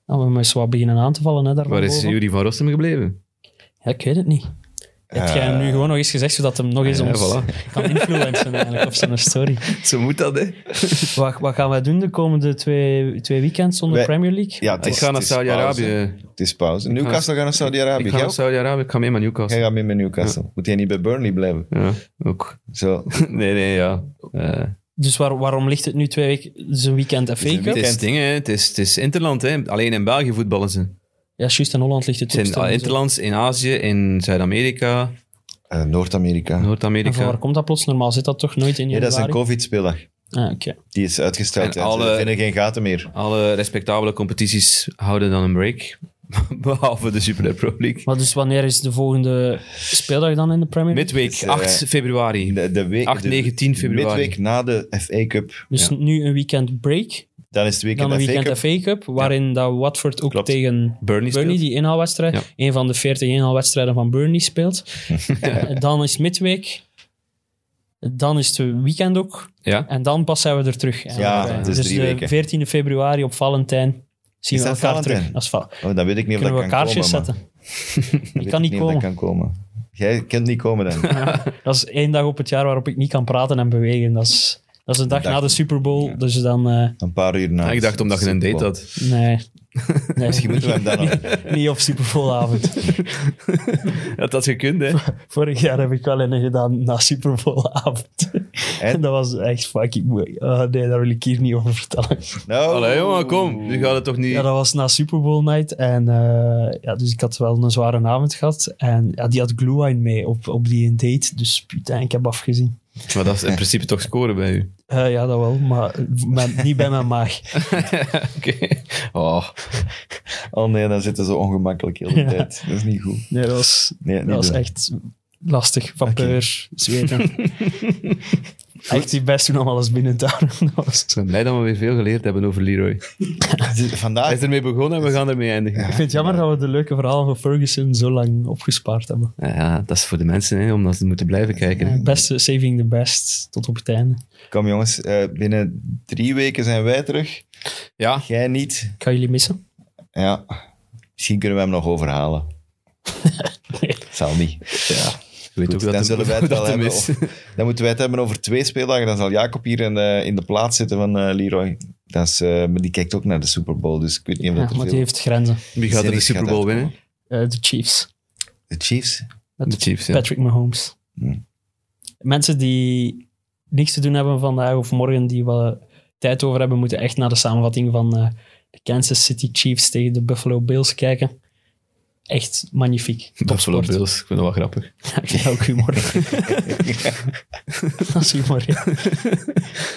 [SPEAKER 4] dat we hem eens wat beginnen aan te vallen. Hè, daar
[SPEAKER 3] Waar
[SPEAKER 4] van
[SPEAKER 3] is
[SPEAKER 4] boven.
[SPEAKER 3] Jury van Rossum gebleven?
[SPEAKER 4] Ja, ik weet het niet. Heb jij hem
[SPEAKER 2] Eh,
[SPEAKER 4] nu gewoon nog eens gezegd, zodat hem nog eens
[SPEAKER 3] ja,
[SPEAKER 4] ons
[SPEAKER 3] voilà.
[SPEAKER 4] kan influencen eigenlijk op zijn story?
[SPEAKER 3] Zo moet dat, hè?
[SPEAKER 4] Wat, wat gaan wij doen de komende twee, twee weekends zonder
[SPEAKER 2] Wij-
[SPEAKER 4] Premier League?
[SPEAKER 2] Ja, het
[SPEAKER 3] Ik
[SPEAKER 2] is-
[SPEAKER 3] ga naar
[SPEAKER 2] het is pauze.
[SPEAKER 3] Saudi-Arabië.
[SPEAKER 2] Het is pauze. Newcastle gaat naar
[SPEAKER 3] Ik
[SPEAKER 2] Saudi-Arabië.
[SPEAKER 3] ga
[SPEAKER 2] Jij
[SPEAKER 3] naar
[SPEAKER 2] ook?
[SPEAKER 3] Saudi-Arabië, ik ga mee met Newcastle.
[SPEAKER 2] Jij gaat mee met Newcastle. Moet jij niet bij Burnley blijven?
[SPEAKER 3] Ja, ook.
[SPEAKER 2] Zo.
[SPEAKER 3] Nee, nee, ja. Eh,
[SPEAKER 4] Dus waar- waarom ligt het nu twee weken, zo'n weekend FA
[SPEAKER 2] een
[SPEAKER 4] Cup?
[SPEAKER 3] het is
[SPEAKER 2] Weekend.
[SPEAKER 3] dingen, hè. het is, het is interland, hè. Alleen in België voetballen ze.
[SPEAKER 4] Ja, juist in Holland ligt het
[SPEAKER 3] Het zijn
[SPEAKER 4] ook stil.
[SPEAKER 3] al interlands in Azië, in Zuid-amerika,
[SPEAKER 2] Eh, Noord-Amerika.
[SPEAKER 4] En van
[SPEAKER 3] Noord-Amerika.
[SPEAKER 4] waar komt dat plots? Normaal zit dat toch nooit in
[SPEAKER 2] Nee, eh, dat
[SPEAKER 4] januari?
[SPEAKER 2] is een COVID-speeldag.
[SPEAKER 4] Ah, oké.
[SPEAKER 2] Die is uitgesteld.
[SPEAKER 3] En
[SPEAKER 2] ja. Ze
[SPEAKER 3] alle-
[SPEAKER 2] vinden geen gaten meer.
[SPEAKER 3] Alle respectabele competities houden dan een break. Behalve de Super Pro League.
[SPEAKER 4] Maar dus wanneer is de volgende speeldag dan in de Premier League?
[SPEAKER 3] Midweek,
[SPEAKER 2] Dus, eh,
[SPEAKER 3] 8 februari.
[SPEAKER 2] De, de week,
[SPEAKER 3] 8,
[SPEAKER 2] de-
[SPEAKER 3] 9, 10 februari.
[SPEAKER 2] Midweek na de FA Cup.
[SPEAKER 4] Dus nu een weekend break,
[SPEAKER 2] Dan is het weekend
[SPEAKER 4] dan een
[SPEAKER 2] FA
[SPEAKER 4] weekend
[SPEAKER 2] Cup.
[SPEAKER 4] FA Cup, waarin dat Watford ook
[SPEAKER 2] Klopt.
[SPEAKER 4] tegen Burnley,
[SPEAKER 3] Burnley speelt.
[SPEAKER 4] die inhaalwedstrijd,
[SPEAKER 3] Ja.
[SPEAKER 4] een van de 40 inhaalwedstrijden van Burnley speelt. Eh, dan is midweek, dan is het weekend ook.
[SPEAKER 3] Ja?
[SPEAKER 4] En dan pas zijn we er terug. En,
[SPEAKER 2] Ja,
[SPEAKER 4] eh,
[SPEAKER 2] het is
[SPEAKER 4] dus
[SPEAKER 2] drie
[SPEAKER 4] de
[SPEAKER 2] weken.
[SPEAKER 4] 14 februari op Valentijn zien
[SPEAKER 2] Is
[SPEAKER 4] we
[SPEAKER 2] dat
[SPEAKER 4] elkaar
[SPEAKER 2] Valentijn?
[SPEAKER 4] terug. Dat is va-
[SPEAKER 2] Oh, dan weet ik niet of
[SPEAKER 4] Kunnen
[SPEAKER 2] dat kan komen.
[SPEAKER 4] we kaarsjes
[SPEAKER 2] man.
[SPEAKER 4] zetten?
[SPEAKER 2] Dan
[SPEAKER 4] Ik
[SPEAKER 2] weet
[SPEAKER 4] kan niet
[SPEAKER 2] of dat
[SPEAKER 4] komen.
[SPEAKER 2] kan komen. Jij kunt niet komen dan.
[SPEAKER 4] Dat is één dag op het jaar waarop ik niet kan praten en bewegen. Dat is, dat is een dag
[SPEAKER 2] Dag.
[SPEAKER 4] na de Super Bowl, dus dan... eh,
[SPEAKER 2] Een paar uur na.
[SPEAKER 3] Ah, ik dacht omdat je een date
[SPEAKER 2] Super Bowl.
[SPEAKER 3] had.
[SPEAKER 4] nee. nee.
[SPEAKER 2] Misschien moeten we hem dan nog...
[SPEAKER 4] Niet op Super Bowl avond.
[SPEAKER 3] Dat had gekund, hè?
[SPEAKER 4] Vorig jaar heb ik wel een gedaan na Super Bowl avond. En
[SPEAKER 2] En?
[SPEAKER 4] dat was echt fucking mooi. Oh, nee, daar wil ik hier niet over vertellen.
[SPEAKER 2] Nou,
[SPEAKER 3] Allee, jongen, kom. Nu gaat het toch niet...
[SPEAKER 4] Ja, dat was na Super Bowl night. En eh, ja, dus ik had wel een zware avond gehad. En ja, die had glühwein mee op, op die date. Dus putain, ik heb afgezien.
[SPEAKER 3] Maar dat is in principe toch scoren bij u.
[SPEAKER 4] Eh, ja, dat wel, maar eh, mijn- niet bij mijn maag.
[SPEAKER 3] Oké. Oh.
[SPEAKER 2] Oh nee, dan zitten ze ongemakkelijk heel de
[SPEAKER 4] Ja.
[SPEAKER 2] tijd. Dat is niet goed.
[SPEAKER 4] Nee, dat was,
[SPEAKER 2] Nee,
[SPEAKER 4] dat
[SPEAKER 2] niet
[SPEAKER 4] was
[SPEAKER 2] doen.
[SPEAKER 4] echt lastig. Van peur, zweten. echt die best doen om alles binnen te houden. Dat was-
[SPEAKER 3] Ik ben blij dat we weer veel geleerd hebben over Leroy. Hij
[SPEAKER 2] Dus Vandaag...
[SPEAKER 3] is ermee begonnen en we gaan ermee eindigen.
[SPEAKER 4] Ik vind het jammer dat we de leuke verhalen van Ferguson zo lang opgespaard hebben.
[SPEAKER 3] Nou ja, dat is voor de mensen, hè, omdat ze moeten blijven kijken. hè.
[SPEAKER 4] Eh, Beste saving the best tot op het einde.
[SPEAKER 2] Kom jongens, eh, binnen drie weken zijn wij terug.
[SPEAKER 3] Ja,
[SPEAKER 2] Jij niet.
[SPEAKER 4] Ik ga jullie missen.
[SPEAKER 2] Ja. Misschien kunnen we hem nog overhalen. Zal niet.
[SPEAKER 3] ik weet
[SPEAKER 2] Goed,
[SPEAKER 3] ook dat
[SPEAKER 2] dan
[SPEAKER 3] hem-
[SPEAKER 2] zullen wij het
[SPEAKER 3] dat
[SPEAKER 2] wel
[SPEAKER 3] hem
[SPEAKER 2] hebben.
[SPEAKER 3] is.
[SPEAKER 2] Dan moeten wij het hebben over twee speeldagen. Dan zal Jacob hier in de, in de plaats zitten van eh, Leroy. Dat is, eh, maar die kijkt ook naar de Super Bowl, dus ik weet niet of
[SPEAKER 4] Ja,
[SPEAKER 2] dat
[SPEAKER 4] maar
[SPEAKER 2] er
[SPEAKER 4] die
[SPEAKER 2] veel...
[SPEAKER 4] heeft grenzen.
[SPEAKER 3] Wie gaat er de
[SPEAKER 2] Series
[SPEAKER 3] Super
[SPEAKER 2] gaat
[SPEAKER 3] Bowl
[SPEAKER 2] uitkomen.
[SPEAKER 3] winnen?
[SPEAKER 4] Eh, De Chiefs.
[SPEAKER 2] De Chiefs?
[SPEAKER 3] De Chiefs, ja.
[SPEAKER 4] Patrick Mahomes.
[SPEAKER 2] Hmm.
[SPEAKER 4] Mensen die niks te doen hebben vandaag of morgen, die wel tijd over hebben, moeten echt naar de samenvatting van eh, de Kansas City Chiefs tegen de Buffalo Bills kijken. Echt magnifiek.
[SPEAKER 3] Buffalo
[SPEAKER 4] Topsport.
[SPEAKER 3] Bills, ik vind dat wel grappig.
[SPEAKER 4] Ja, ik vind dat ook humor. dat is humor, ja.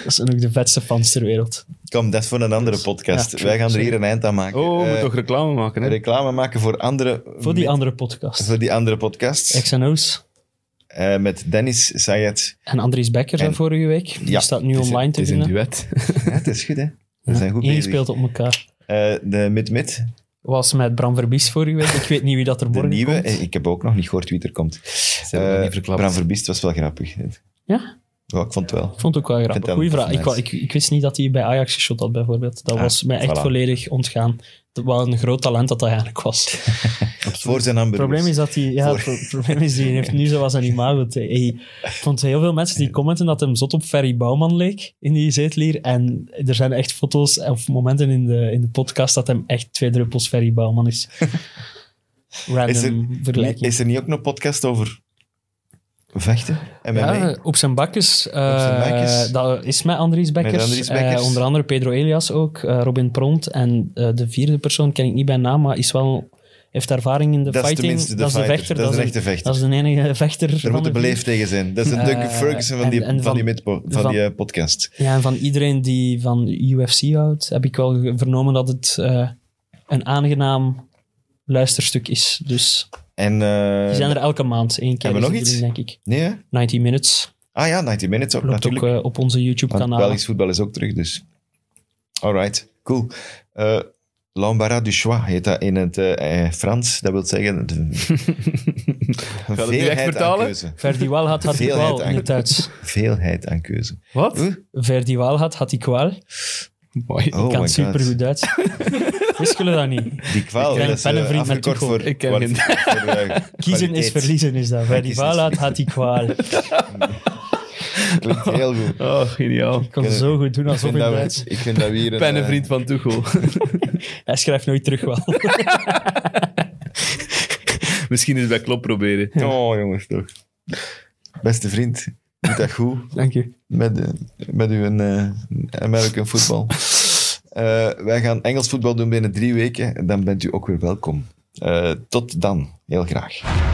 [SPEAKER 4] Dat zijn ook de vetste fans ter wereld.
[SPEAKER 2] Kom, dat is voor een andere podcast.
[SPEAKER 4] Ja,
[SPEAKER 2] wij gaan er
[SPEAKER 4] sorry.
[SPEAKER 2] hier een eind aan maken.
[SPEAKER 3] Oh, we
[SPEAKER 2] Eh,
[SPEAKER 3] moeten toch reclame maken, hè?
[SPEAKER 2] reclame maken voor andere...
[SPEAKER 4] Voor die
[SPEAKER 2] met-
[SPEAKER 4] andere podcast.
[SPEAKER 2] voor die andere podcasts.
[SPEAKER 4] XNO's
[SPEAKER 2] Eh, met Dennis Sayed.
[SPEAKER 4] en Andries Becker zijn
[SPEAKER 2] En-
[SPEAKER 4] vorige week. Die
[SPEAKER 2] Ja,
[SPEAKER 4] staat nu
[SPEAKER 2] het is-
[SPEAKER 4] online
[SPEAKER 3] Het
[SPEAKER 4] te
[SPEAKER 3] is een
[SPEAKER 4] vinden.
[SPEAKER 3] duet.
[SPEAKER 2] Ja, het is goed, hè. We zijn goed bezig.
[SPEAKER 4] Ingespeeld op elkaar.
[SPEAKER 2] Eh, de Mid-Mid,
[SPEAKER 4] Was met Bram Verbies vorige week. Ik weet niet wie dat er
[SPEAKER 2] de
[SPEAKER 4] morgen
[SPEAKER 2] nieuwe.
[SPEAKER 4] komt.
[SPEAKER 2] Eh, Ik heb ook nog niet gehoord wie er komt.
[SPEAKER 3] Ze hebben
[SPEAKER 2] Eh,
[SPEAKER 3] dat niet verklapt.
[SPEAKER 2] Bram Verbiest was wel grappig.
[SPEAKER 4] Ja?
[SPEAKER 2] Ja, ik vond het wel.
[SPEAKER 4] Ik vond het ook wel grappig.
[SPEAKER 2] Vertel
[SPEAKER 4] Goeie
[SPEAKER 2] het
[SPEAKER 4] vraag.
[SPEAKER 2] eens,
[SPEAKER 4] Ik,
[SPEAKER 2] Nijs.
[SPEAKER 4] wou- ik, ik wist niet dat hij bij Ajax geschot had, bijvoorbeeld. Dat
[SPEAKER 2] Ah,
[SPEAKER 4] was mij echt
[SPEAKER 2] voilà.
[SPEAKER 4] volledig ontgaan. Dat- Wat een groot talent dat hij eigenlijk was.
[SPEAKER 2] Voor zijn
[SPEAKER 4] Het
[SPEAKER 2] hamburgers.
[SPEAKER 4] probleem is dat hij... Ja,
[SPEAKER 2] Voor-
[SPEAKER 4] het pro- het probleem is die heeft nu zoals een imago. Hij- Ik vond heel veel mensen die commenten dat hem zot op Ferry Bouwman leek in die zeetlier. En er zijn echt foto's of momenten in de, in de podcast dat hem echt twee druppels Ferry Bouwman is. Random
[SPEAKER 2] Is er-
[SPEAKER 4] vergelijking.
[SPEAKER 2] Is er niet ook nog een podcast over Vechten? MMA?
[SPEAKER 4] Ja, op zijn bakjes. eh,
[SPEAKER 2] Op zijn bakjes.
[SPEAKER 4] dat is met Andries Bekkers.
[SPEAKER 2] Met Andries Bekkers.
[SPEAKER 4] eh, onder andere Pedro Elias ook, eh, Robin Pront. En eh, de vierde persoon ken ik niet bij naam, maar is wel, heeft ervaring in de
[SPEAKER 2] Dat is
[SPEAKER 4] fighting.
[SPEAKER 2] tenminste de
[SPEAKER 4] dat is de
[SPEAKER 2] fighter.
[SPEAKER 4] vechter.
[SPEAKER 2] Dat is een
[SPEAKER 4] de-
[SPEAKER 2] echte vechter.
[SPEAKER 4] Dat is de enige vechter.
[SPEAKER 2] Er
[SPEAKER 4] van
[SPEAKER 2] moet
[SPEAKER 4] de
[SPEAKER 2] een beleefd tegen zijn. Dat is de
[SPEAKER 4] Eh,
[SPEAKER 2] Duncan Ferguson van die,
[SPEAKER 4] en- en
[SPEAKER 2] van die,
[SPEAKER 4] van-
[SPEAKER 2] midpo- van
[SPEAKER 4] van-
[SPEAKER 2] die eh, podcast.
[SPEAKER 4] vier. Ja, en van iedereen die van UFC houdt, heb ik wel ge- vernomen dat het eh, een aangenaam luisterstuk is. Dus
[SPEAKER 2] En, eh,
[SPEAKER 4] die zijn er elke maand één keer.
[SPEAKER 2] hebben we
[SPEAKER 4] is
[SPEAKER 2] nog iets?
[SPEAKER 4] iedereen, denk ik.
[SPEAKER 2] Nee, hè?
[SPEAKER 4] 90 Minutes
[SPEAKER 2] Ah ja, 90 Minutes ook
[SPEAKER 4] loopt ook
[SPEAKER 2] natuurlijk.
[SPEAKER 4] eh, op onze
[SPEAKER 2] Want
[SPEAKER 4] YouTube-kanaal.
[SPEAKER 2] Belgisch voetbal is ook terug, dus. Alright, cool. Eh L'Ambara du Choix heet dat in het eh, eh, Frans. Dat wil zeggen... De, een
[SPEAKER 3] het nu echt
[SPEAKER 2] veelheid aan
[SPEAKER 3] vertalen?
[SPEAKER 2] keuze.
[SPEAKER 4] Verdi wel had, had ik
[SPEAKER 2] Veelheid
[SPEAKER 4] wel in het Duits.
[SPEAKER 2] Veelheid aan keuze.
[SPEAKER 3] Wat?
[SPEAKER 2] Oeh,
[SPEAKER 4] Verdi wel had, had ik wel.
[SPEAKER 3] Mooi.
[SPEAKER 2] Oh
[SPEAKER 4] ik kan
[SPEAKER 2] my
[SPEAKER 4] super
[SPEAKER 2] god.
[SPEAKER 4] goed Duits. Wist jullie dat niet?
[SPEAKER 2] Die kwaal,
[SPEAKER 4] Ik ken
[SPEAKER 2] dat is
[SPEAKER 4] een
[SPEAKER 2] eh,
[SPEAKER 4] pennenvriend met
[SPEAKER 2] afgekort
[SPEAKER 4] Tuchel.
[SPEAKER 2] voor...
[SPEAKER 3] Ik ken
[SPEAKER 2] voor-
[SPEAKER 3] geen-
[SPEAKER 2] voor, eh,
[SPEAKER 4] Kiezen is
[SPEAKER 2] kwaliteit.
[SPEAKER 4] verliezen is dat. Verdi
[SPEAKER 2] kiezen is
[SPEAKER 4] wel had, had ik wel.
[SPEAKER 2] Klinkt heel goed.
[SPEAKER 3] Oh, geniaal.
[SPEAKER 4] Ik kon zo goed doen
[SPEAKER 2] Ik
[SPEAKER 4] alsof
[SPEAKER 2] vind,
[SPEAKER 4] in
[SPEAKER 2] dat
[SPEAKER 4] Duits.
[SPEAKER 2] we, ik vind dat eh, we hier een...
[SPEAKER 3] Pennenvriend van Tuchel.
[SPEAKER 4] Hij schrijft nooit terug wel.
[SPEAKER 3] Misschien eens bij Klopp proberen.
[SPEAKER 2] eh, oh, jongens, toch. Beste vriend, doet dat goed
[SPEAKER 4] Dank je.
[SPEAKER 2] met, eh, met uw eh, American football. Eh, wij gaan Engels voetbal doen binnen drie weken. Dan bent u ook weer welkom. Eh, tot dan. Heel graag.